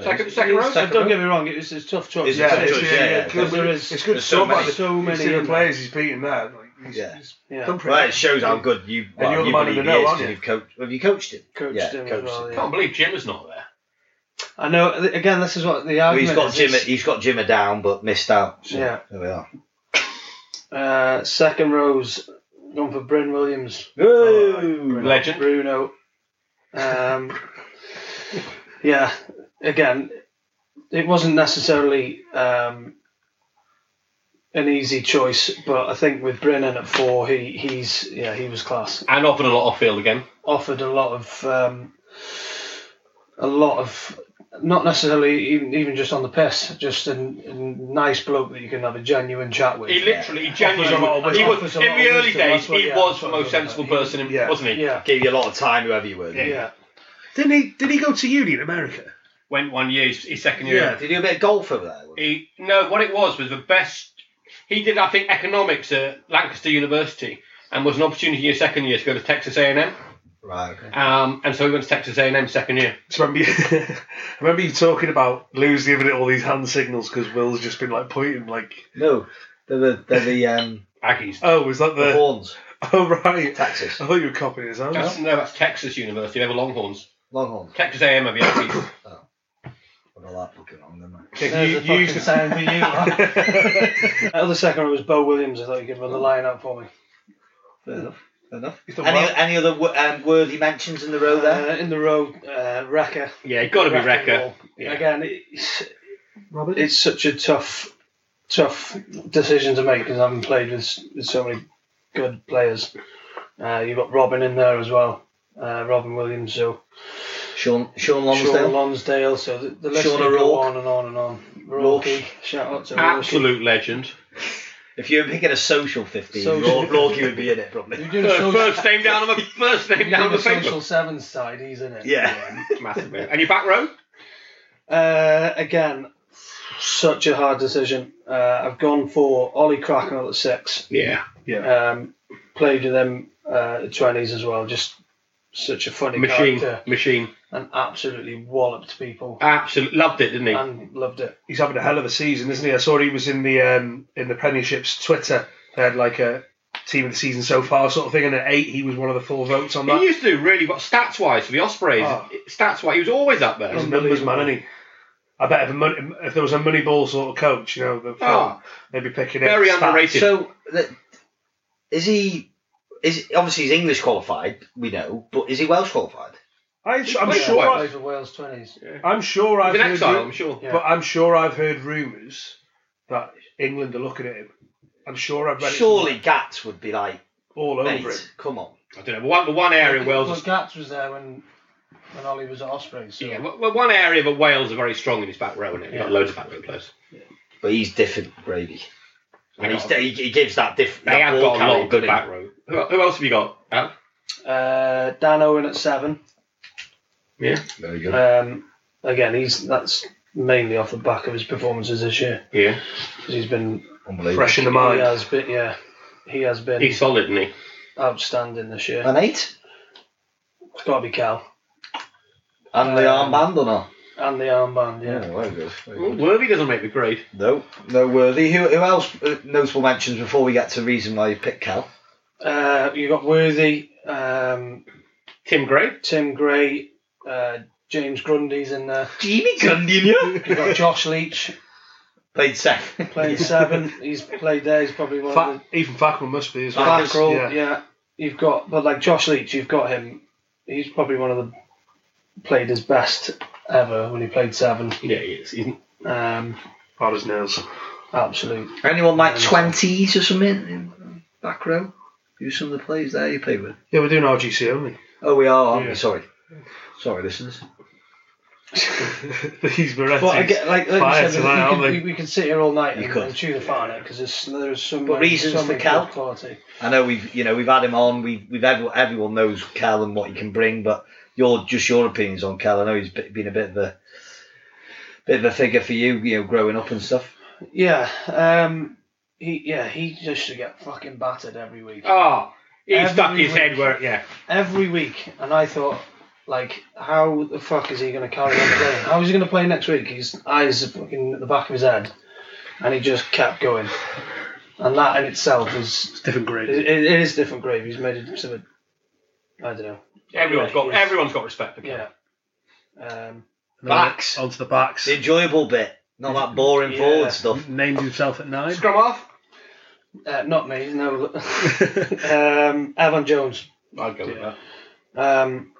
Speaker 3: Second, second row?
Speaker 4: So don't get me wrong, it was a tough choice.
Speaker 2: It's a tough
Speaker 4: It's
Speaker 2: choice,
Speaker 4: really
Speaker 2: yeah,
Speaker 4: good,
Speaker 2: yeah.
Speaker 4: 'cause there is
Speaker 1: It's good.
Speaker 2: There's so
Speaker 1: So, much.
Speaker 2: many-
Speaker 4: so
Speaker 1: You
Speaker 4: many
Speaker 1: see the
Speaker 4: in
Speaker 1: players he's beating there. Like, he's,
Speaker 2: Yeah.
Speaker 1: he's
Speaker 4: there. Yeah,
Speaker 1: done pretty
Speaker 2: Well,
Speaker 1: well.
Speaker 2: it shows how good you, well,
Speaker 1: you're the
Speaker 2: you
Speaker 1: man in
Speaker 2: believe
Speaker 1: the
Speaker 2: he
Speaker 1: know,
Speaker 2: is
Speaker 1: aren't
Speaker 2: 'cause
Speaker 1: you?
Speaker 2: you've coached. Have you coached him?
Speaker 4: coached
Speaker 2: Yeah,
Speaker 4: him
Speaker 2: coached
Speaker 4: as well.
Speaker 2: him.
Speaker 4: Yeah.
Speaker 3: Can't believe Jim is not there.
Speaker 4: I know. th- Again, this is what the
Speaker 2: Well,
Speaker 4: argument.
Speaker 2: he's got
Speaker 4: is,
Speaker 2: Jimmer.
Speaker 4: it's-
Speaker 2: He's got Jimmer down, but missed out. So
Speaker 4: Yeah.
Speaker 2: There we are.
Speaker 4: Uh, second rows gone for Bryn Williams.
Speaker 2: Woo!
Speaker 3: Legend.
Speaker 4: Bruno. Um, yeah, again, it wasn't necessarily um, an easy choice, but I think with Brennan at four, he he's yeah he was class.
Speaker 3: And often a lot off field again.
Speaker 4: Offered a lot of um, a lot of not necessarily even even just on the piss, just a, a nice bloke that you can have a genuine chat with.
Speaker 3: He literally,
Speaker 4: Offers a lot
Speaker 3: genuinely,
Speaker 4: of
Speaker 3: he
Speaker 4: wisdom.
Speaker 3: was,
Speaker 4: Offers
Speaker 3: in
Speaker 4: a lot
Speaker 3: the early
Speaker 4: of wisdom.
Speaker 3: days,
Speaker 4: That's what-
Speaker 3: he
Speaker 4: yeah,
Speaker 3: was
Speaker 4: that's
Speaker 3: the
Speaker 4: what I
Speaker 3: most
Speaker 4: was gonna
Speaker 3: sensible
Speaker 4: say.
Speaker 3: person, in,
Speaker 1: Yeah.
Speaker 3: wasn't he?
Speaker 4: yeah,
Speaker 2: Gave you a lot of time, whoever you were. didn't
Speaker 4: yeah.
Speaker 1: Didn't he? Did he go to uni in America?
Speaker 3: Went one year, his his second year.
Speaker 1: Yeah.
Speaker 2: you? Did you do a bit of golf over there?
Speaker 3: He no, what it was was the best. He did, I think, economics at Lancaster University, and was an opportunity in his second year to go to Texas A and M.
Speaker 2: Right, okay.
Speaker 3: Um, and so he went to Texas A and M second year.
Speaker 1: So I remember, you, I remember you talking about Lou's giving it all these hand signals because Will's just been like pointing, like,
Speaker 2: No, they're the, they're the, um,
Speaker 3: Aggies.
Speaker 1: "Oh, was that
Speaker 2: the
Speaker 4: Uh,
Speaker 1: the?
Speaker 2: horns,
Speaker 1: Oh, right." I
Speaker 2: Texas,
Speaker 1: thought you were copying his
Speaker 4: Oh,
Speaker 1: hand.
Speaker 3: That's, no, that's Texas University. They were Longhorns.
Speaker 2: Longhorns.
Speaker 3: Texas A and M are the Aggies.
Speaker 2: Got all that fucking wrong, didn't I?
Speaker 1: Yeah,
Speaker 4: There's
Speaker 1: you-
Speaker 4: a
Speaker 1: you-
Speaker 4: fucking sound for you. that. Other second row was Bo Williams. I thought you could run the line out for me.
Speaker 2: Fair enough. Fair enough.
Speaker 1: You thought,
Speaker 2: Any,
Speaker 1: well,
Speaker 2: any other wo- um, worthy mentions in the row there?
Speaker 4: Uh, in the row, uh, Wrecker.
Speaker 3: yeah, you got to be Wrecker.
Speaker 4: Wall.
Speaker 3: Yeah.
Speaker 4: Again, it's,
Speaker 1: Robert?
Speaker 4: it's such a tough, tough decision to make because I haven't played with, s- with so many good players. Uh, you've got Robin in there as well, uh, Robin Williams, so
Speaker 2: Sean, Sean
Speaker 4: Sean
Speaker 2: Lonsdale.
Speaker 4: Lonsdale, so the, the list
Speaker 2: Sean
Speaker 4: could go
Speaker 2: O'Rourke.
Speaker 4: on and on and on.
Speaker 2: Rourke.
Speaker 4: Rourke, shout out to Rourke.
Speaker 3: Absolute legend.
Speaker 2: If you were picking a social 15,
Speaker 4: Social-
Speaker 2: Lor- Lorky would be in it,
Speaker 4: You're
Speaker 2: probably.
Speaker 4: doing
Speaker 3: First,
Speaker 4: social,
Speaker 3: first name down on the first name
Speaker 4: you're
Speaker 3: down on
Speaker 4: doing
Speaker 3: the
Speaker 4: the
Speaker 3: paper.
Speaker 4: social seven side, he's in it.
Speaker 2: Yeah.
Speaker 3: Massively. And your back row?
Speaker 4: Uh, again, such a hard decision. Uh, I've gone for Ollie Cracknell at six.
Speaker 3: Yeah.
Speaker 4: Um, played with them uh, twenties as well. Just such a funny
Speaker 3: Machine.
Speaker 4: character
Speaker 3: Machine.
Speaker 4: and absolutely walloped people
Speaker 3: Absolutely loved it, didn't he?
Speaker 4: and loved it.
Speaker 1: he's having a hell of a season, isn't he? I saw he was in the um, in the Premiership's Twitter. They had like a team of the season so far sort of thing, and at eight he was one of the four votes on that.
Speaker 3: He used to do really well stats wise for the Ospreys.
Speaker 1: Oh.
Speaker 3: Stats wise, he was always up there.
Speaker 1: He's a numbers man, isn't he? I bet if, a money, if there was a money ball sort of coach, you know, the
Speaker 3: Oh.
Speaker 1: they'd be picking it.
Speaker 3: Very
Speaker 1: Stats.
Speaker 3: underrated.
Speaker 2: So, that- is he. Is Obviously, he's English qualified, we know, but is he Welsh qualified?
Speaker 1: I, am
Speaker 3: Wait,
Speaker 1: sure.
Speaker 3: what?
Speaker 1: I,
Speaker 4: Played for Wales twenties.
Speaker 1: am sure I've
Speaker 3: He's in
Speaker 1: heard.
Speaker 3: exile,
Speaker 1: ru-
Speaker 3: I'm sure.
Speaker 4: Yeah.
Speaker 1: But I'm sure I've heard rumours that England are looking at him. I'm sure I've read
Speaker 2: Surely
Speaker 1: it
Speaker 2: Gats would be like,
Speaker 1: all over
Speaker 2: mate,
Speaker 1: him.
Speaker 2: come on.
Speaker 3: I don't know. but One, the one area of Wales.
Speaker 4: Well, Gats was there when when Ollie was at Ospreys. So.
Speaker 3: yeah, well, one area of Wales are very strong in his back row, and he's got loads of back row players.
Speaker 2: But he's different, Brady. And he's,
Speaker 3: got-
Speaker 2: he, he gives that different.
Speaker 3: They have got a lot of good back row. Who, who else have you got? Al?
Speaker 4: Uh, Dan Owen at seven.
Speaker 3: Yeah,
Speaker 2: Very good.
Speaker 4: Um, again, he's that's mainly off the back of his performances this year
Speaker 3: yeah.
Speaker 4: 'cause he's been
Speaker 2: Unbelievable.
Speaker 1: Fresh in the
Speaker 4: he
Speaker 1: mind.
Speaker 4: has been yeah he has been
Speaker 3: He's solid, isn't he?
Speaker 4: outstanding this year.
Speaker 2: An eight?
Speaker 4: It's got to be Cal
Speaker 2: And the
Speaker 4: Um,
Speaker 2: armband or not?
Speaker 4: and the armband. Yeah.
Speaker 2: very good. Very
Speaker 3: Well, Worthy doesn't make the grade.
Speaker 2: No, no worthy. Who, who else uh, notable mentions before we get to the reason why you picked Cal?
Speaker 4: Uh, you got Worthy, um,
Speaker 3: Tim Gray.
Speaker 4: Tim Gray, uh, James Grundy's in there.
Speaker 2: Jimmy Gundinier.
Speaker 4: You got Josh Leach
Speaker 2: Played second.
Speaker 4: playing seven. He's played there. He's probably one of
Speaker 1: Fa- Ethan Fackman must be as
Speaker 4: the
Speaker 1: well.
Speaker 2: Fackman,
Speaker 4: back row.
Speaker 1: yeah.
Speaker 4: Yeah. you've got but like Josh Leach, you've got him. He's probably one of the played his best ever when he played seven.
Speaker 3: Yeah, he is. He's,
Speaker 4: Um,
Speaker 1: Hard as nails.
Speaker 4: absolute.
Speaker 2: Anyone like
Speaker 4: Yeah.
Speaker 2: 20s or something? in Back row? Who some of the players there you play with?
Speaker 1: Yeah, we're doing RGC only.
Speaker 2: Oh, we are, aren't
Speaker 4: Yeah.
Speaker 2: we? Sorry. Sorry, listeners.
Speaker 1: These Berettis.
Speaker 4: But again, like, like
Speaker 1: fire
Speaker 4: you said,
Speaker 1: tonight,
Speaker 4: we,
Speaker 1: aren't
Speaker 4: could,
Speaker 1: they?
Speaker 4: we, we could sit here all night
Speaker 2: You
Speaker 4: and,
Speaker 2: could.
Speaker 4: and chew the fat on it because there's some
Speaker 2: But reasons
Speaker 4: so
Speaker 2: for
Speaker 4: many
Speaker 2: Cal?
Speaker 4: good quality.
Speaker 2: I know we've you know we've had him on. We we've every, everyone knows Cal and what he can bring, but your just your opinions on Cal. I know he's be- been a bit of a bit of a figure for you, you know, growing up and stuff.
Speaker 4: Yeah, um, he yeah he just should get fucking battered every week.
Speaker 3: oh, he
Speaker 4: Every
Speaker 3: stuck his
Speaker 4: week.
Speaker 3: head where. Yeah.
Speaker 4: every week, and I thought, like, how the fuck is he going to carry on playing? How is he going to play next week? His eyes are fucking at the back of his head, and he just kept going. And that in itself is
Speaker 1: different grade.
Speaker 4: it, it is different gravy. He's made it to a, I don't know.
Speaker 3: Everyone's got
Speaker 4: Yeah.
Speaker 3: everyone's got respect for Cal.
Speaker 4: Yeah. Um,
Speaker 2: Backs.
Speaker 1: Onto the backs.
Speaker 2: The enjoyable bit, not that boring
Speaker 4: Yeah.
Speaker 2: forward stuff.
Speaker 1: Named himself at nine.
Speaker 3: Scrum half.
Speaker 4: Uh, not me, no. um, Evan Jones.
Speaker 3: I'd go with that.
Speaker 4: Um,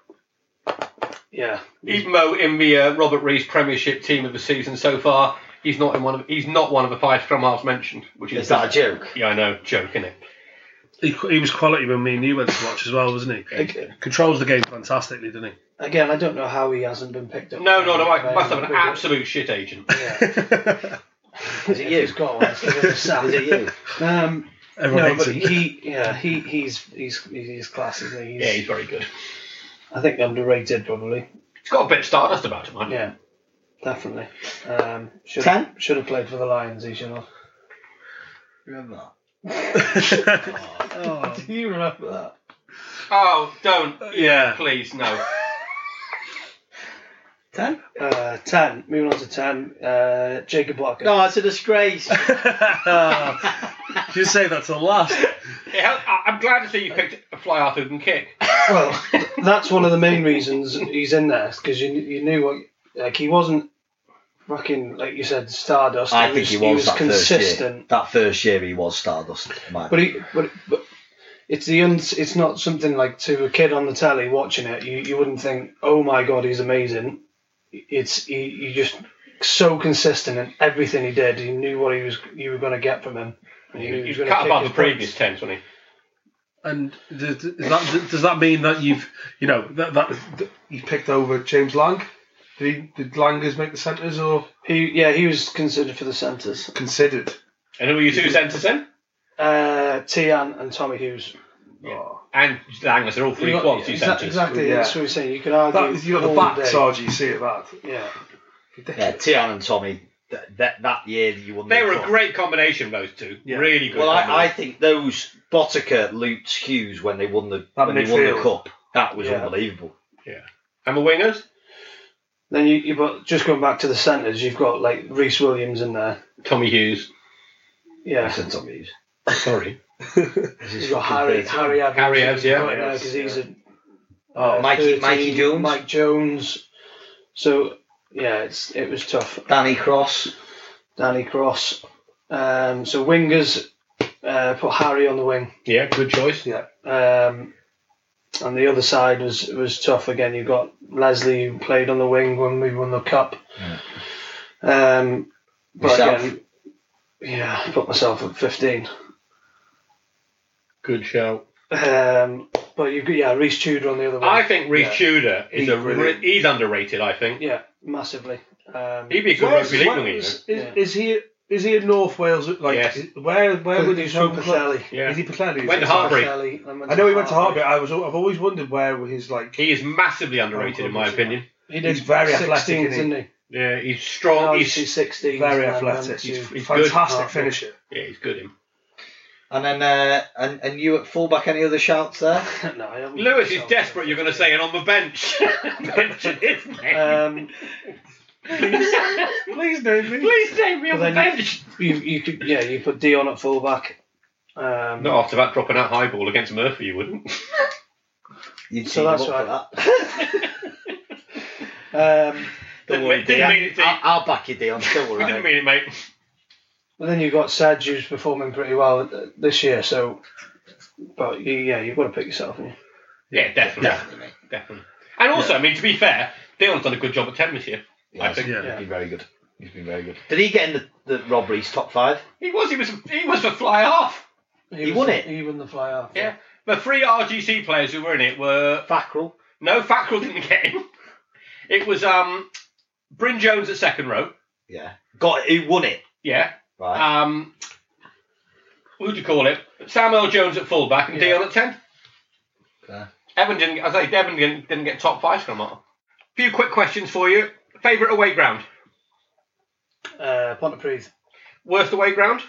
Speaker 4: yeah.
Speaker 3: Even though in the uh, Robert Rees Premiership team of the season so far, he's not in one of he's not one of the five Scrumhalves mentioned, which is,
Speaker 2: Is that a joke?
Speaker 3: yeah, I know, joke, isn't it?
Speaker 1: He, he was quality when me and you went to watch as well, wasn't he?
Speaker 4: Ag-
Speaker 1: Controls the game fantastically, doesn't
Speaker 4: Again, I don't know how he hasn't been picked up.
Speaker 3: No, no, no. I
Speaker 4: Um,
Speaker 3: must have an absolute shit agent.
Speaker 4: Yeah.
Speaker 1: he?
Speaker 2: Is it
Speaker 4: He's
Speaker 2: you?
Speaker 4: got one. It's the other side.
Speaker 2: Is it you?
Speaker 4: Um,
Speaker 1: Everyone
Speaker 4: no,
Speaker 1: hates
Speaker 4: but
Speaker 1: him.
Speaker 4: he, yeah, he, he's, he's, he's class, isn't he? He's,
Speaker 3: Yeah, he's very good.
Speaker 4: I think underrated, probably.
Speaker 3: He's got a bit of stardust about him. hasn't he?
Speaker 4: Yeah, definitely. Um, should
Speaker 2: Ten?
Speaker 4: should have played for the Lions. He should have.
Speaker 2: Remember that?
Speaker 4: Oh, do you remember that?
Speaker 3: Oh, don't.
Speaker 1: yeah.
Speaker 3: Please, no.
Speaker 2: Ten?
Speaker 4: Uh, ten. Moving on to ten. Uh, Jacob Walker.
Speaker 2: No, it's a disgrace.
Speaker 1: you say that to the last.
Speaker 3: It hel- I- I'm glad to see you picked a fly half who can kick.
Speaker 4: Well, that's one of the main reasons he's in there because you you knew what like he wasn't fucking like you said Stardust.
Speaker 2: I think he was, that first year.
Speaker 4: consistent,
Speaker 2: That first year he was Stardust. in my
Speaker 4: but
Speaker 2: opinion.
Speaker 4: he but. but it's the uns it's not something like to a kid on the telly watching it. You, you wouldn't think, oh my god, he's amazing. It's he, you just so consistent in everything he did. You knew what he was you were going to get from him. and you knew
Speaker 3: He was
Speaker 4: gonna
Speaker 3: cut
Speaker 4: kick
Speaker 3: above the
Speaker 4: his
Speaker 3: previous
Speaker 4: points.
Speaker 3: tens, wasn't he?
Speaker 1: And does does that, does that mean that you've, you know, that, that, that you picked over James Lang? Did, he, did Langers make the centres or
Speaker 4: He yeah, he was considered for the centres.
Speaker 1: considered?
Speaker 3: And who were your two centres then?
Speaker 4: Uh, Tian and Tommy Hughes.
Speaker 1: Oh,
Speaker 3: And Langers, they're all three
Speaker 4: You got-
Speaker 3: quality
Speaker 4: exa-
Speaker 3: centres.
Speaker 4: Exactly,
Speaker 1: Yeah.
Speaker 4: that's what we're saying. You can argue.
Speaker 1: That is, you got the
Speaker 4: all
Speaker 1: back
Speaker 4: day.
Speaker 1: RGC at that.
Speaker 4: Yeah.
Speaker 2: yeah, Tian and Tommy. Th- that that year that you won. the
Speaker 3: They were a
Speaker 2: cup.
Speaker 3: great combination, those two.
Speaker 1: Yeah.
Speaker 3: Really good.
Speaker 2: Well, I, I
Speaker 3: combination.
Speaker 2: think those Botica, Lutz, Hughes when they won the
Speaker 1: That
Speaker 2: when they won the
Speaker 1: midfield.
Speaker 2: cup. That was
Speaker 4: Yeah.
Speaker 2: unbelievable.
Speaker 3: and the wingers.
Speaker 4: Then you, you but just going back to the centres, you've got like Reese Williams in there.
Speaker 3: Tommy Hughes.
Speaker 4: Yeah.
Speaker 2: Listen, Tom Hughes.
Speaker 3: Sorry.
Speaker 4: You've got Harry Harry Evans.
Speaker 3: Harry Evans, yeah.
Speaker 4: Because he's a
Speaker 2: Oh, Mikey,
Speaker 4: 13,
Speaker 2: Mikey Jones,
Speaker 4: Mike Jones. So yeah, it's it was tough.
Speaker 2: Danny Cross.
Speaker 4: Danny Cross. Um, so wingers uh, put Harry on the wing.
Speaker 3: Yeah, good choice.
Speaker 1: Yeah.
Speaker 4: Um, and the other side was was tough again. You got Leslie who played on the wing when we won the cup. Um, but
Speaker 2: Yourself.
Speaker 4: again, yeah, I put myself at fifteen.
Speaker 3: Good shout.
Speaker 4: Um, but you've got yeah, Reese Tudor on the other wing.
Speaker 3: I think Reece
Speaker 4: Yeah.
Speaker 3: Tudor is
Speaker 1: He's
Speaker 3: a re-
Speaker 1: brilliant.
Speaker 3: he's underrated. I think
Speaker 4: yeah, massively. Um,
Speaker 3: he'd be a good
Speaker 1: Where's-
Speaker 3: rugby league
Speaker 1: where-
Speaker 3: winger.
Speaker 1: is,
Speaker 4: Yeah.
Speaker 1: is he is he in North Wales? Like
Speaker 3: Yes.
Speaker 1: is- where where would
Speaker 4: he
Speaker 1: his
Speaker 4: was
Speaker 1: home
Speaker 4: from
Speaker 1: club?
Speaker 4: Pathelli.
Speaker 3: Yeah.
Speaker 1: Is he Pathelli?
Speaker 3: Went to
Speaker 1: Is
Speaker 3: Hart-
Speaker 1: it-
Speaker 3: Hartbury.
Speaker 4: Pathelli, then went
Speaker 1: I
Speaker 4: to
Speaker 1: know he went to
Speaker 4: Hartbury.
Speaker 1: Hartbury. I was I've always wondered where were his like.
Speaker 3: He is massively underrated in my opinion.
Speaker 4: He
Speaker 1: He's very athletic,
Speaker 4: 16,
Speaker 1: isn't he?
Speaker 4: didn't he?
Speaker 3: Yeah, he's
Speaker 4: Oh,
Speaker 3: strong.
Speaker 4: he's um,
Speaker 3: He's,
Speaker 4: 16.
Speaker 1: Very athletic. He's,
Speaker 3: he's good.
Speaker 1: fantastic
Speaker 4: Hartbury.
Speaker 1: finisher.
Speaker 3: yeah, he's good. Him.
Speaker 2: And then uh, and and you at fullback. Any other shouts there?
Speaker 4: no, I haven't
Speaker 3: Lewis is
Speaker 4: myself.
Speaker 3: desperate. You're going to say, and on the bench, mention his name.
Speaker 4: Um,
Speaker 1: Please name me.
Speaker 3: Please name me on the
Speaker 4: Well, then-
Speaker 3: bench.
Speaker 4: you, you could yeah, you put Dion at fullback. Um,
Speaker 3: Not after that dropping that high ball against Murphy, you wouldn't.
Speaker 2: You'd
Speaker 4: So
Speaker 2: team
Speaker 4: that's
Speaker 2: up for that.
Speaker 4: Um,
Speaker 2: Don't
Speaker 3: Didn't
Speaker 2: worry, Ah,
Speaker 3: mean- didn't mean
Speaker 2: Dion.
Speaker 3: it, Dean.
Speaker 2: I'll, I'll back you, Dion. Don't worry.
Speaker 3: Didn't
Speaker 2: mate.
Speaker 3: mean it, mate.
Speaker 4: but then you've got Saj who's performing pretty well uh, this year. So, but you, yeah, you've got to pick yourself. haven't you?
Speaker 3: Yeah, definitely,
Speaker 2: Definitely, mate.
Speaker 3: definitely. And also, I mean, to be fair, Dion's done a good job at ten this year. I
Speaker 2: Yes.
Speaker 3: think
Speaker 1: Yeah.
Speaker 2: He's been very good. He's been very good. Did he get in the, the Rob Rees top five?
Speaker 3: he was. He was. He was the fly half.
Speaker 2: He
Speaker 4: was
Speaker 2: won
Speaker 4: the-
Speaker 2: it.
Speaker 4: He won the fly half.
Speaker 3: Yeah. The three RGC players who were in it were
Speaker 2: Fackrell.
Speaker 3: no Fackrell didn't get him. It was um, Bryn Jones at second row.
Speaker 2: Yeah. Got who won it?
Speaker 3: Yeah.
Speaker 2: Right.
Speaker 3: Um, what would you call it? Samuel Jones at fullback and
Speaker 4: Yeah.
Speaker 3: Dion at ten.
Speaker 2: Okay.
Speaker 3: Evan didn't. I say Evan didn't, didn't get top five from A few quick questions for you. Favorite away ground.
Speaker 4: Uh, Pontypridd,
Speaker 3: Worst away ground.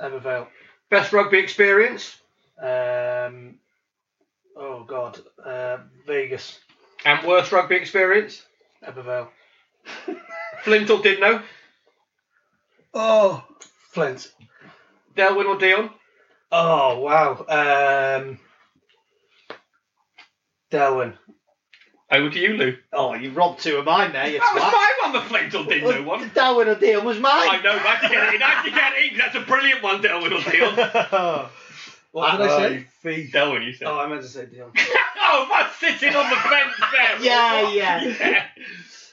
Speaker 4: Evervale.
Speaker 3: Best rugby experience.
Speaker 4: Um, oh God, uh, Vegas,
Speaker 3: And worst rugby experience.
Speaker 4: Evervale,
Speaker 3: Flint or Didno.
Speaker 1: Oh,
Speaker 4: Flint.
Speaker 3: Delwyn or Dion.
Speaker 4: Oh wow. Um, Darwin.
Speaker 3: Over to you, Lou.
Speaker 2: Oh, you robbed two of mine there. You
Speaker 3: That was
Speaker 2: twat.
Speaker 3: my one, the Flintle Dildo
Speaker 2: Well,
Speaker 3: one.
Speaker 2: Darwin O'Deal was mine.
Speaker 3: I know, nice to get it, nice to get it. That's a brilliant one, Delwyn or Dion.
Speaker 4: What did I say?
Speaker 1: Fee.
Speaker 3: Delwyn, you said.
Speaker 4: Uh, Oh, I meant to say Dion.
Speaker 3: oh, that's sitting on the fence there. Oh,
Speaker 2: Yeah, yeah.
Speaker 3: yeah.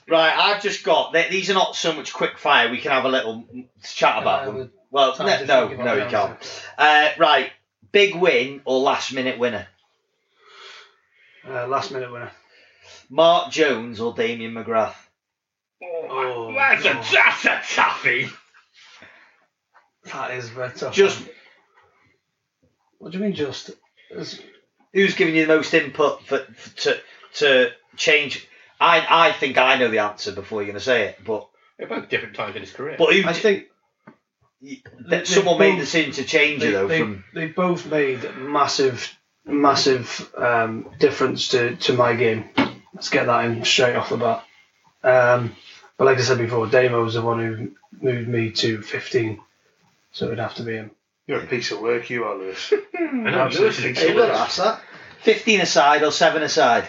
Speaker 2: Right, I've just got th- these are not so much quick fire. We can have a little mm, chat about
Speaker 4: Uh,
Speaker 2: them. Well,
Speaker 4: time
Speaker 2: no,
Speaker 4: to
Speaker 2: no,
Speaker 4: think
Speaker 2: no,
Speaker 4: about
Speaker 2: you
Speaker 4: the
Speaker 2: can't. Uh, right, big win or last minute winner?
Speaker 4: Uh, last minute winner.
Speaker 2: Mark Jones or Damien McGrath?
Speaker 3: Oh,
Speaker 4: Oh,
Speaker 3: that's, a,
Speaker 4: God.
Speaker 3: that's a toughie.
Speaker 4: That is very tough.
Speaker 2: Just
Speaker 4: What do you mean just? It's-
Speaker 2: who's giving you the most input for, for to to change? I I think I know the answer before you're going to say it, but
Speaker 3: They're both different times in his career.
Speaker 2: but who,
Speaker 4: I think
Speaker 2: that
Speaker 4: they-
Speaker 2: someone made the
Speaker 4: they-
Speaker 2: decision to change
Speaker 4: they,
Speaker 2: you though
Speaker 4: they,
Speaker 2: from
Speaker 4: they both made massive, massive um, difference to, to my game. Let's get that in straight off the bat. Um, but like I said before, Damo was the one who moved me to 15, so it'd have to be him.
Speaker 1: You're a piece of work, you are, Lewis.
Speaker 3: I know,
Speaker 1: absolutely.
Speaker 3: Lewis is
Speaker 1: Hey,
Speaker 3: excellent.
Speaker 2: that. Fifteen aside or seven aside?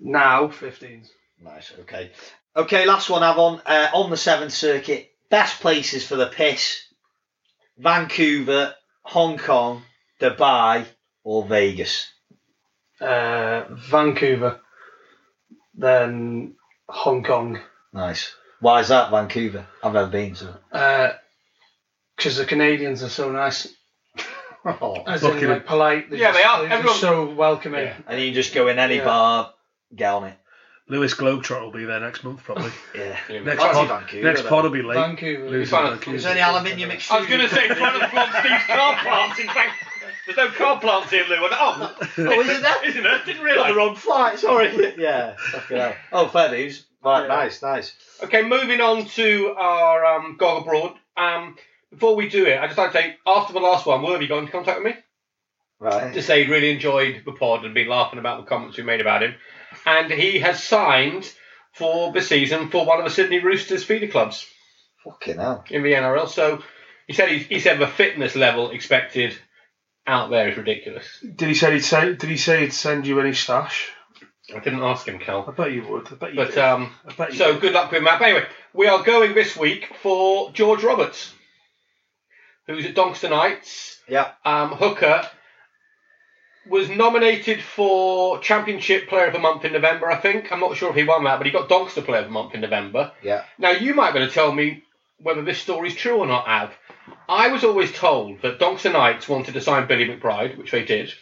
Speaker 4: Now, 15s.
Speaker 2: Nice. Okay. Okay. Last one. I've on uh, on the seventh circuit. Best places for the piss: Vancouver, Hong Kong, Dubai, or Vegas.
Speaker 4: Uh, Vancouver, then Hong Kong,
Speaker 2: Nice. Why is that Vancouver? I've never been to.
Speaker 4: because Uh, the Canadians are so nice. As
Speaker 1: Fucking-
Speaker 4: in, like, polite.
Speaker 3: Yeah, they are.
Speaker 4: They're
Speaker 3: Everyone-
Speaker 4: just so welcoming.
Speaker 2: And you can just go in any
Speaker 4: Yeah.
Speaker 2: bar, get on it.
Speaker 1: Lewis Globetrot will be there next month, probably.
Speaker 2: Yeah.
Speaker 1: Next
Speaker 2: I'd say
Speaker 1: pod,
Speaker 2: Vancouver,
Speaker 1: next
Speaker 2: though.
Speaker 1: pod will be late.
Speaker 4: Vancouver.
Speaker 1: Lewis
Speaker 3: Fine.
Speaker 1: and Vancouver.
Speaker 2: Is there any aluminium
Speaker 3: I was
Speaker 2: extrusion?
Speaker 3: going to say, front of from Steve's car plants. In fact, there's no car plants here, Lou. Oh,
Speaker 2: Oh, isn't that?
Speaker 3: isn't there?
Speaker 2: Got
Speaker 3: Didn't
Speaker 2: the
Speaker 3: realise.
Speaker 2: wrong flight. Sorry. yeah. Fucking hell. Oh, fair dues. Right. Nice. Nice.
Speaker 3: Okay, moving on to our um, Gog Abroad. Um, before we do it, I just like to say, after the last one, where have you got in contact with me?
Speaker 2: Right.
Speaker 3: to say he really enjoyed the pod and been laughing about the comments we made about him. And he has signed for the season for one of the Sydney Roosters feeder clubs
Speaker 2: Fucking hell.
Speaker 3: in the NRL. So he said he, he said the fitness level expected out there is ridiculous.
Speaker 1: Did he say he'd say? Did he say he'd send you any stash?
Speaker 3: I didn't ask him,
Speaker 1: I
Speaker 3: Cal.
Speaker 1: bet you would. I bet you.
Speaker 3: But
Speaker 1: did.
Speaker 3: um,
Speaker 1: I bet you.
Speaker 3: so
Speaker 1: did.
Speaker 3: good luck with him, Matt. But anyway, we are going this week for George Roberts, who's at Doncaster Knights.
Speaker 2: Yeah.
Speaker 3: um, Hooker was nominated for Championship Player of the Month in November, I think. I'm not sure if he won that, but he got Doncaster Player of the Month in November.
Speaker 2: Yeah.
Speaker 3: Now, you might be able to tell me whether this story's true or not, Av. I was always told that Doncaster Knights wanted to sign Billy McBride, which they did.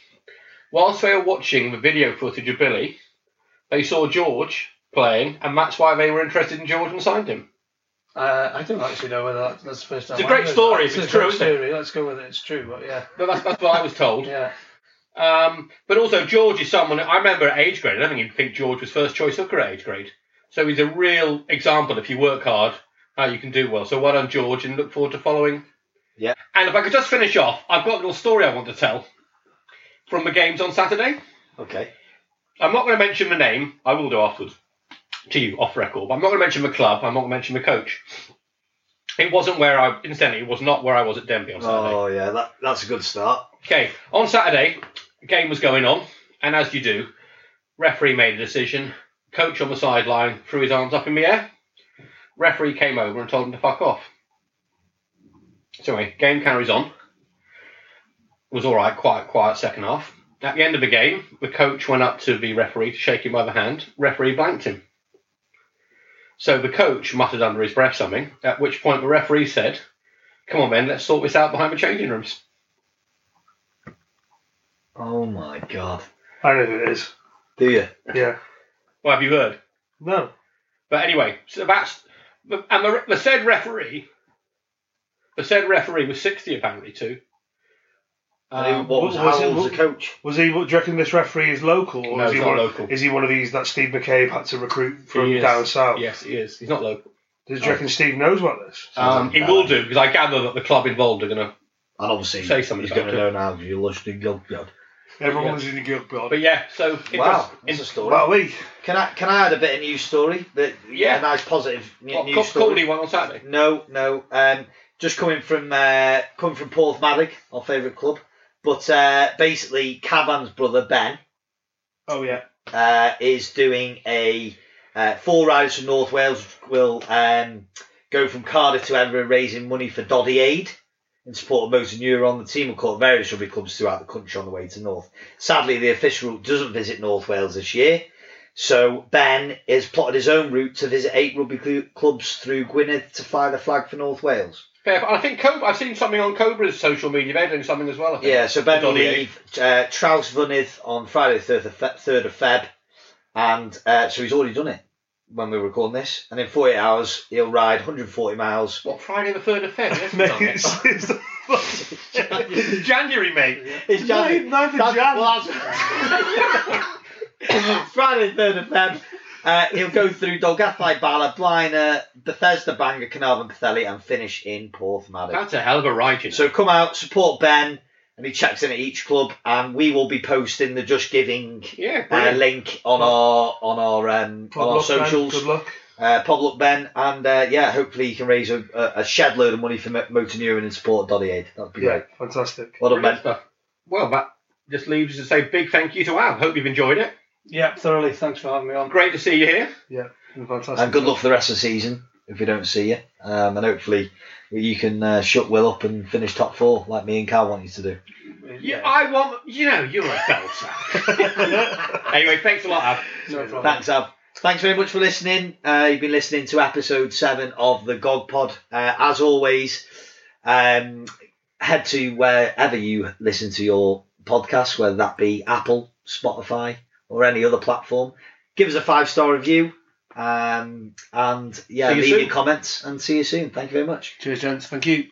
Speaker 3: Whilst they were watching the video footage of Billy, they saw George playing, and that's why they were interested in George and signed him.
Speaker 4: Uh, I don't actually know whether that, that's the first time.
Speaker 3: It's a
Speaker 4: I've
Speaker 3: great
Speaker 4: heard that.
Speaker 3: story if it's
Speaker 4: a
Speaker 3: true,
Speaker 4: great
Speaker 3: isn't it?
Speaker 4: Let's go with it. It's true, but yeah,
Speaker 3: But that's, that's what I was told.
Speaker 4: yeah.
Speaker 3: Um, but also George is someone I remember at age grade. I don't think you'd think George was first choice hooker at age grade. So he's a real example. If you work hard, how you can do well. So well done, George, and look forward to following.
Speaker 2: Yeah.
Speaker 3: And if I could just finish off, I've got a little story I want to tell from the games on Saturday.
Speaker 2: Okay.
Speaker 3: I'm not going to mention the name. I will do afterwards to you off record. But I'm not going to mention the club. I'm not going to mention the coach. It wasn't where I incidentally. It was not where I was at Denby on Saturday.
Speaker 2: Oh yeah. That, that's a good start.
Speaker 3: Okay, on Saturday, the game was going on, and as you do, referee made a decision. Coach on the sideline threw his arms up in the air. Referee came over and told him to fuck off. So anyway, game carries on. It was all right, quiet, quiet second half. At the end of the game, the coach went up to the referee to shake him by the hand. Referee blanked him. So the coach muttered under his breath something, at which point the referee said, Come on, then, let's sort this out behind the changing rooms.
Speaker 2: Oh my god.
Speaker 1: I know who it is.
Speaker 2: Do you?
Speaker 1: Yeah.
Speaker 3: What have you heard?
Speaker 1: No.
Speaker 3: But anyway, so that's and the, the said referee, the said referee was sixty apparently too.
Speaker 2: Um,
Speaker 3: Um,
Speaker 2: what was,
Speaker 1: what was
Speaker 2: how
Speaker 1: it?
Speaker 2: old was the coach?
Speaker 1: Was he? Do you reckon this referee is local, or
Speaker 3: No,
Speaker 1: is
Speaker 3: he's
Speaker 1: he
Speaker 3: not
Speaker 1: one?
Speaker 3: local.
Speaker 1: Of, is he one of these that Steve McCabe had to recruit from
Speaker 3: He is.
Speaker 1: down south?
Speaker 3: yes, he is. He's not local.
Speaker 1: Does do you reckon Steve knows about this?
Speaker 3: Um, he will do because I gather that the club involved are going to.
Speaker 2: And obviously,
Speaker 3: Say something
Speaker 2: he's going to
Speaker 3: about
Speaker 2: know now because you lost in God.
Speaker 1: Everyone's in the good
Speaker 3: But
Speaker 1: body.
Speaker 3: yeah, so it
Speaker 2: Wow,
Speaker 3: was-
Speaker 2: it's a
Speaker 3: it-
Speaker 2: story.
Speaker 1: Well, we.
Speaker 2: can I can I add a bit of news story? That
Speaker 3: Yeah.
Speaker 2: a nice positive n-
Speaker 3: what,
Speaker 2: news
Speaker 3: Co-
Speaker 2: story.
Speaker 3: Colney won on Saturday.
Speaker 2: No, no. Um, just coming from uh, coming from Porthmadog, our favourite club. But uh, basically, Cavan's brother Ben
Speaker 1: Oh yeah.
Speaker 2: uh, is doing a uh, four riders from North Wales will um, go from Cardiff to Edinburgh raising money for Doddy Aid in support of motor neuron. The team will call at various rugby clubs throughout the country on the way to North. Sadly, the official route doesn't visit North Wales this year, so Ben has plotted his own route to visit eight rugby clu- clubs through Gwynedd to fly the flag for North Wales.
Speaker 5: Fair. I think Cobra, I've seen something on Cobra's social media. They're doing something as well. I think.
Speaker 2: Yeah, so Ben will
Speaker 5: Doddy Aid.
Speaker 2: leave uh, Trouse Vunydd on Friday, the 3rd of, Fe- 3rd of Feb, and uh, so he's already done it when we were recording this. And in 48 hours, he'll ride 140 miles.
Speaker 5: What Friday the third of Feb? That's
Speaker 1: Mate,
Speaker 5: done it.
Speaker 1: it's, it's the
Speaker 5: January, mate.
Speaker 2: It's
Speaker 1: ninth, ninth of Jan.
Speaker 2: Friday, the 3rd of Feb. Uh, he'll go through Dolgathai, Bala, Bliner, Bethesda, Bangor, Carnarvon, Petheli, and finish in Porthmadog.
Speaker 3: That's a hell of a ride, you know.
Speaker 2: So come out, support Ben, and he checks in at each club, and we will be posting the Just Giving
Speaker 5: Yeah,
Speaker 2: uh,
Speaker 5: brilliant.
Speaker 2: link on our on our um,
Speaker 1: Good
Speaker 2: on our
Speaker 1: luck, man.
Speaker 2: socials.
Speaker 1: Good luck.
Speaker 2: Uh, pub luck, Ben, and uh, yeah, hopefully you can raise a, a, a shed load of money for Mo- Motor Neuron and support Doddy Aid. That'd be
Speaker 1: Yeah,
Speaker 2: great.
Speaker 1: fantastic.
Speaker 2: Well done, Ben.
Speaker 5: stuff. Well, that just leaves us to say big thank you to Al. Hope you've enjoyed it.
Speaker 4: Yeah, thoroughly. Thanks for having me on.
Speaker 5: Great to see you here.
Speaker 1: Yeah, fantastic.
Speaker 2: And good luck for the rest of the season if we don't see you. Um, and hopefully you can uh, shut Will up and finish top four like me and Cal want you to do.
Speaker 5: You, I want, you know, you're a belter. anyway, thanks a lot, Al.
Speaker 4: No problem.
Speaker 2: Thanks, Ab. Thanks very much for listening. Uh, you've been listening to episode seven of the Gog Pod. Uh, as always, um, head to wherever you listen to your podcast, whether that be Apple, Spotify, or any other platform. Give us a five star review, um, and yeah,
Speaker 5: See you
Speaker 2: leave
Speaker 5: soon.
Speaker 2: your comments, and see you soon. Thank you very much.
Speaker 1: Cheers, gents. Thank you.